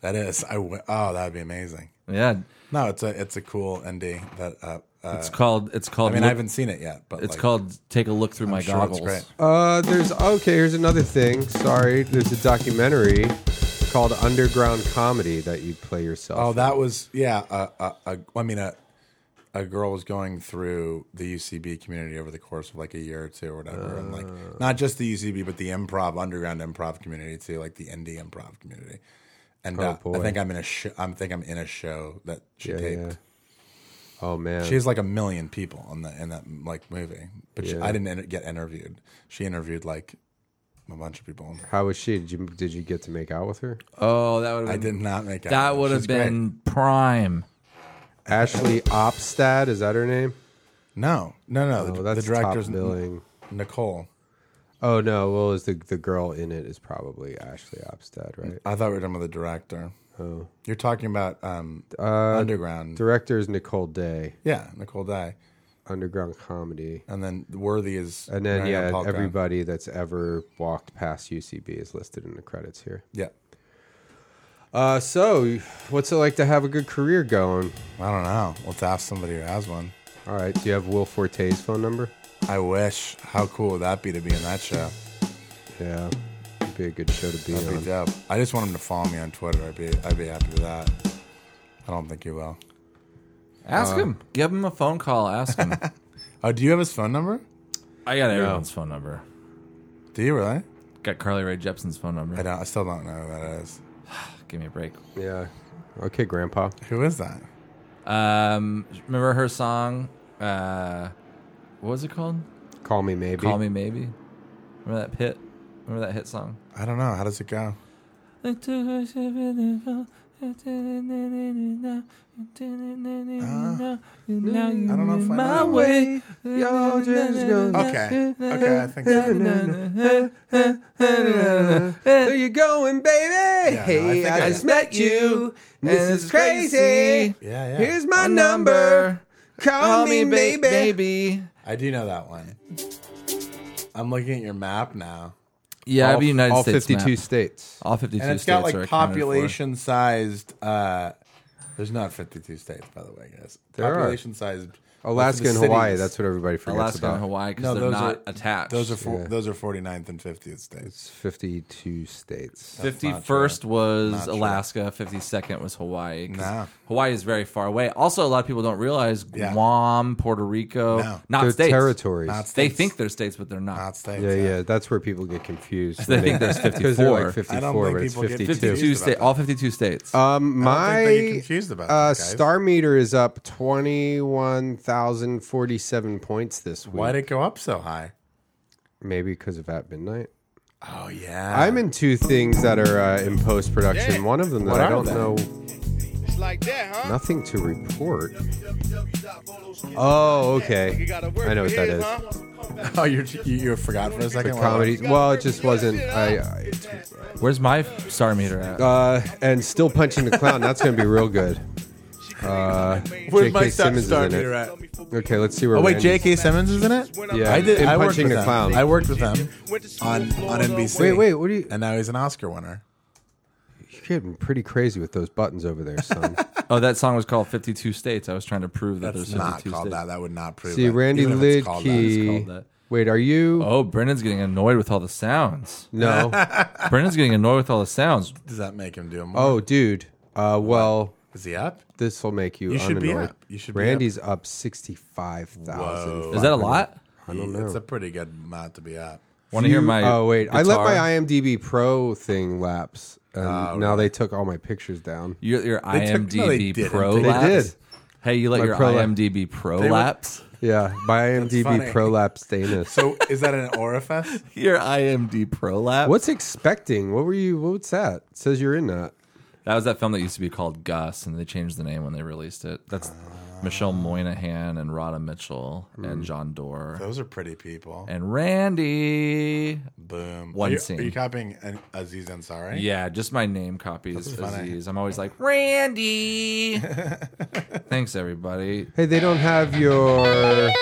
S4: that is. I w- oh, that would be amazing.
S2: Yeah.
S4: No, it's a it's a cool indie that uh,
S2: it's called. It's called.
S4: I mean, I
S2: look-
S4: haven't seen it yet, but
S2: It's
S4: like,
S2: called "Take a Look Through My
S4: sure it's
S2: Goggles."
S4: great.
S3: Uh, there's okay. Here's another thing. Sorry, there's a documentary called Underground Comedy that you play yourself.
S4: Oh,
S3: in.
S4: that was yeah. Uh, uh, uh, I mean, a a girl was going through the UCB community over the course of like a year or two or whatever, and
S2: Uh.
S4: like not just the UCB but the improv underground improv community too, like the indie improv community.
S2: Oh,
S4: And uh,
S3: boy.
S4: I think I'm in a sh- I think I'm in a show that she
S3: Yeah,
S4: taped.
S3: yeah. Oh man,
S4: She has like a million people on the in that like movie, but she,
S3: Yeah.
S4: I didn't inter- get interviewed. She interviewed like a bunch of people.
S3: how was she? Did you did you get to make out with her?
S2: Oh, that would
S4: I
S2: have
S4: did
S2: been.
S4: not make out.
S2: That would
S4: She's
S2: have
S4: great.
S2: been prime.
S3: Ashley Opstad is that her name?
S4: no, no, no.
S3: Oh,
S4: the,
S3: that's
S4: the director's
S3: top billing.
S4: Nicole.
S3: Oh no, well, is the the girl in it is probably Ashley Opstad, right?
S4: I thought we were talking about the director. Oh. You're talking about um,
S3: Uh,
S4: Underground.
S3: Director is Nicole Day.
S4: yeah, Nicole Dye.
S3: Underground Comedy.
S4: And then Worthy is.
S3: And then,
S4: Marianne
S3: yeah,
S4: Polka.
S3: everybody that's ever walked past UCB is listed in the credits here.
S4: Yeah.
S3: Uh, so, what's it like to have a good career going?
S4: I don't know. Let's ask somebody who has one.
S3: All right, do you have Will Forte's phone number?
S4: I wish. How cool would that be to be in that show?
S3: Yeah, would be a good show to be
S4: That'd
S3: on.
S4: be dope. I just want him to follow me on Twitter. I'd be, I'd be happy with that. I don't think he will.
S2: Ask
S4: Uh,
S2: him. Give him a phone call. Ask
S4: [LAUGHS]
S2: him.
S4: Oh, do you have his phone number?
S2: I got everyone's phone number.
S4: Do you really?
S2: Got Carly Rae Jepsen's phone
S4: I
S2: number.
S4: don't. I still don't know who that is.
S2: Give me a break.
S3: Yeah. Okay, Grandpa.
S4: Who is that?
S2: Um, remember her song? Uh, what was it called?
S3: Call me maybe.
S2: Call Me Maybe. Remember that hit? Remember that hit song?
S4: I don't know. How does it go?
S3: Uh-huh.
S4: I don't know if I know.
S2: way.
S3: Y'all just go-
S4: Okay. Okay. I think. So.
S3: Where you going, baby?
S4: no, I
S3: hey,
S4: think
S3: I,
S4: I-
S3: just met you, and this is crazy.
S4: Yeah. Yeah.
S3: Here's my number. Call, me, baby.
S4: I do know that one. I'm looking at your map now.
S2: Yeah,
S3: all,
S2: I'd be United
S3: all
S2: States
S3: 52
S2: map.
S3: states.
S2: All 52
S4: And it's
S2: states
S4: got
S2: are
S4: like
S2: accounted for.
S4: population sized uh there's not 52 states by the way, guys.
S3: There are.
S4: population sized
S3: Alaska and Hawaii. That's what everybody forgets
S2: Alaska
S3: about.
S2: and Hawaii because
S4: No,
S2: they're
S4: those
S2: not
S4: are-
S2: attached.
S4: those are four,
S3: Yeah.
S4: those are 49th and 50th states.
S3: It's 52 states.
S2: Fifty
S4: not
S2: first
S4: true.
S2: was
S4: true.
S2: Alaska. Fifty second was Hawaii. 'cause
S4: Nah.
S2: Hawaii is very far away. Also, a lot of people don't realize
S4: Yeah.
S2: Guam, Puerto Rico,
S4: No.
S2: not
S3: They're
S2: states.
S3: territories.
S4: Not
S2: They
S4: states.
S2: think they're states, but they're not.
S4: not states.
S3: yeah, yeah, that's where people get [LAUGHS] confused.
S2: They think
S3: They-
S2: there's
S3: 'cause they're like
S2: 54.
S4: I don't
S3: 54,
S4: think
S3: but it's
S4: people get
S3: 52.
S2: Fifty two
S4: confused about
S2: state,
S4: that.
S2: all fifty two states.
S3: Um,
S4: I don't
S3: my
S4: think they get confused about
S3: uh,
S4: that, guys.
S3: star meter is up twenty one thousand forty seven points this week.
S4: Why'd it go up so high?
S3: Maybe because of at midnight.
S4: Oh yeah.
S3: I'm in two things that are uh, in post production.
S5: Yeah.
S3: One of them that
S4: What
S3: I
S4: are
S3: don't
S4: they?
S3: know
S5: It's like that, huh?
S3: nothing to report. Oh, okay. I know what that is.
S4: [LAUGHS] Oh, you're, you you forgot for a
S3: The
S4: second. Wow.
S3: comedy. Well, it just wasn't. I, I it's-
S2: Where's my f- star meter at?
S3: uh, and still punching the clown. That's gonna be real good. Uh,
S4: Where's
S3: J.K.
S4: my star,
S3: Simmons
S4: star
S3: is in
S4: meter
S3: it.
S4: at?
S3: Okay, let's see where.
S4: Oh wait,
S3: Randy's-
S4: J.K. Simmons is in it.
S3: Yeah,
S4: I did.
S3: in
S4: I worked
S3: Punching
S4: with
S3: the
S4: him.
S3: Clown.
S4: I worked with him on on NBC.
S3: Wait, wait, what are you?
S4: And now he's an Oscar winner.
S3: You're getting pretty crazy with those buttons over there, [LAUGHS] son.
S2: oh, that song was called Fifty Two States. I was trying to prove that
S4: That's
S2: there's
S4: not
S2: fifty two
S4: called
S2: states.
S4: that. That would not prove.
S3: See,
S4: that.
S3: Randy
S4: Even if it's called that, it's
S2: It's called
S3: Lidkey.
S2: that.
S3: Wait, are you?
S2: Oh, Brennan's getting annoyed with all the sounds.
S3: [LAUGHS] No.
S2: Brennan's getting annoyed with all the
S4: [LAUGHS]
S2: sounds.
S4: Does that make him do more?
S3: oh, dude. Uh, well,
S4: is he up?
S3: this will make you.
S4: You should be
S3: unannoyed.
S4: up. You should be up.
S3: Randy's up, sixty-five thousand.
S2: Is that a lot?
S3: I don't know.
S4: It's a pretty good amount to be up.
S2: Want to hear my?
S3: oh wait, I let
S2: guitar?
S3: my IMDb Pro thing lapse, and
S4: Oh,
S3: now they took all my pictures down.
S2: Your, your
S4: They took- no, they
S2: IMDb
S4: didn't.
S2: Pro
S4: They
S2: lapse.
S3: did.
S2: Hey, you let
S3: My
S2: your
S3: pro lap-
S2: IMDb Pro
S4: [LAUGHS]
S2: lapse.
S3: Yeah, my IMDb
S4: funny.
S3: Pro lapse
S4: [LAUGHS]
S3: Dana.
S4: So is that an orifice?
S2: Your IMDb Pro lapse.
S3: What's expecting? What were you? What's that? It says you're in that.
S2: that? Was that film that used to be called Gus, and they changed the name when they released it. That's Michelle Moynihan and Rhoda Mitchell
S4: Mm.
S2: and John Doerr
S4: Those are pretty people.
S2: and Randy.
S4: Boom.
S2: One
S4: are you,
S2: scene.
S4: Are you copying an, Aziz Ansari?
S2: Yeah, just my name copies
S4: funny.
S2: Aziz. I'm always like
S4: [LAUGHS]
S2: Randy. Thanks everybody.
S3: Hey, they don't have your.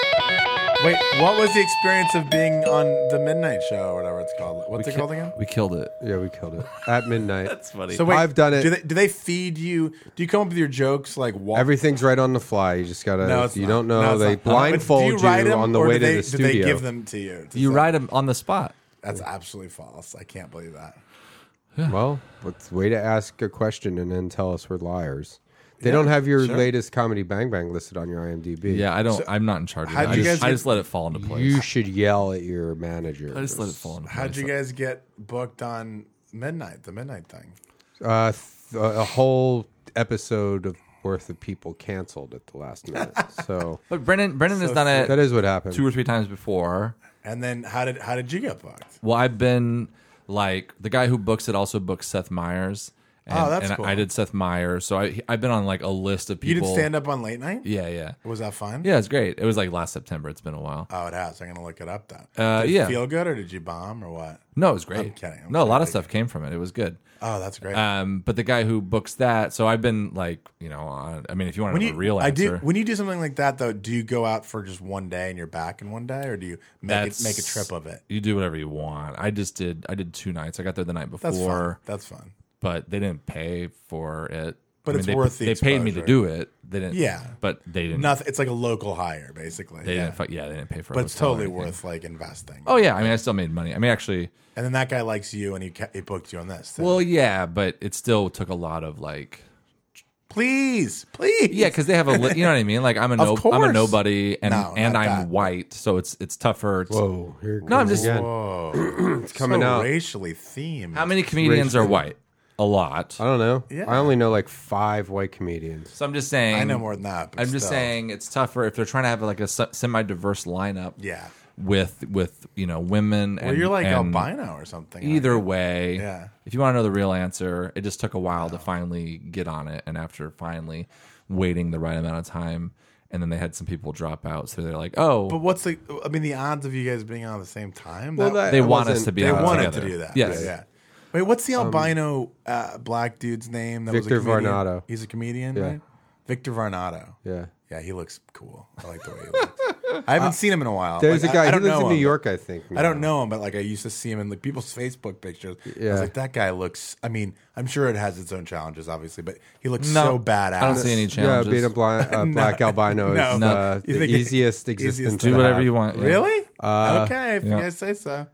S4: Wait, what was the experience of being on the midnight show or whatever it's called? What's it
S2: ki-
S4: called again?
S2: We killed it.
S3: Yeah, we killed it at midnight.
S2: funny.
S4: So wait,
S3: I've done it.
S4: Do they, do they feed you? Do you come up with your jokes like while
S3: Everything's right on the fly. You just gotta.
S4: No, it's
S3: you
S4: not.
S3: don't know.
S4: No, it's
S3: they
S4: not.
S3: blindfold
S4: Do
S3: you,
S4: write 'em
S3: on the
S4: or
S3: way
S4: do
S3: to
S4: they,
S3: the studio.
S4: Do they give them to you? to
S2: you
S4: say-
S2: write them on the spot.
S4: That's absolutely false. I can't believe that.
S3: Well, it's way to ask a question and then tell us we're liars. They don't have your latest comedy bang bang listed on your IMDb.
S2: Yeah, I don't. I'm not in charge of
S4: how'd
S2: that. I
S4: you
S2: just, I
S4: guys get-
S2: just let it fall into place.
S3: you should yell at your manager.
S2: I just let it fall into place.
S4: How'd you guys get booked on midnight? The midnight thing.
S3: Uh, th- a whole episode of worth of people canceled at the last minute. So
S2: But Brennan, Brennan has done it
S3: that is what happened.
S2: two or three times before.
S4: And then how did how did you get booked?
S2: Well, I've been like the guy who books it also books Seth Meyers. And,
S4: Oh, that's
S2: and
S4: cool.
S2: I did Seth Meyers, so I I've been on like a list of
S4: You
S2: people.
S4: did stand up on late night.
S2: Yeah, yeah,
S4: Was that fun?
S2: yeah. It's great. It was like last September. It's been a while.
S4: Oh, it has. I'm gonna look it up then.
S2: Uh,
S4: did it
S2: yeah.
S4: feel good or did you bomb or what?
S2: No, it was great.
S4: I'm kidding, I'm
S2: no, a lot of
S4: kidding.
S2: stuff came from it. It was good.
S4: Oh, that's great.
S2: Um, but the guy who books that, so I've been like, you know, on, I mean, if you want
S4: when
S2: to
S4: you
S2: have a real
S4: I
S2: answer,
S4: do when you do something like that though, do you go out for just one day and you're back in one day, or do you make it,
S2: That's-
S4: make a trip of it?
S2: you do whatever you want. I just did. I did two nights. I got there the night before.
S4: That's fun. That's fun.
S2: but they didn't pay for it.
S4: But it's
S2: they,
S4: worth the
S2: They paid me to
S4: exposure.
S2: do it. They didn't.
S4: Yeah.
S2: but they didn't.
S4: Nothing. It's like a local hire, basically.
S2: They
S4: yeah.
S2: didn't. Fuck, yeah, they didn't pay for it.
S4: but it's totally worth like investing.
S2: Oh yeah, I mean, I still made money. I mean, actually,
S4: And then that guy likes you, and he ca- he booked you on this. too.
S2: well, yeah, but it still took a lot of like,
S4: please, please.
S2: yeah, because they have a, li- you know what I mean? Like, I'm a no,
S4: [LAUGHS] Of
S2: I'm a
S4: course.
S2: nobody, and
S4: No,
S2: and
S4: not
S2: I'm
S4: that.
S2: white, so it's it's tougher. to-
S3: Whoa! Here it
S2: No, I'm
S3: comes
S2: just-
S3: again.
S4: Whoa,
S3: [CLEARS THROAT] It's coming
S4: so
S3: out.
S4: racially themed.
S2: How many comedians are
S3: racism.
S2: white? A lot.
S3: I don't know.
S4: Yeah.
S3: I only know like five white comedians.
S2: So I'm just saying.
S4: I know more than that. but
S2: I'm just
S4: still.
S2: saying it's tougher if they're trying to have like a semi diverse lineup.
S4: Yeah.
S2: With with you know women.
S4: Well,
S2: and,
S4: you're like
S2: and
S4: albino or something.
S2: Either way,
S4: Yeah.
S2: if you want to know the real answer, it just took a while to finally get on it. And after finally waiting the right amount of time, and then they had some people drop out. So they're like, oh,
S4: But what's the? I mean, the odds of you guys being on at the same time.
S3: Well, that-
S2: they
S3: it
S2: want us
S3: wasn't-
S2: to be
S4: they
S2: on
S4: wanted
S2: together.
S4: to do that.
S2: Yes.
S4: Yeah. yeah. Wait, what's the albino uh, black dude's name? That
S3: Um, Victor
S4: was a comedian?
S3: Varnado.
S4: He's a comedian,
S3: Yeah.
S4: right? Victor Varnado.
S3: Yeah. Uh,
S4: Yeah, he looks cool. I like the way he looks. I haven't seen him in a while.
S3: There's
S4: Like,
S3: a guy.
S4: I, I
S3: he
S4: don't
S3: lives
S4: know
S3: in New
S4: him.
S3: York, I think.
S4: I don't
S3: now.
S4: know him, but like I used to see him in like people's Facebook pictures. I
S3: Yeah.
S4: was like, that guy looks. I mean, I'm sure it has its own challenges, obviously, but he looks
S2: No,
S4: so badass.
S2: I don't see any
S3: Yeah, being a
S2: challenges.
S3: blind, uh, black albino is
S4: No.
S3: uh,
S4: You
S3: the
S4: think it-
S3: easiest
S4: easiest
S3: existence.
S4: to
S2: do
S3: to
S2: whatever
S3: have.
S2: you want. yeah.
S4: Really?
S3: Uh,
S4: okay, if
S2: yeah.
S4: you guys say so.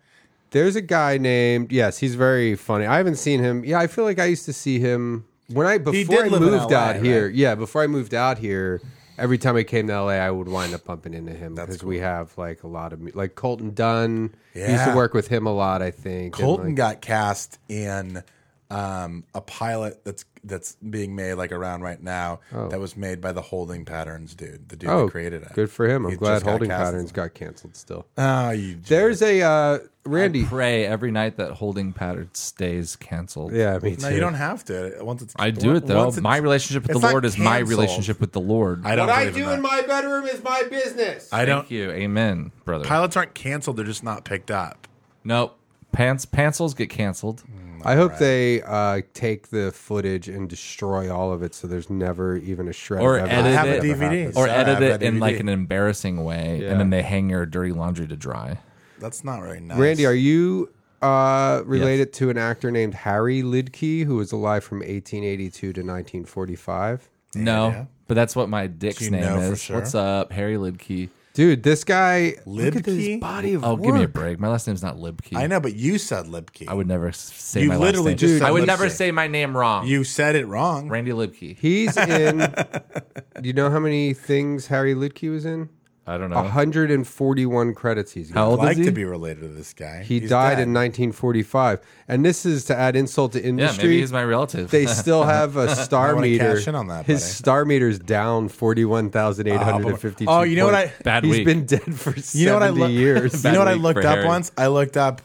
S3: There's a guy named yes, he's very funny. I haven't seen him. Yeah, I feel like I used to see him when I before I
S4: did live in
S3: moved
S4: LA,
S3: out here.
S4: right?
S3: Yeah, before I moved out here, every time I came to LA, I would wind up bumping into him because we have like a lot of mu- like Colton Dunn. He used to
S4: Yeah.
S3: work with him a lot. I think and,
S4: Colton
S3: like,
S4: got cast in um, a pilot that's that's being made like around right now that was made by the Holding Patterns dude, the dude
S3: oh
S4: that created it.
S3: Good for him. I'm
S4: He
S3: glad
S4: just got
S3: Holding
S4: cast as
S3: Patterns
S4: one.
S3: got canceled. Still,
S4: Ah, you
S3: there's a uh, Randy.
S2: Pray every night that holding pattern stays canceled.
S3: yeah, me too.
S4: no, you don't have to. Once it's,
S2: I do it though.
S4: once it's-
S2: My relationship with
S4: it's
S2: the
S4: not
S2: Lord is my
S4: canceled.
S2: relationship with the Lord.
S4: I don't.
S3: What I
S4: believe
S3: do
S4: that.
S3: in my bedroom is my business.
S4: I don't.
S2: Thank you. Amen, brother.
S4: Pilots aren't canceled; they're just not picked up.
S2: nope. Pants pencils get canceled.
S3: I hope they uh, take the footage and destroy all of it, so there's never even a shred.
S2: Or
S3: of
S2: edit
S3: evidence
S2: I have
S3: that
S2: a
S3: ever
S4: DVD.
S3: happened.
S2: Or
S4: So I have
S2: edit it
S4: that
S2: in
S4: DVD.
S2: like an embarrassing way,
S3: Yeah.
S2: and then they hang your dirty laundry to dry.
S4: That's not very nice.
S3: Randy, are you uh, related to an actor named Harry Lidkey who was alive from 1882 to 1945?
S2: no,
S4: yeah.
S2: but that's what my dick's
S4: Do you
S2: name
S4: know for
S2: is.
S4: sure?
S2: What's up, Harry Lidkey?
S3: Dude, this guy. Look at this
S4: Lidkey?
S3: body of
S2: Oh, give me a
S3: work.
S2: break. My last name's not Libkey.
S4: I know, but you said Lipke.
S2: I would never s- say
S4: You
S2: my last
S4: literally
S2: name.
S4: just said
S2: I would
S4: Lipsy.
S2: never say my name wrong.
S4: You said it wrong.
S2: Randy Libkey. [LAUGHS]
S3: He's in. do you know how many things Harry Lidkey was in?
S2: I don't know.
S3: 141 credits he's got.
S2: How
S4: I'd
S2: old is
S4: like
S2: he?
S4: to be related to this guy.
S3: He
S4: He's
S3: died
S4: dead.
S3: in 1945. And this is to add insult to
S2: yeah,
S3: industry.
S2: maybe he's my relative. [LAUGHS]
S4: [LAUGHS]
S3: they still have a star
S4: wanna
S3: meter.
S4: cash in on that,
S3: His
S4: buddy.
S3: star meter's down forty one thousand eight hundred and fifty two.
S4: Oh, you know
S3: [LAUGHS]
S4: what I-
S2: Bad
S3: He's
S2: week.
S3: been dead for
S4: You know what I
S3: seventy
S4: [LAUGHS] loo-
S3: years.
S4: you know what I
S2: week
S4: looked
S2: for
S4: up
S2: Harry.
S4: once? I looked up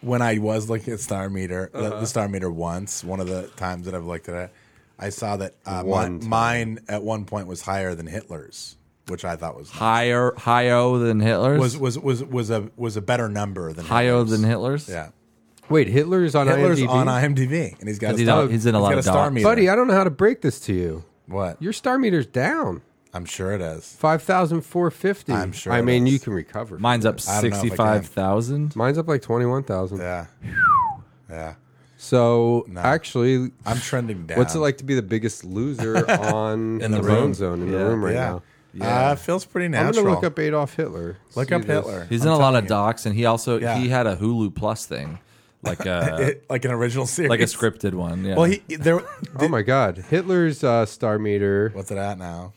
S4: when I was looking at Star Meter, the- the Star Meter once. One of the times that I've looked at it, I saw that uh, my,
S3: One time.
S4: mine at one point was higher than Hitler's, which I thought was
S2: higher, higher than Hitler's.
S4: was was was was a was a better number than
S2: higher
S4: Hitler's.
S2: than Hitler's.
S4: yeah.
S3: Wait, Hitler's on
S4: Hitler's
S3: IMDb.
S4: on IMDb, and he's got a
S2: He's
S4: star,
S2: on- he's in a lot
S4: got
S2: of
S4: star
S2: docs.
S4: meter.
S3: buddy. I don't know how to break this to you.
S4: what?
S3: Your star meter's down.
S4: I'm sure it is.
S3: Five thousand four fifty.
S4: I'm sure
S3: I
S4: it
S3: mean,
S4: is.
S3: you can recover.
S2: Mine's up
S4: I don't know if I can.
S2: sixty-five thousand.
S3: Mine's up like twenty one thousand.
S4: Yeah. Yeah.
S3: So actually,
S4: I'm trending down.
S3: what's it like to be the biggest
S4: [LAUGHS]
S3: loser on
S4: In the
S3: Bone
S4: room.
S3: Zone in
S2: Yeah.
S3: the room right
S4: Yeah.
S3: now?
S4: Uh, it feels pretty
S3: I'm
S4: natural.
S3: gonna look up Adolf Hitler.
S4: Look
S3: See
S4: up
S3: this.
S4: Hitler.
S2: He's
S4: I'm
S2: in a lot
S4: telling
S2: of docs, and he also
S4: Yeah.
S2: he had a Hulu Plus thing, like
S4: [LAUGHS]
S3: Uh,
S4: you.
S2: a
S4: It- like an original [LAUGHS] series.
S2: like a scripted one. Yeah.
S4: Well, he
S3: [LAUGHS]
S4: there.
S3: Oh my God, Hitler's uh, star meter.
S4: What's it at now?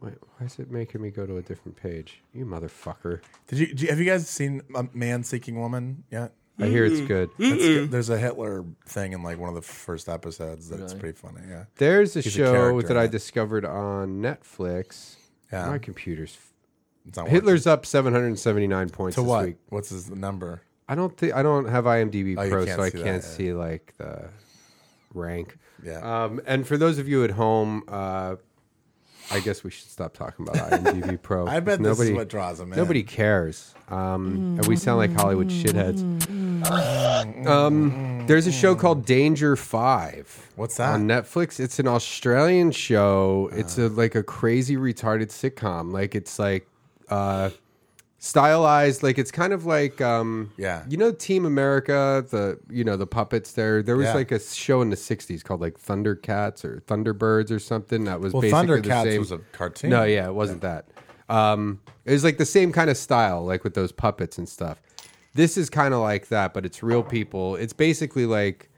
S3: Wait, why is it making me go to a different page? You motherfucker!
S4: Did you, do you- have you guys seen a Man Seeking Woman yet?
S3: I hear it's
S4: Mm.
S3: good.
S4: That's good. There's a Hitler thing in like one of the first episodes that's pretty funny. Yeah.
S3: There's a
S4: He's a
S3: show
S4: character
S3: that
S4: in
S3: I
S4: it.
S3: discovered on Netflix.
S4: Yeah.
S3: My computer's
S4: It's not
S3: Hitler's up 779 points
S4: working. to
S3: this
S4: what?
S3: week.
S4: What's his number?
S3: I don't think I don't have IMDb
S4: Oh, you
S3: Pro,
S4: can't
S3: so I
S4: see that,
S3: can't
S4: yeah.
S3: see like the rank.
S4: Yeah.
S3: Um, and for those of you at home, uh, I guess we should stop talking
S4: [LAUGHS]
S3: about IMDb Pro.
S4: I bet
S3: 'cause
S4: this is what draws him in.
S3: Nobody cares. Um, and we sound like Hollywood shitheads. um, there's a show called Danger Five.
S4: What's that? Ah.
S3: on Netflix? It's an Australian show. It's a like a crazy retarded sitcom. Like it's like uh, stylized. Like it's kind of like um,
S4: Yeah.
S3: you know Team America. The you know the puppets there. There was
S4: Yeah.
S3: like a show in the '60s called like Thundercats or Thunderbirds or something. That was
S4: Well,
S3: basically the
S4: Thundercats
S3: same-
S4: was a cartoon.
S3: No, yeah, it wasn't that. Um, it was like the same kind of style, like with those puppets and stuff. This is kind of like that, but it's real people. It's basically like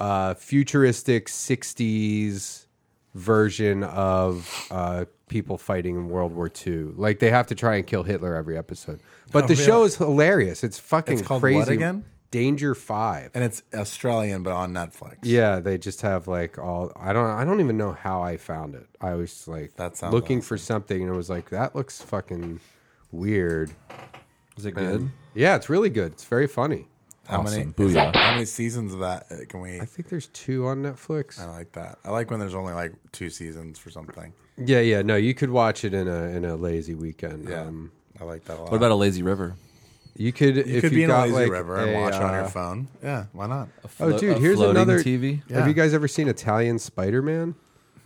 S3: a futuristic '60s version of uh, people fighting in World War II. Like they have to try and kill Hitler every episode. But
S4: Oh,
S3: the
S4: really?
S3: show is hilarious. It's fucking
S4: It's called
S3: crazy.
S4: what again?
S3: Danger Five.
S4: And it's Australian, but on Netflix.
S3: Yeah, they just have like all. I don't. I don't even know how I found it. I was like
S4: That sounds
S3: looking for something, and it was like that looks fucking weird.
S2: is it good?
S3: Yeah, it's really good. It's very funny.
S4: How
S2: Awesome.
S4: many?
S2: Booyah.
S4: How many seasons of that uh, can we?
S3: I think there's two on Netflix.
S4: I like that. I like when there's only like two seasons for something.
S3: Yeah, yeah. No, you could watch it in a in a lazy weekend.
S4: Yeah,
S3: Um,
S4: I like that a lot.
S2: What about a lazy river?
S3: you could
S4: you
S3: if
S4: could
S3: you
S4: be in a
S3: got
S4: lazy
S3: like
S4: river and
S3: a,
S4: watch it on your
S3: uh,
S4: phone. Yeah, why not?
S3: Oh,
S2: Flo-
S3: dude,
S2: a
S3: here's
S2: floating
S3: another
S2: TV.
S4: Yeah.
S3: Have you guys ever seen Italian Spider Man?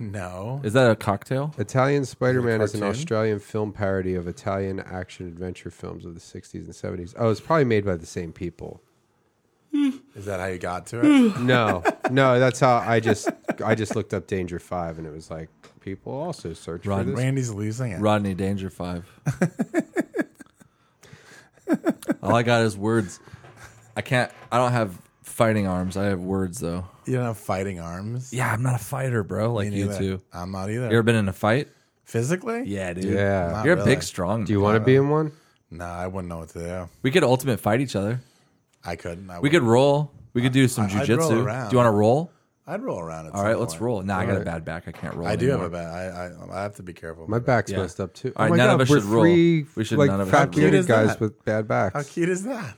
S4: No,
S2: Is that a cocktail?
S3: Italian Spider Man is an
S4: cartoon?
S3: Australian film parody of Italian action adventure films of the 60s and 70s. Oh, it's probably made by the same people.
S4: is that how you got to
S3: [SIGHS]
S4: it? [LAUGHS]
S3: No, no, that's how I just I just looked up Danger Five, and it was like people also search
S2: Rod
S3: for this.
S4: Randy's losing it.
S2: Rodney Danger Five. All I got is words. I can't. I don't have fighting arms. I have words though.
S4: You don't have fighting arms.
S2: Yeah, I'm not a fighter, bro. Like
S4: Me
S2: you
S4: neither.
S2: two. You
S4: I'm not either.
S2: ever been in a fight?
S4: Physically?
S2: Yeah, dude.
S3: Yeah,
S4: Not
S2: You're a
S4: really.
S2: big, strong.
S3: do you want to be in one?
S4: No, I wouldn't know what to do.
S2: We could ultimate fight each other.
S4: I couldn't. I
S2: We could
S4: wouldn't.
S2: roll. We could do some
S4: I- I'd
S2: jujitsu.
S4: roll
S2: Do you
S4: around.
S2: want to roll?
S4: I'd roll around. At
S2: All
S4: some
S2: right, let's
S4: point.
S2: roll. Nah, I got a bad back. I can't roll.
S4: I do have a
S2: anymore.
S4: bad. I, I I have to be careful.
S3: My
S4: with it.
S3: back's
S2: Yeah.
S3: messed up too. Oh
S2: All right,
S3: my
S2: none of us
S3: we're
S2: should roll.
S3: three,
S2: We should-
S3: like
S2: none of us
S3: fat
S2: should roll.
S3: bearded
S4: How
S3: guys
S4: cute is that?
S3: with bad backs.
S4: How cute is that?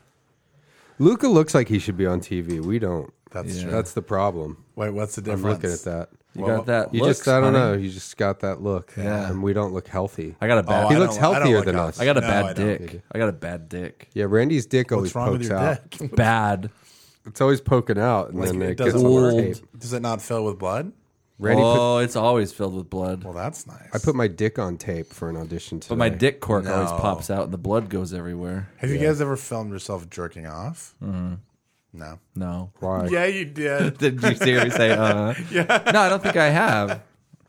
S3: Luca looks like he should be on TV. We don't.
S4: That's true.
S3: That's the problem.
S4: Wait, what's the difference?
S3: I'm looking at that.
S2: You
S4: Well,
S2: got that.
S3: You
S2: looks,
S3: just I don't
S2: honey.
S3: know. You just got that look,
S2: Yeah.
S3: and we don't look healthy.
S2: I got a bad.
S4: Oh,
S3: he
S4: I
S3: looks
S4: don't- I don't
S3: healthier
S4: look
S3: than
S4: out.
S3: us.
S2: I got a
S4: No, I
S2: bad
S4: don't.
S2: dick. I got a bad dick.
S3: yeah, Randy's dick always
S4: What's wrong with
S3: pokes
S4: your
S3: out.
S4: dick? [LAUGHS]
S2: Bad.
S3: It's always poking out, and
S4: Like,
S3: then
S4: it
S3: it, gets
S4: doesn't
S3: on the
S4: work.
S3: tape.
S4: Does it not fill with blood?
S3: Randy put
S2: oh, it's always filled with blood.
S4: Well, that's nice.
S3: I put my dick on tape for an audition today.
S2: But my dick cork
S4: No.
S2: always pops out and the blood goes everywhere.
S4: Have you guys ever filmed yourself jerking off? Mm-hmm. No. [LAUGHS]
S2: No.
S3: Why?
S4: Yeah, you
S2: [LAUGHS]
S4: did.
S2: Did you see me say,
S4: [LAUGHS]
S2: uh? yeah. No, I don't think I have.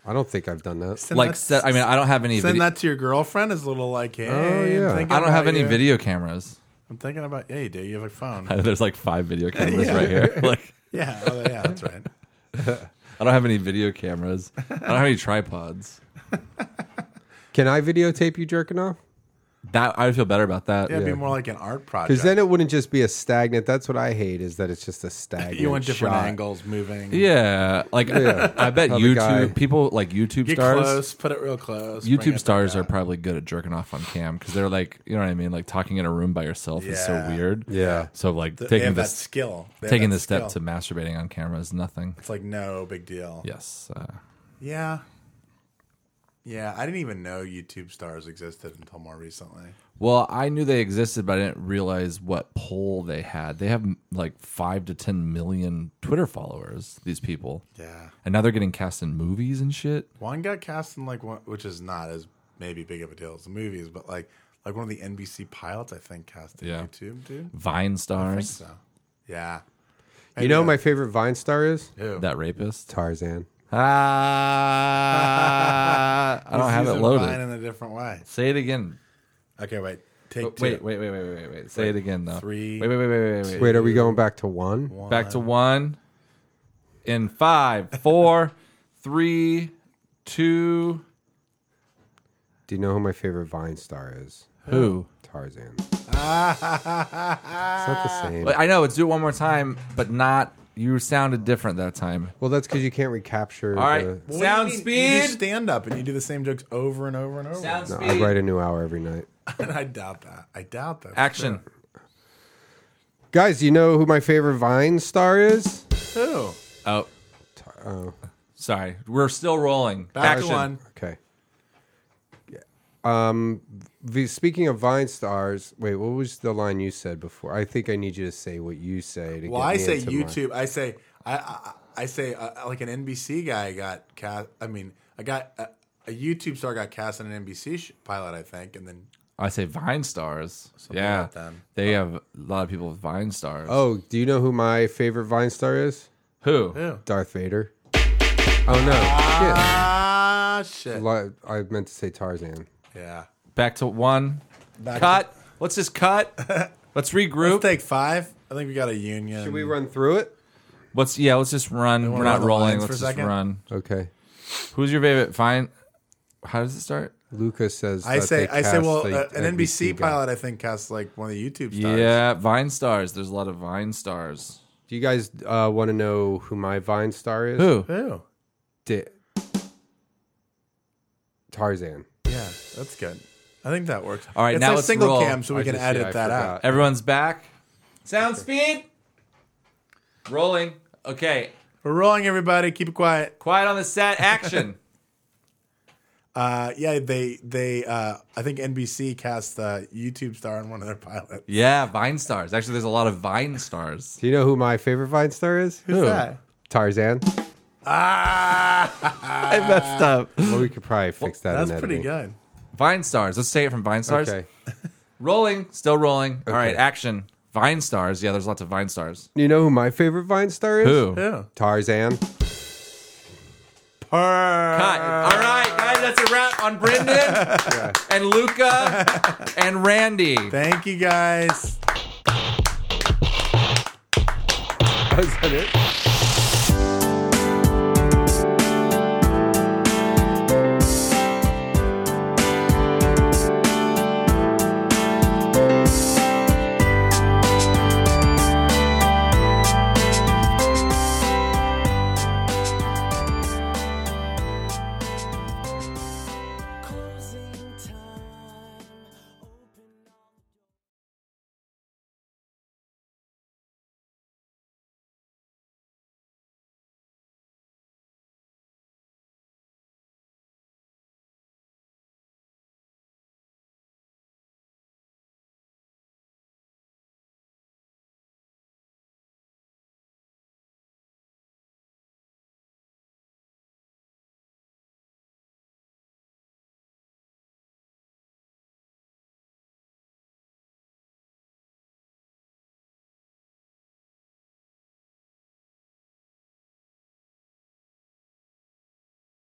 S3: I don't think I've done that.
S4: Send
S2: like,
S4: that,
S2: se- I mean, I don't have any.
S4: send
S2: Video-
S4: that to your girlfriend is a little like, hey,
S3: Oh,
S4: I'm
S3: yeah.
S4: thinking
S2: I don't have
S4: about
S2: any
S4: you.
S2: video cameras.
S4: I'm thinking about, hey, dude, you have a phone.
S2: [LAUGHS] There's like five video
S4: [LAUGHS]
S2: cameras right here. [LAUGHS] Like,
S4: yeah, oh, yeah, that's right.
S2: I don't have any video cameras. I don't have any tripods.
S3: Can I videotape you jerking off?
S2: That I would feel better about that.
S4: Yeah, it'd be more like an art project.
S3: Because then it wouldn't just be a stagnant. That's what I hate is that it's just a stagnant.
S4: [LAUGHS] you want different
S3: shot.
S4: angles moving.
S2: Yeah, like [LAUGHS] I bet
S3: Other
S2: YouTube
S3: guy.
S2: people like YouTube
S4: Get
S2: stars.
S4: close, put it real close. bring it
S2: YouTube
S4: back
S2: stars are
S4: up.
S2: probably good at jerking off on cam because they're like, you know what I mean? Like talking in a room by yourself is so
S4: Yeah.
S2: weird.
S3: Yeah.
S2: So like
S4: They
S2: taking
S4: have
S2: the
S4: that skill. They have
S2: taking
S4: that
S2: the step to
S4: skill.
S2: masturbating on camera is nothing.
S4: It's like no big deal.
S2: Yes. Uh,
S4: Yeah. Yeah, I didn't even know YouTube stars existed until more recently.
S2: Well, I knew they existed, but I didn't realize what poll they had. They have m- like five to ten million Twitter followers. These people,
S4: Yeah.
S2: and now they're getting cast in movies and shit.
S4: One got cast in like one, which is not as maybe big of a deal as the movies, but like like one of the NBC pilots, I think, cast in
S2: Yeah.
S4: YouTube, dude.
S2: Vine stars,
S4: So, yeah.
S3: You know, who my favorite Vine star is
S4: Ew.
S2: that
S4: [LAUGHS]
S2: rapist.
S3: Tarzan.
S2: Ah, I don't
S4: He's
S2: have it
S4: using
S2: loaded.
S4: Vine in a different way.
S2: Say it again.
S4: Okay, wait. Take
S2: Wait,
S4: two.
S2: wait, wait, wait, wait, wait, wait. Say it again though.
S4: three,
S2: Wait, wait, wait, wait, wait, wait.
S3: Wait, are we going back to one?
S2: Back to one. In five, four, three, two.
S3: Do you know who my favorite Vine star is?
S2: Who?
S3: Tarzan. it's not
S4: [LAUGHS]
S3: the same.
S2: But I know. Let's do it one more time, but not. You sounded different that time.
S3: Well, that's because you can't recapture.
S2: All right.
S3: the-
S4: What do you
S2: Sound
S4: mean? You do
S2: speed.
S4: stand up and you do the same jokes over and over and over.
S2: Sound
S3: No,
S2: speed.
S3: I write a new hour every night.
S4: [LAUGHS] I doubt that. I doubt that.
S2: Action.
S3: Guys, do you know who my favorite Vine star is?
S4: Who?
S2: Oh. Sorry. We're still rolling.
S4: Back
S2: Action.
S4: to one.
S3: Okay. Yeah. Um, v- speaking of Vine stars, wait, what was the line you said before? I think I need you to say what you say. To
S4: Well,
S3: get
S4: I
S3: me
S4: say
S3: into mine.
S4: YouTube. I say I I, I say uh, like an NBC guy got cast. I mean, I got a, a YouTube star got cast in an NBC sh- pilot, I think, and then
S2: I say Vine stars. yeah.
S4: like that.
S2: They have a lot of people with Vine stars.
S3: Oh, do you know who my favorite Vine star is?
S2: Who?
S3: Darth Vader. Oh no!
S4: ah
S3: Shit.
S4: shit,
S3: Li- I meant to say Tarzan.
S4: yeah.
S2: Back to one. cut. Let's just
S4: [LAUGHS]
S2: cut. Let's regroup.
S4: Let's take five. I think we got a union.
S3: Should we run through it?
S2: Let's yeah. Let's just run. We're
S4: run
S2: not
S4: the
S2: rolling.
S4: lines for
S2: Let's
S4: a
S2: just
S4: second?
S2: run.
S3: Okay.
S2: Who's your favorite? Fine. How does it start?
S3: Luca says.
S4: I
S3: that
S4: say
S3: they
S4: I say
S3: cast,
S4: well,
S3: like,
S4: uh, an NBC
S3: guy.
S4: pilot, I think, casts like one of the YouTube stars.
S2: Yeah, Vine stars. There's a lot of Vine stars.
S3: Do you guys uh, want to know who my Vine star is?
S2: Who?
S4: Who?
S3: Di- Tarzan.
S4: Yeah, that's good. I think that works.
S2: All right,
S4: it's
S2: now
S4: a
S2: let's
S4: single
S2: roll.
S4: cam, so we
S3: I
S4: can
S3: just-
S4: edit
S3: yeah, I
S4: that out.
S3: forgot.
S2: Everyone's back. Sound speed. Rolling. Okay.
S4: We're rolling, everybody. Keep it quiet.
S2: Quiet on the set.
S4: [LAUGHS]
S2: Action.
S4: Uh, yeah, they they uh, I think NBC cast a YouTube star in one of their pilots.
S2: yeah, Vine stars. Actually, there's a lot of Vine stars.
S3: Do you know who my favorite Vine star is?
S4: Who's that?
S3: Tarzan.
S4: Ah,
S2: I messed up.
S3: Well, we could probably fix that.
S4: that's
S3: in
S4: pretty
S3: editing.
S4: good.
S2: Vine stars. Let's say it from Vine stars.
S3: Okay.
S2: Rolling. Still rolling. All right.
S3: Okay.
S2: Action. Vine stars. Yeah, there's lots of Vine stars.
S3: You know who my favorite Vine star is?
S2: Who?
S4: Yeah. [LAUGHS]
S3: Tarzan.
S2: Cut. All right, guys, that's a wrap on Brendan and Luca and Randy.
S4: Thank you guys.
S3: Is that it?